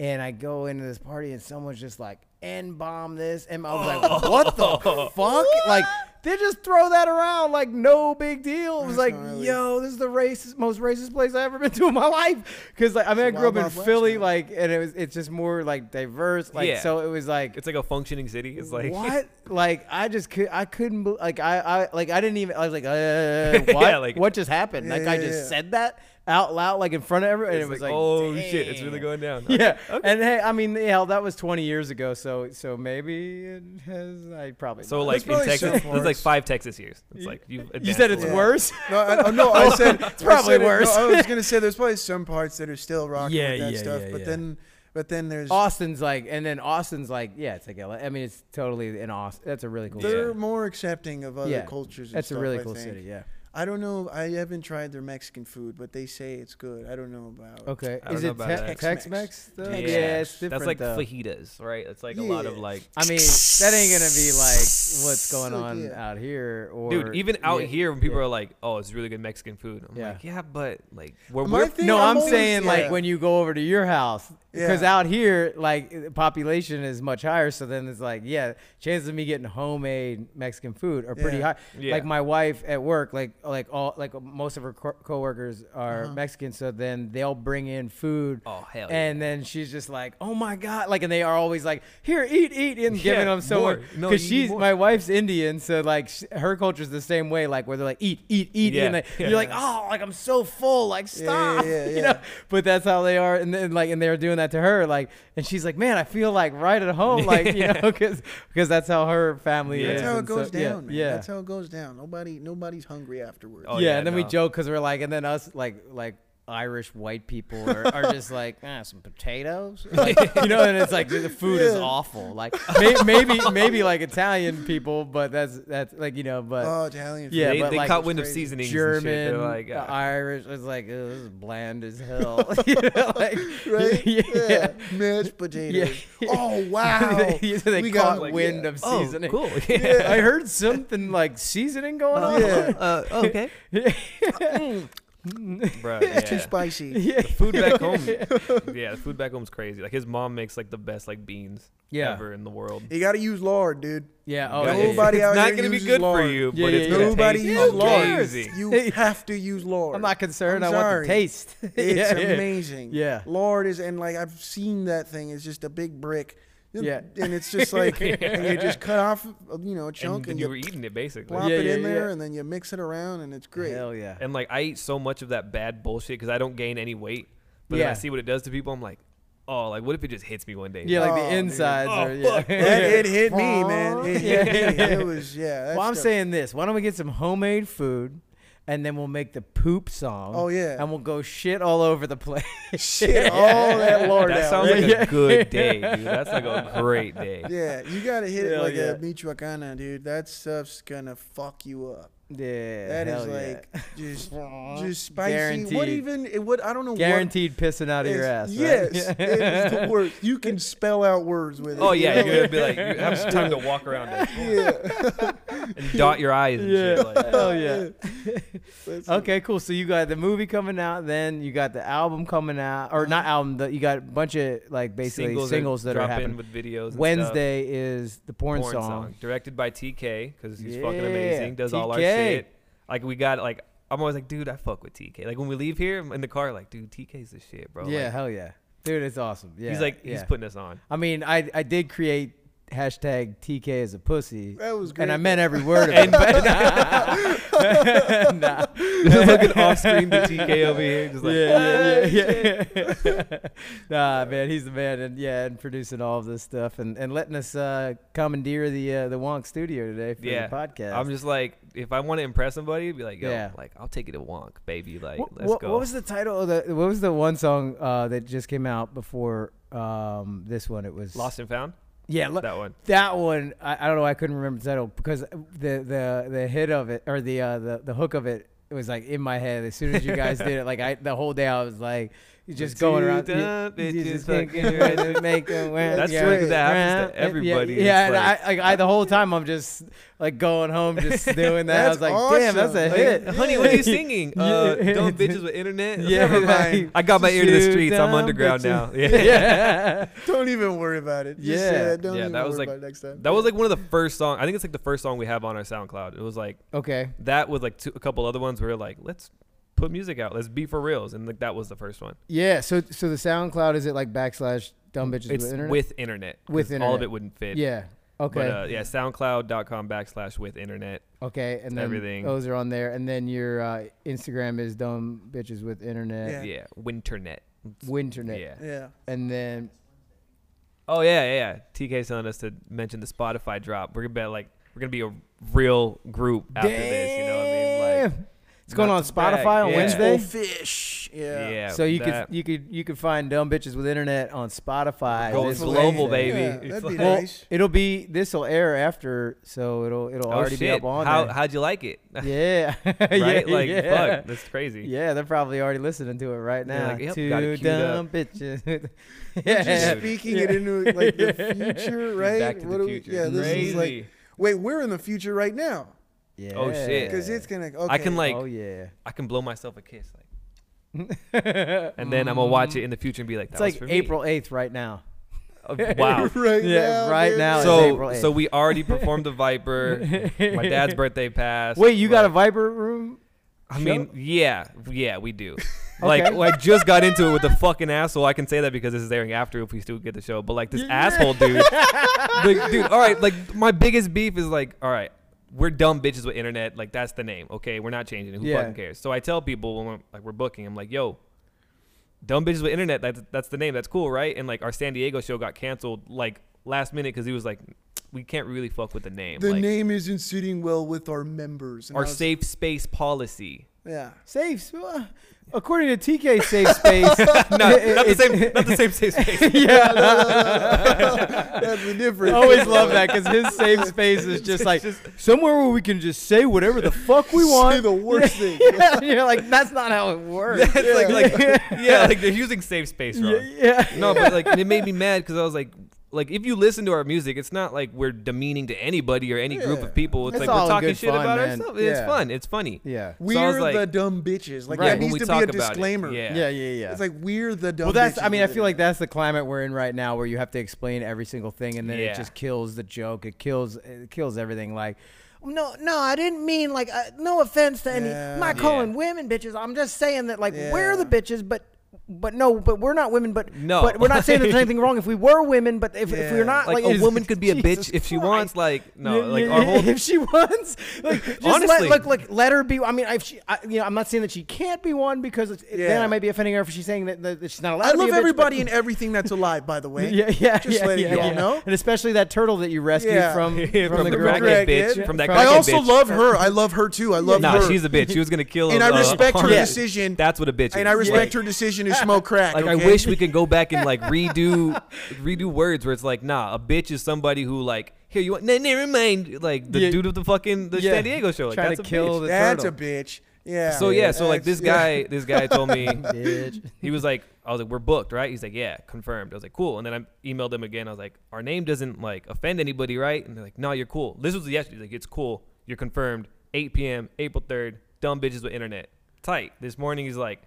S6: and I go into this party, and someone's just like n bomb this, and I was
S4: [LAUGHS]
S6: like, what the fuck? Like they just throw that around like no big deal. It was
S4: That's
S6: like,
S4: gnarly.
S6: yo, this is the racist, most racist place I've ever been to in my life. Because like I mean, I
S4: Wild
S6: grew up in
S4: Wild West,
S6: Philly,
S4: man.
S6: like, and it was it's just more like diverse, like
S5: Yeah.
S6: so it was like
S5: it's like a functioning city. It's like
S6: what? Like I just could I couldn't bel- like I I like I didn't even I was like uh, what
S5: [LAUGHS] Yeah, like-
S6: what just happened?
S4: Yeah,
S6: like I
S4: yeah,
S6: just
S4: yeah.
S6: said that out loud like in front of everyone and
S5: [LAUGHS] it's
S6: it was
S5: like,
S6: like,
S5: oh shit, it's really
S6: damn. [LAUGHS]
S5: going down.
S6: Yeah,
S5: Okay.
S6: and hey, I mean, hell, that was 20 years ago, so so maybe it has. I probably
S5: So
S6: not.
S5: like in
S4: probably
S5: Texas,
S4: so far.
S5: there's like five Texas years. It's like you've
S6: you
S5: advanced
S6: said
S5: a
S6: it's
S5: lot.
S6: worse.
S4: No, I, I- no, I said
S6: It's
S4: I
S6: probably
S4: said it- no,
S6: worse.
S4: I
S6: [LAUGHS]
S4: was gonna say there's probably some parts that are still rocking
S6: Yeah,
S4: with that
S6: yeah,
S4: stuff,
S6: yeah,
S4: but
S6: yeah.
S4: then but then
S6: [LAUGHS]
S4: there's
S6: Austin's like, and then Austin's like, yeah, it's like LA. I mean, it's totally in Austin. That's a really cool.
S4: they're
S6: city.
S4: more accepting of other
S6: Yeah.
S4: cultures. And
S6: That's a
S4: stuff,
S6: really
S4: I
S6: cool
S4: think.
S6: city. Yeah.
S4: I don't know. I haven't tried their Mexican food, but they say it's good. I don't know about.
S6: Okay.
S5: I don't
S6: Is
S5: know
S6: it
S5: about
S6: Tex
S5: that.
S6: Tex-Mex? though? Yeah,
S5: Yeah,
S6: it's different.
S5: That's like
S6: though.
S5: fajitas, right? It's like a lot of
S4: Yeah.
S5: like,
S6: I mean, that ain't gonna be like
S5: [LAUGHS]
S6: what's going
S4: Like,
S6: on
S4: yeah.
S6: out here, or
S5: dude. Even out
S6: Yeah.
S5: here, when people
S6: yeah.
S5: are like, "Oh, it's really good Mexican food," I'm
S6: Yeah. Mm,
S5: like, "Yeah, but like, where
S4: My
S5: we're
S4: thing-
S6: No,
S4: I'm
S6: I'm,
S4: always-
S6: saying like
S4: yeah.
S6: when you go over to your house, because
S4: Yeah.
S6: out here, like the population is much higher. So then it's like, yeah, chances of me getting homemade Mexican food are pretty
S4: Yeah.
S6: high.
S5: Yeah.
S6: Like my wife at work, like like all like most of her co- coworkers are
S4: Uh-huh.
S6: Mexican, so then they'll bring in food.
S5: Oh, hell yeah.
S6: And then she's just like, oh my god, like, and they are always like, here, eat, eat, and giving
S5: Yeah,
S6: them so
S5: more.
S6: much.
S5: No,
S6: Because
S5: you eat
S6: she's
S5: more.
S6: my wife's Indian, so like sh- her culture's the same way, like where they're like, eat, eat, eat,
S5: Yeah.
S6: and like,
S5: Yeah.
S6: you're like, oh, like I'm so full, like stop,
S4: yeah,
S6: [LAUGHS]
S4: yeah,
S6: you
S4: yeah.
S6: know. But that's how they are, and then like, and they were doing that to her, like, and she's like, man, I feel like right at home, like
S4: [LAUGHS]
S6: you know, because because that's how her family
S5: Yeah.
S6: is.
S4: That's how it
S6: and so-
S4: goes down,
S6: yeah,
S4: man.
S6: Yeah.
S4: That's how it goes down. Nobody, nobody's hungry afterwards.
S5: Oh,
S6: yeah,
S5: yeah,
S6: and then we
S5: no.
S6: joke because we're like, and then us like like Irish white people are,
S4: [LAUGHS]
S6: are just like ah, some potatoes, like, you know, and it's like dude, the food is
S4: Yeah.
S6: awful. Like may, maybe maybe like Italian people, but that's that's like you know, but
S4: Oh, Italian. food.
S6: Yeah,
S5: they,
S6: but
S5: they
S6: like-
S5: caught wind of
S4: Crazy.
S5: seasonings and shit.
S6: German,
S5: They're like,
S4: uh,
S6: the
S5: "Ah,
S6: Irish. It's like "Ugh, this is bland as hell. [LAUGHS]
S4: [LAUGHS]
S6: You know, like, [LAUGHS]
S4: right?
S6: Yeah.
S4: yeah.
S6: [LAUGHS]
S4: mashed potatoes. Oh wow,
S6: They- they
S4: We
S6: caught
S4: got, like,
S6: wind
S4: yeah.
S6: of
S5: oh,
S6: seasoning.
S5: cool.
S6: [LAUGHS]
S5: [LAUGHS]
S6: Yeah, I heard something like seasoning going on. [LAUGHS]
S4: [LAUGHS] Yeah.
S5: Uh, okay, bro.
S4: It's too
S5: Yeah.
S4: spicy.
S5: The food
S6: [LAUGHS]
S5: back home, yeah, the food back home's crazy. Like his mom makes like the best like beans
S6: Yeah.
S5: ever in the world.
S4: You gotta use lard, dude.
S6: Yeah. Oh,
S5: Like,
S6: yeah, yeah.
S4: Nobody
S5: it's
S4: out
S5: not
S4: here
S5: gonna be
S4: uses
S5: good for
S4: lard.
S5: you,
S6: Yeah,
S5: but
S6: yeah,
S5: it's
S6: yeah.
S5: gonna
S4: Nobody
S5: taste
S4: uses lard.
S5: amazing.
S6: [LAUGHS]
S4: You have to use lard.
S6: I'm not [LAUGHS] concerned. i
S4: I'm
S6: want
S4: sorry.
S6: the taste. [LAUGHS]
S4: It's
S6: yeah, yeah.
S4: amazing.
S6: Yeah.
S4: lard is, and like I've seen that thing. It's just a big brick.
S6: Yeah.
S4: and
S6: [LAUGHS]
S4: it's just like and you just cut off, you know, a
S5: And
S4: chunk,
S5: then
S4: and,
S5: you were
S4: you
S5: eating it basically.
S4: plop
S6: Yeah,
S4: it
S6: yeah,
S4: in there,
S6: yeah.
S4: and then you mix it around, and it's great.
S6: Hell yeah.
S5: And like I eat so much of that bad bullshit because I don't gain any weight. But then
S6: Yeah.
S5: I see what it does to people. I'm like, oh, like what if it just hits me one day?
S6: Yeah, like
S4: Oh,
S6: the
S4: dude.
S6: insides
S5: Oh,
S6: are. Yeah. [LAUGHS]
S5: fuck.
S4: That, it hit me, man. It hit
S6: Yeah.
S4: me.
S6: [LAUGHS]
S4: It was yeah. that
S6: Well, I'm
S4: stuff-
S6: saying this. Why don't we get some homemade food, and then we'll make the poop song.
S4: Oh, yeah.
S6: and we'll go shit all over the place. [LAUGHS]
S4: shit, all that lard.
S5: that
S4: out.
S5: sounds like
S6: Yeah. [LAUGHS]
S5: a good day, dude. That's like a great day.
S4: Yeah, you gotta hit it
S6: Hell
S4: like
S6: yeah.
S4: a Michoacana, dude. That stuff's gonna fuck you up.
S6: yeah,
S4: That is
S6: hell yeah.
S4: like
S6: [LAUGHS]
S4: just just spicy. What
S6: Guaranteed.
S4: even? it- What I don't know.
S6: guaranteed pissing out
S4: What
S6: of your
S4: is-
S6: ass. right?
S4: Yes, it is the worst. You can spell out words with it.
S5: Oh yeah,
S4: You know,
S5: you're gonna be like, you have some time to walk around it
S4: [LAUGHS] yeah. [LAUGHS]
S5: and dot your eyes and [LAUGHS] shit. Like, that.
S6: Hell yeah.
S4: That's-
S5: "Oh."
S6: Okay, cool. So you got the movie coming out, then you got the album coming out, or not album. The, you got a bunch of like basically singles, that are
S5: dropping
S6: happening.
S5: with videos. and stuff.
S6: Wednesday is the porn,
S5: porn
S6: song.
S5: directed by TK because he's
S6: Yeah,
S5: fucking amazing. Does all our
S6: TK.
S5: shit. Like we got like I'm always like, dude, I fuck with TK. Like when we leave here I'm in the car, like, dude, TK's the shit, bro. Like,
S6: Yeah, hell yeah, dude, it's awesome. Yeah,
S5: he's like he's
S6: yeah.
S5: putting
S6: [LAUGHS]
S5: us on.
S6: I mean, I I did create hashtag TK as a pussy.
S4: That was
S6: And I [LAUGHS]
S5: [LAUGHS]
S4: great.
S6: meant every word of it. but nah. Nah.
S5: Just looking off
S6: [LAUGHS]
S5: screen to TK over here. Just like,
S6: yeah, yeah, yeah, yeah. [LAUGHS] nah, man, he's the man, and yeah, and producing all of this stuff, and, and letting us uh, commandeer the uh, the Wonk Studio today for
S5: Yeah,
S6: the podcast.
S5: I'm just like, if I want to impress somebody, be like, yo,
S6: Yeah.
S5: like I'll take it to Wonk, baby. Like,
S6: what,
S5: let's
S6: what-
S5: go.
S6: what was the title of the? What was the one song uh, that just came out before um, this one? It was
S5: Lost and Found?
S6: Yeah, lo-
S5: That
S6: [LAUGHS]
S5: one. [LAUGHS]
S6: That one, I, I don't know. I couldn't remember the title because the the the hit of it or the uh, the the hook of it, it was like in my head as soon as you guys did it. Like I, the whole day I was like,
S5: [LAUGHS]
S6: you just
S5: The
S6: going
S5: two
S6: around.
S5: dumb
S6: You, you
S5: bitches
S6: just think
S5: fucking
S6: you're gonna
S5: around.
S6: make
S5: [LAUGHS]
S6: 'em wear
S5: That's
S6: the
S5: true, 'cause that
S6: underwear.
S5: happens to
S6: Yeah,
S5: everybody.
S6: Yeah,
S5: It's
S6: yeah and
S5: like-
S6: I, like I the whole time I'm just like going home,
S5: [LAUGHS]
S6: just doing that. I
S4: That's
S6: was like, damn, that's a
S4: awesome.
S6: hit.
S4: Like,
S5: Honey, what
S6: [LAUGHS]
S5: are you singing?
S6: Yeah.
S5: Uh, dumb bitches with internet. [LAUGHS]
S6: Yeah,
S4: Never mind.
S6: like,
S5: I got my ear to
S6: "You
S5: the streets. I'm
S6: dumb
S5: underground now.
S6: [LAUGHS]
S5: [LAUGHS]
S6: bitches." yeah.
S5: Yeah.
S4: Don't even worry about it. Just
S6: Yeah.
S4: say that. Don't
S5: Yeah,
S4: even
S5: that was
S4: worry
S5: like-
S4: about it next time.
S5: That was like one of the first song. I think it's like the first song we have on our SoundCloud. It was like
S6: [LAUGHS] Okay.
S5: that with like two, a couple other ones. where we were like, let's put music out. Let's be for reals. And like that was the first one.
S6: Yeah. So so the SoundCloud is it like backslash dumb bitches
S5: it's
S6: with internet?
S5: with internet. 'cause
S6: With
S5: all of
S6: internet.
S5: it wouldn't fit.
S6: yeah. Okay.
S5: But uh, yeah, SoundCloud.com backslash with internet.
S6: okay. And then
S5: uh, everything.
S6: those are on there. And then your uh, Instagram is dumb bitches with
S5: Yeah,
S6: internet.
S5: winternet.
S6: Winternet.
S5: Yeah.
S4: yeah.
S6: And then
S5: Oh yeah, yeah, yeah. TK's telling us to mention the Spotify drop. We're gonna be like, we're gonna be a real group after this. You know what I mean? Like,
S6: Damn! it's going
S5: not
S6: on
S5: to brag.
S6: Spotify on
S5: Yeah.
S6: Wednesday.
S4: fish.
S5: yeah.
S4: Yeah.
S6: so you
S5: that-
S6: could you could you could find dumb bitches with internet on Spotify.
S5: Going
S6: this
S5: global,
S6: Wednesday.
S5: baby.
S4: Yeah,
S5: It's
S4: that'd
S5: like-
S4: be
S6: Well,
S4: nice.
S6: it'll be this will air after, so it'll it'll
S5: oh,
S6: already
S5: shit.
S6: be up on
S5: How
S6: there.
S5: how'd you like it? [LAUGHS]
S6: yeah, [LAUGHS]
S5: right?
S6: yeah,
S5: like
S6: yeah.
S5: fuck, that's crazy.
S6: Yeah, they're probably already listening to it right
S5: They're
S6: now.
S5: like, yep, got
S6: Two
S5: it queued up.
S6: dumb bitches. [LAUGHS]
S4: We're just
S6: yeah.
S4: speaking it into like
S5: [LAUGHS]
S4: the future, right?
S5: Back to
S4: What
S5: the
S4: do we-
S5: future.
S4: yeah, this
S5: crazy.
S4: is like wait, we're in the future right now
S6: yeah.
S5: Oh, shit.
S4: because it's gonna. Okay.
S5: I
S4: [LAUGHS]
S5: can like,
S6: oh yeah.
S5: I can blow myself a kiss, like,
S6: it's
S4: Mm.
S5: and then I'm
S6: [LAUGHS]
S5: gonna watch it in the future and be like, that was
S6: like
S5: for me.
S6: April eighth right now. [LAUGHS]
S5: Oh, wow.
S4: right
S6: Yeah,
S4: now.
S6: right
S4: dude.
S6: now it's April
S5: so
S6: 8th.
S5: so we already performed
S6: [LAUGHS]
S5: the Viper. My dad's birthday passed.
S6: Wait, you got a
S5: Like,
S6: Viper room?
S5: I mean, yeah, yeah, we
S4: [LAUGHS]
S5: do.
S6: Okay.
S5: Like, I just got into it with the fucking asshole. I can say that because this is airing after if we still get the show. But like this asshole dude,
S4: [LAUGHS]
S5: like, dude. All right, like my biggest beef is like, all right, we're dumb bitches with internet. Like that's the name. Okay, we're not changing it. Who
S6: Yeah.
S5: fucking cares? So I tell people when we're, like we're booking, I'm like, yo, dumb bitches with internet. That's that's the name. That's cool, right? And like our San Diego show got canceled like last minute because he was like, we can't really fuck with the name.
S4: The
S5: like,
S4: name isn't sitting well with our members. And
S5: Our
S4: I was-
S5: safe space policy.
S4: Yeah.
S6: Safe. s- uh, According to TK, safe
S5: [LAUGHS]
S6: space.
S5: no, not the same. Not the same safe
S4: [LAUGHS]
S5: space. [LAUGHS]
S4: That's the
S6: I
S4: difference.
S6: always love that
S4: [LAUGHS]
S6: because his safe space is just like somewhere where we can just say whatever the fuck we
S4: Say
S5: [LAUGHS]
S6: want.
S4: the [LAUGHS] worst thing.
S6: yeah, [LAUGHS] you're like, that's not how it works.
S5: It's like, like, yeah, like they're using safe space wrong.
S6: yeah.
S5: No, but like it made me mad because I was like, like if you listen to our music, it's not like we're demeaning to anybody or any group
S4: Yeah.
S5: of people. It's,
S6: It's
S5: like
S6: all
S5: we're
S6: in
S5: talking
S6: good
S5: shit
S6: fun,
S5: about
S6: man.
S5: ourselves. It's
S6: Yeah.
S5: fun. It's funny.
S6: Yeah.
S4: We're
S5: I was like-
S4: the dumb bitches. Like
S6: Right.
S4: that
S5: When
S4: needs
S5: we
S4: to
S5: talk
S4: be a
S5: about it,
S4: disclaimer.
S5: yeah.
S6: Yeah, yeah, yeah.
S4: It's like we're the dumb.
S6: well, that's.
S4: bitches
S6: I mean, I
S4: with
S6: feel
S4: it.
S6: like that's the climate we're in right now, where you have to explain every single thing, and then
S5: Yeah.
S6: it just kills the joke. It kills. It kills everything. Like, no, no, I didn't mean like. Uh, no offense to any.
S4: Yeah.
S6: I'm not
S5: Yeah.
S6: calling women bitches. I'm just saying that like we're
S4: Yeah.
S6: the bitches, but. But no, but we're not women. But
S5: No.
S6: but we're not saying
S5: [LAUGHS]
S6: there's anything wrong if we were women. But if, if
S4: Yeah.
S6: we're not,
S5: Like,
S6: like,
S5: a
S6: it's-
S5: woman could be a
S6: [LAUGHS]
S5: bitch
S6: Jesus
S5: if she
S6: Christ.
S5: wants. Like no,
S6: Yeah,
S5: like
S6: yeah,
S5: our
S6: yeah. [LAUGHS]
S5: whole
S6: if she wants, like just
S5: Honestly.
S6: let, like, like let her be. I mean, if she, I, you know, I'm not saying that she can't be one because it's, it- then
S4: Yeah.
S6: I might be offending her if she's saying that, that, that she's not allowed.
S4: [LAUGHS] I
S6: to
S4: love
S6: be a bitch, [LAUGHS]
S4: everybody
S6: but-
S4: and everything that's alive.
S5: [LAUGHS]
S4: By the way.
S6: yeah, yeah,
S4: Just
S6: yeah,
S4: letting
S6: yeah,
S4: y'all
S6: yeah.
S4: know.
S6: and especially that turtle that you rescued
S4: Yeah.
S5: [LAUGHS]
S6: from, from,
S5: from,
S6: the,
S5: the,
S6: girl.
S4: crack-
S5: crackhead
S4: crackhead.
S5: bitch, from that
S6: From-
S4: I
S5: crackhead
S4: also
S5: bitch.
S4: love her. I love her too. I love
S5: Nah,
S4: her.
S5: she's a bitch. She was gonna kill.
S4: and I
S5: uh,
S4: respect her
S5: Arnold.
S4: decision.
S5: That's what a bitch is.
S4: and I respect
S5: Like-
S4: her decision to smoke crack.
S5: Like
S4: okay?
S5: I wish we could go back and like redo [LAUGHS] redo words where it's like, nah, a bitch is somebody who like here you want nah, never mind like the
S6: Yeah.
S5: dude of the fucking the
S6: Yeah.
S5: San Diego show. Like
S6: Trying
S5: that's
S6: to
S5: a
S6: kill
S5: bitch.
S6: the
S4: That's a
S6: turtle.
S4: bitch. Yeah.
S5: So yeah, so like this
S4: That's- yeah.
S5: guy this guy told
S6: [LAUGHS]
S5: me
S6: bitch.
S5: he was like I was like, We're booked, right? He's like, Yeah, confirmed. I was like, Cool. And then I emailed him again. I was like, Our name doesn't like offend anybody, right? And they're like, No, you're cool. This was yesterday. He's like, it's cool. You're confirmed. Eight PM, April third, dumb bitches with internet. Tight. This morning he's like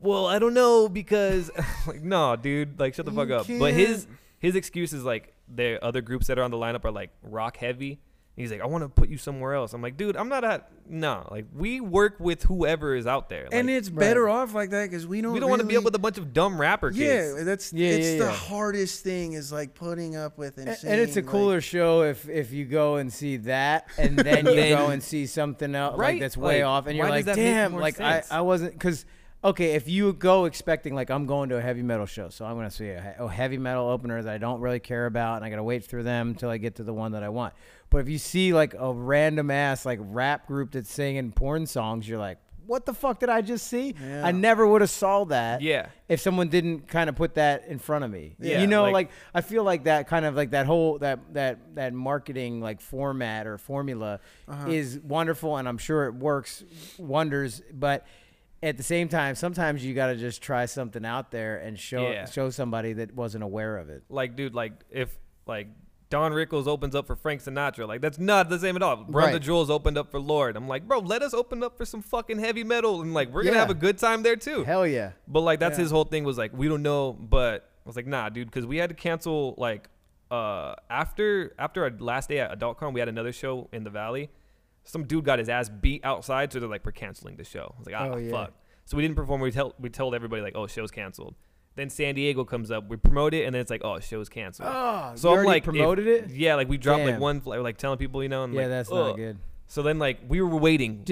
S5: well, I don't know because [LAUGHS] like no, dude, like shut the fuck up. But his his excuse is like the other groups that are on the lineup are like rock heavy. And He's like, I want to put you somewhere else. I'm like, dude, I'm not at no. Like we work with whoever is out there. Like,
S4: and it's better off like that because we don't.
S5: we don't want to be
S4: really-
S5: up with a bunch of dumb rapper kids.
S4: Yeah, that's
S6: Yeah,
S4: it's
S6: yeah,
S4: the
S6: yeah.
S4: hardest thing is like putting up with and,
S6: A- And it's a
S4: seeing,
S6: cooler
S4: like-
S6: show if if you go and see that,
S5: [LAUGHS]
S6: and then you
S5: Then-
S6: go and see something else
S5: Right?
S6: like that's way
S5: Like,
S6: off, and you're
S5: why does
S6: like,
S5: that make
S6: damn,
S5: more
S6: like I,
S5: sense?
S6: I wasn't because okay, if you go expecting like I'm going to a heavy metal show, so I'm gonna see a, he- a heavy metal opener that I don't really care about, and I gotta wait through them until I get to the one that I want. But if you see like a random ass like rap group that's singing porn songs, you're like. What the fuck did I just see?
S4: Yeah.
S6: I never would have saw that
S5: Yeah.
S6: if someone didn't kind of put that in front of me.
S5: Yeah,
S6: you know,
S5: like-
S6: like I feel like that kind of like that whole that that that marketing like format or formula
S5: Uh-huh.
S6: is wonderful, and I'm sure it works wonders. But at the same time, sometimes you got to just try something out there and show
S5: Yeah.
S6: show somebody that wasn't aware of it.
S5: Like, dude, like if like Don Rickles opens up for Frank Sinatra, like that's not the same at all. Run the
S6: Right.
S5: Jewels opened up for Lord. I'm like, bro, let us open up for some fucking heavy metal, and like we're gonna
S6: Yeah.
S5: have a good time there too.
S6: Hell yeah!
S5: But like that's his whole thing was like we don't know, but I was like nah, dude, because we had to cancel like uh after after our last day at AdultCon, we had another show in the Valley. Some dude got his ass beat outside, so they're like we're canceling the show. I was like ah
S6: Oh, yeah.
S5: fuck. So we didn't perform. We told we told everybody like oh show's canceled. Then San Diego comes up, we promote it, and then it's like oh show's canceled.
S6: Oh,
S5: so
S6: you
S5: I'm
S6: already
S5: like if-
S6: promoted it?
S5: Yeah, like we dropped like
S6: Damn.
S5: one fl- like telling people you know. And
S6: Yeah,
S5: like,
S6: that's not
S5: ugh.
S6: good.
S5: So then like we were waiting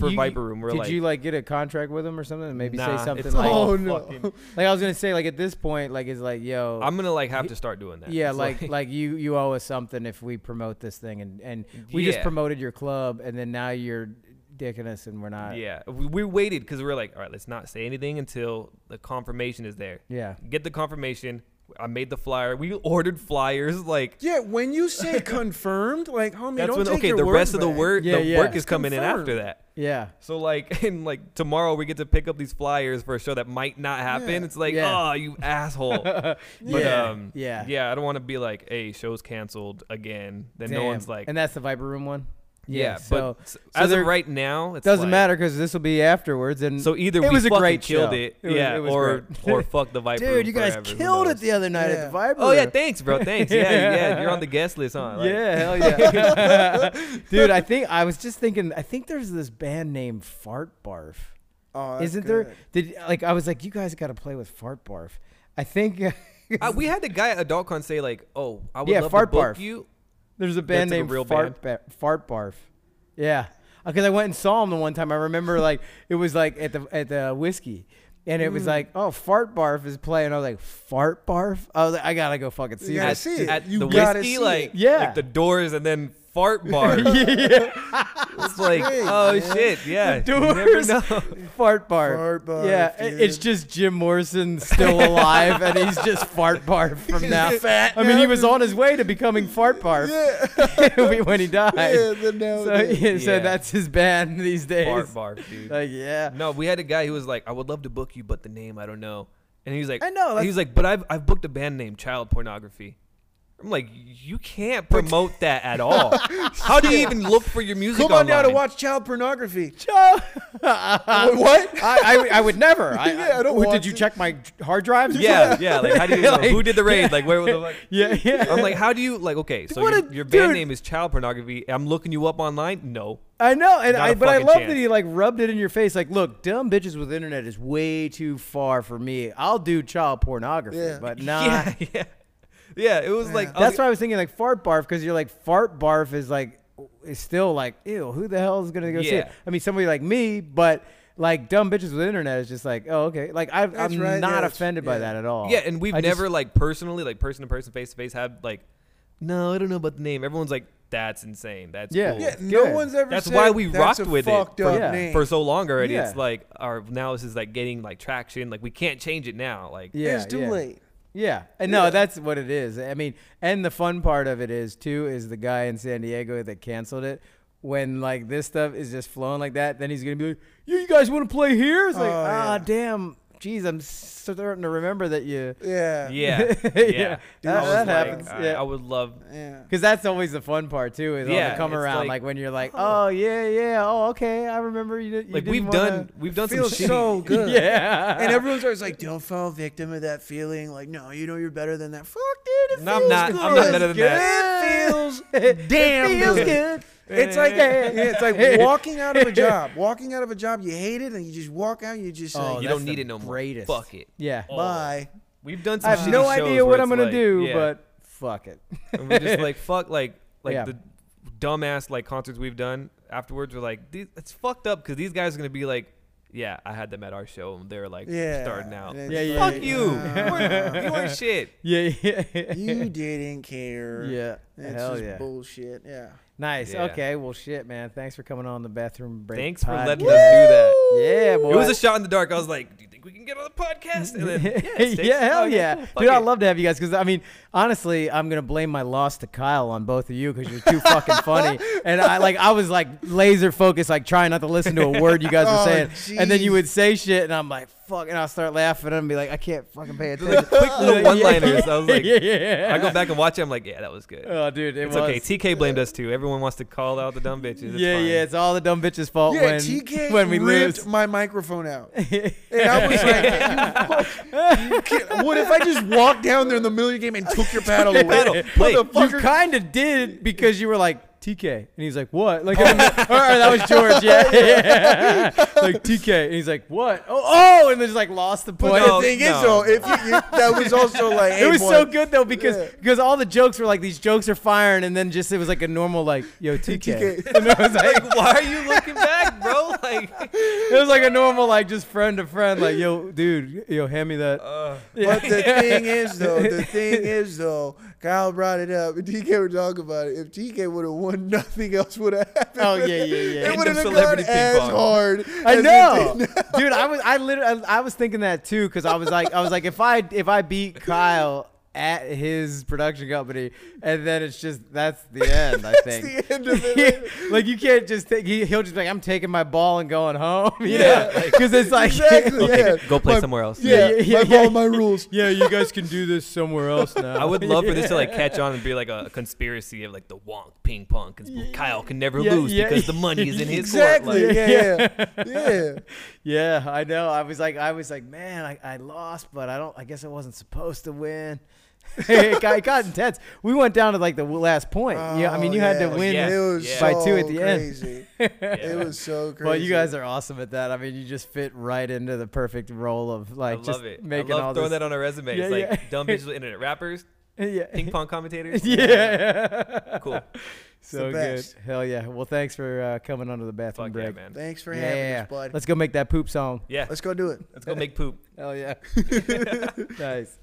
S5: for
S6: you-
S5: Viper Room. We're
S6: did
S5: like
S6: you like get a contract with them or something? And maybe
S5: Nah,
S6: say something
S5: it's
S6: like,
S5: all Oh, no. fucking-
S6: [LAUGHS] like I was gonna say, like at this point, like it's like, yo,
S5: I'm gonna like have to start doing that.
S6: Yeah,
S5: It's
S6: like like you you owe us something if we promote this thing and and we just
S5: Yeah.
S6: promoted your club and then now you're dicking us and we're not.
S5: Yeah, we, we waited because we were like, all right, let's not say anything until the confirmation is there.
S6: Yeah.
S5: Get the confirmation. I made the flyer. We ordered flyers. Like
S4: [LAUGHS] Yeah, when
S6: [LAUGHS]
S4: you say confirmed, like homie,
S5: that's
S4: don't
S5: when
S4: take
S5: okay,
S4: your
S5: the
S4: word
S5: rest of the
S4: back.
S5: work,
S6: Yeah,
S5: the
S6: yeah.
S5: work is
S6: It's
S5: coming in after
S4: confirmed.
S5: that.
S6: Yeah.
S5: So like, [LAUGHS] and like tomorrow we get to pick up these flyers for a show that might not happen.
S4: Yeah.
S5: It's like,
S6: Yeah.
S5: oh, you
S6: [LAUGHS]
S5: asshole. but
S6: Yeah.
S5: um,
S6: Yeah.
S5: yeah, I don't want to be like, hey, show's canceled again. Then no one's
S6: Damn.
S5: like,
S6: And that's the Viper Room one.
S5: yeah.
S6: so
S5: but
S6: so
S5: as
S6: there-
S5: of right now, it
S6: doesn't matter because this will be afterwards and
S5: So either
S6: it
S5: we
S6: was a
S5: fucking
S6: great
S5: killed
S6: show.
S5: it,
S6: was-
S5: yeah,
S6: was
S5: or
S6: great.
S5: or fuck the Viper.
S6: dude, you guys
S5: forever, who
S6: killed it
S5: knows?
S6: the other night at the
S4: Yeah.
S6: Viper.
S5: Oh yeah,
S6: Room.
S5: thanks, bro.
S6: [LAUGHS]
S5: Thanks. Yeah, yeah. You're on the guest list, huh? Like,
S6: yeah, [LAUGHS] hell yeah, dude. I think I was just thinking. I think there's this band named Fart Barf.
S4: Oh, that's
S6: Isn't
S4: good.
S6: there? Did like I was like, you guys got to play with fart barf. I think [LAUGHS]
S5: I, we had the guy at AdultCon say like, "Oh, I would
S6: Yeah,
S5: love
S6: Fart
S5: to book
S6: Barf.
S5: you."
S6: there's a band
S5: That's like a
S6: named
S5: real
S6: fart Ba- fart barf. Yeah, because I went and saw him the one time. I remember like it was like at the at the whiskey. And it was
S4: Mm.
S6: like, oh, fart barf is playing. I was like, fart barf. I was like, I gotta go fucking see
S4: You gotta
S6: that. [LAUGHS]
S5: At,
S4: see it.
S5: at
S4: You
S5: the
S4: gotta
S5: whiskey,
S4: see
S5: like
S4: it.
S6: Yeah.
S5: like the doors, and then
S6: [LAUGHS]
S5: fart bar. It's like,
S4: great,
S5: oh
S4: man.
S5: shit, yeah.
S6: The
S5: you never
S6: Doors.
S5: know.
S6: Fart barf.
S4: Fart barf,
S6: Yeah, i- it's
S4: dude.
S6: just Jim Morrison still alive, and he's just fart barf from now.
S4: fat
S6: [LAUGHS] I mean,
S4: now,
S6: he was on his way to becoming fart barf [LAUGHS] when he died.
S4: [LAUGHS] Yeah, the now
S6: so,
S4: it is.
S6: yeah, so
S5: Yeah.
S6: that's his band these days.
S5: Fart barf, dude.
S6: Like, yeah.
S5: No, we had a guy who was like, I would love to book you, but the name I don't know. And he's like,
S6: I know, that's-
S5: He's like, but I've I've booked a band named Child Pornography. I'm like, you can't promote that at all. How do you even look for your music?
S4: Come on down to
S5: online?
S4: watch child pornography.
S5: [LAUGHS]
S6: Joe.
S4: what?
S6: I, I, I would never. I,
S4: Yeah, I don't
S6: Did
S4: want
S6: you
S4: to.
S6: check my hard drives?
S5: Yeah, yeah. Like,
S6: [LAUGHS]
S5: how do you? know? who did the raid? Like, where were the? Like, [LAUGHS]
S6: yeah, yeah.
S5: I'm like, how do you? Like, okay, so
S6: What
S5: your,
S6: a-
S5: your band
S6: dude.
S5: name is Child Pornography. I'm looking you up online. No,
S6: I know, and
S5: Not
S6: I,
S5: a
S6: but I
S5: fucking
S6: love
S5: chance.
S6: that he like rubbed it in your face. Like, look, dumb bitches with internet is way too far for me. I'll do child pornography,
S4: Yeah.
S5: [LAUGHS]
S6: but nah.
S5: Yeah, yeah, yeah. It was like I was
S6: That's why I was thinking like fart barf because you're like fart barf is like is still like ew. Who the hell is gonna go see it?
S5: Yeah.
S6: I mean, somebody like me, but like dumb bitches with internet is just like oh okay. Like I,
S4: That's
S6: I'm
S4: right, yeah,
S6: not
S4: that's-
S6: offended by
S4: yeah.
S6: that at all.
S5: Yeah, and we've
S6: I just-
S5: never like personally, like person to person, face to face, had like, no, I don't know about the name. Everyone's like, that's insane. That's
S6: Yeah.
S5: cool.
S4: Yeah,
S6: It's
S4: no
S6: good.
S4: one's ever.
S5: That's
S4: said
S5: why we
S4: that's
S5: rocked
S4: a
S5: with it
S4: fucked
S5: for-
S4: Up
S6: Yeah.
S4: name.
S5: For so long already,
S6: Yeah.
S5: it's like our now this is like getting like traction. Like we can't change it now. Like
S6: yeah,
S4: it's too
S6: yeah.
S4: late.
S6: Yeah, and no, that's what it is. I mean, and the fun part of it is too is the guy in San Diego that canceled it. When like this stuff is just flowing like that, then he's gonna be like, "You, you guys want to play here?" It's like,
S4: Oh,
S6: ah,
S4: yeah.
S6: damn, geez, I'm starting to remember that you.
S4: Yeah.
S5: yeah, yeah.
S6: [LAUGHS] Yeah.
S5: I
S6: That-
S5: was
S6: that
S5: like,
S6: happens,
S5: I-
S6: yeah.
S5: I would love.
S4: Yeah.
S6: Because that's always the fun part too, is all
S5: Yeah,
S6: the come
S5: it's
S6: around,
S5: like,
S6: like, when you're like, oh yeah, yeah, oh okay, I remember you. did- you
S5: Like
S6: didn't
S5: we've
S6: wanna-
S5: done, we've done some
S4: Feels
S5: shitty. [LAUGHS]
S4: so
S6: [LAUGHS]
S4: good.
S6: yeah,
S4: And everyone's always like, "Don't fall victim of that feeling." Like, no, you know you're better than that. Fuck, dude.
S5: No, [LAUGHS] I'm not. I'm not better than that.
S6: [LAUGHS]
S4: It feels damn
S6: feels
S4: good.
S6: good.
S4: It's like yeah,
S6: [LAUGHS]
S4: it's like walking out of a job. Walking out of a job, you hate it, and you just walk out. You just say,
S6: Oh,
S5: You
S6: that's
S5: don't
S6: the
S5: need it no more.
S6: greatest.
S5: Fuck it.
S6: Yeah.
S4: "Bye."
S5: We've done some.
S6: I have
S5: shitty
S6: no
S5: shows
S6: idea
S5: where
S6: what I'm
S5: it's
S6: gonna
S5: like-
S6: do,
S5: yeah.
S6: but fuck it.
S5: and we're just like fuck like like
S6: Yeah.
S5: the dumbass like concerts we've done afterwards we're like these, it's fucked up because these guys are gonna be like yeah i had them at our show and they're like
S4: Yeah,
S5: starting out
S4: And
S6: Yeah,
S4: it's
S6: yeah,
S5: fuck
S6: [LAUGHS]
S4: like,
S5: you you, weren't, you weren't shit
S6: [LAUGHS] yeah, yeah. [LAUGHS]
S4: "Nah, you didn't care.
S6: Yeah.
S4: it's
S6: Hell
S4: just
S6: yeah.
S4: bullshit. Yeah,
S6: Nice.
S5: Yeah.
S6: Okay. Well, shit, man. Thanks for coming on the bathroom break.
S5: thanks for
S6: podcast.
S5: letting us do that
S6: Yeah, boy.
S5: it was a shot in the dark i was like do you think we can get on the podcast
S6: [LAUGHS]
S5: and then yeah, it's taken.
S6: yeah, hell
S5: Okay,
S6: yeah,
S5: cool. Fuck
S6: dude! I
S5: it.
S6: love to have you guys because I mean, honestly, I'm gonna blame my loss to Kyle on both of you because you're too
S5: [LAUGHS]
S6: fucking funny. And I like, I was like laser focused, like trying not to listen to a word you
S5: [LAUGHS]
S6: guys were
S4: Oh,
S6: saying, and then you
S4: jeez.
S6: would say shit, and I'm like, fuck, and I'll start laughing and be like, I can't fucking pay
S5: They're [LAUGHS] like
S6: attention.
S5: quick
S6: [LAUGHS]
S5: little
S6: Yeah, yeah,
S5: one-liners. I was like,
S6: [LAUGHS] yeah, yeah.
S5: I go back and watch it. I'm like, yeah, that was good.
S6: Oh, dude, it
S5: it's
S6: was.
S5: okay. TK blamed us too. Everyone wants to call out the dumb bitches. It's
S6: yeah,
S5: fine.
S6: yeah, it's all the dumb bitch's fault
S4: yeah.
S6: when [LAUGHS]
S4: TK
S6: when we
S4: ripped
S6: lose.
S4: my
S6: [LAUGHS]
S4: microphone out, and I was like, you, fuck- you can't- "What if I just walked down there in the middle of your game
S6: [LAUGHS]
S4: and took your paddle away?"
S5: Paddle, play.
S6: You kind of did because you were like TK, and he's like, "What?"
S4: Oh.
S6: Like, [LAUGHS] in the mi- or, or that was George, yeah, yeah. [LAUGHS] like TK, and he's like, "What?" Oh, oh, and then just like lost the point.
S4: But
S5: No,
S4: the thing is,
S5: no.
S4: though, if you, you, that was also
S6: [LAUGHS]
S4: like,
S6: It
S4: "Hey,
S6: was
S4: boy,
S6: so good though because
S4: Yeah.
S6: because all the jokes were like these jokes are firing, and then just it was like a normal like,
S4: [LAUGHS]
S6: "Yo, TK,",
S4: TK.
S6: [LAUGHS] and it was like
S5: [LAUGHS] Like, why are you looking back, bro? Like,
S6: [LAUGHS]
S5: [LAUGHS]
S6: it was like a normal like just friend to friend like, "Yo, dude, yo, hand me that."
S5: uh,
S6: [LAUGHS]
S4: But the thing is, though, the thing is, though, Kyle brought it up. and TK were talking about it. If TK would have won, nothing else would have happened.
S6: Oh, yeah, yeah, yeah.
S4: It
S6: End
S4: would
S5: of
S4: have gone
S5: celebrity ping
S4: as
S5: pong.
S4: hard.
S6: I
S4: as it
S6: know,
S4: did. [LAUGHS]
S6: dude. I was, I literally, I was thinking that too, because I was like, I was like, if I, if I beat Kyle at his production company, and then it's just that's
S4: [LAUGHS]
S6: the end. I think.
S4: the end
S6: [LAUGHS]
S4: of it.
S6: like you can't just think he, he'll just be like, I'm taking my ball and going home. [LAUGHS] Yeah, because it's like,
S4: Exactly.
S5: okay,
S4: yeah.
S5: go play
S4: My-
S5: somewhere else.
S4: Yeah,
S6: Yeah, yeah,
S4: my
S6: yeah.
S4: ball, my rules.
S6: [LAUGHS] yeah, you guys can do this somewhere else now.
S5: I would love for this to like catch on and be like a conspiracy of like the wonk ping pong because Kyle can
S6: [LAUGHS]
S5: never
S6: Yeah,
S5: lose
S6: yeah,
S5: because the
S6: [LAUGHS]
S5: money is in his
S4: Exactly.
S5: court. Like,
S4: yeah, yeah, yeah.
S6: Yeah, I know. I was like, I was like, man, I, I lost, but I don't. I guess I wasn't supposed to win. [LAUGHS] it, got, it got intense. We went down to like the last point. yeah, I mean,
S4: Oh,
S6: you had to
S4: yeah.
S6: win.
S5: yeah.
S4: It was
S5: Yeah.
S6: by
S4: so
S6: two at the end.
S4: crazy.
S5: Yeah.
S4: It was so
S6: [LAUGHS]
S4: crazy.
S6: But you guys are awesome at that. I mean, you just fit right into the perfect role of
S5: I
S6: like
S5: love
S6: just
S5: it.
S6: making
S5: I love
S6: all
S5: throwing
S6: this.
S5: that on a resume. it's
S6: Yeah,
S5: like
S6: yeah. [LAUGHS]
S5: dumb bitches with internet rappers,
S6: yeah.
S5: ping
S6: [LAUGHS]
S5: pong commentators.
S6: yeah. [LAUGHS]
S5: Cool.
S6: so
S4: the
S6: good.
S4: best.
S6: Hell yeah. Well, thanks for uh, coming onto the bathroom
S5: Fuck yeah,
S6: break.
S5: man.
S4: Thanks for having
S6: yeah.
S4: us, bud.
S6: Let's go make that poop song.
S5: Yeah,
S4: Let's go do it. [LAUGHS]
S5: let's go make poop.
S6: Hell yeah. [LAUGHS] nice.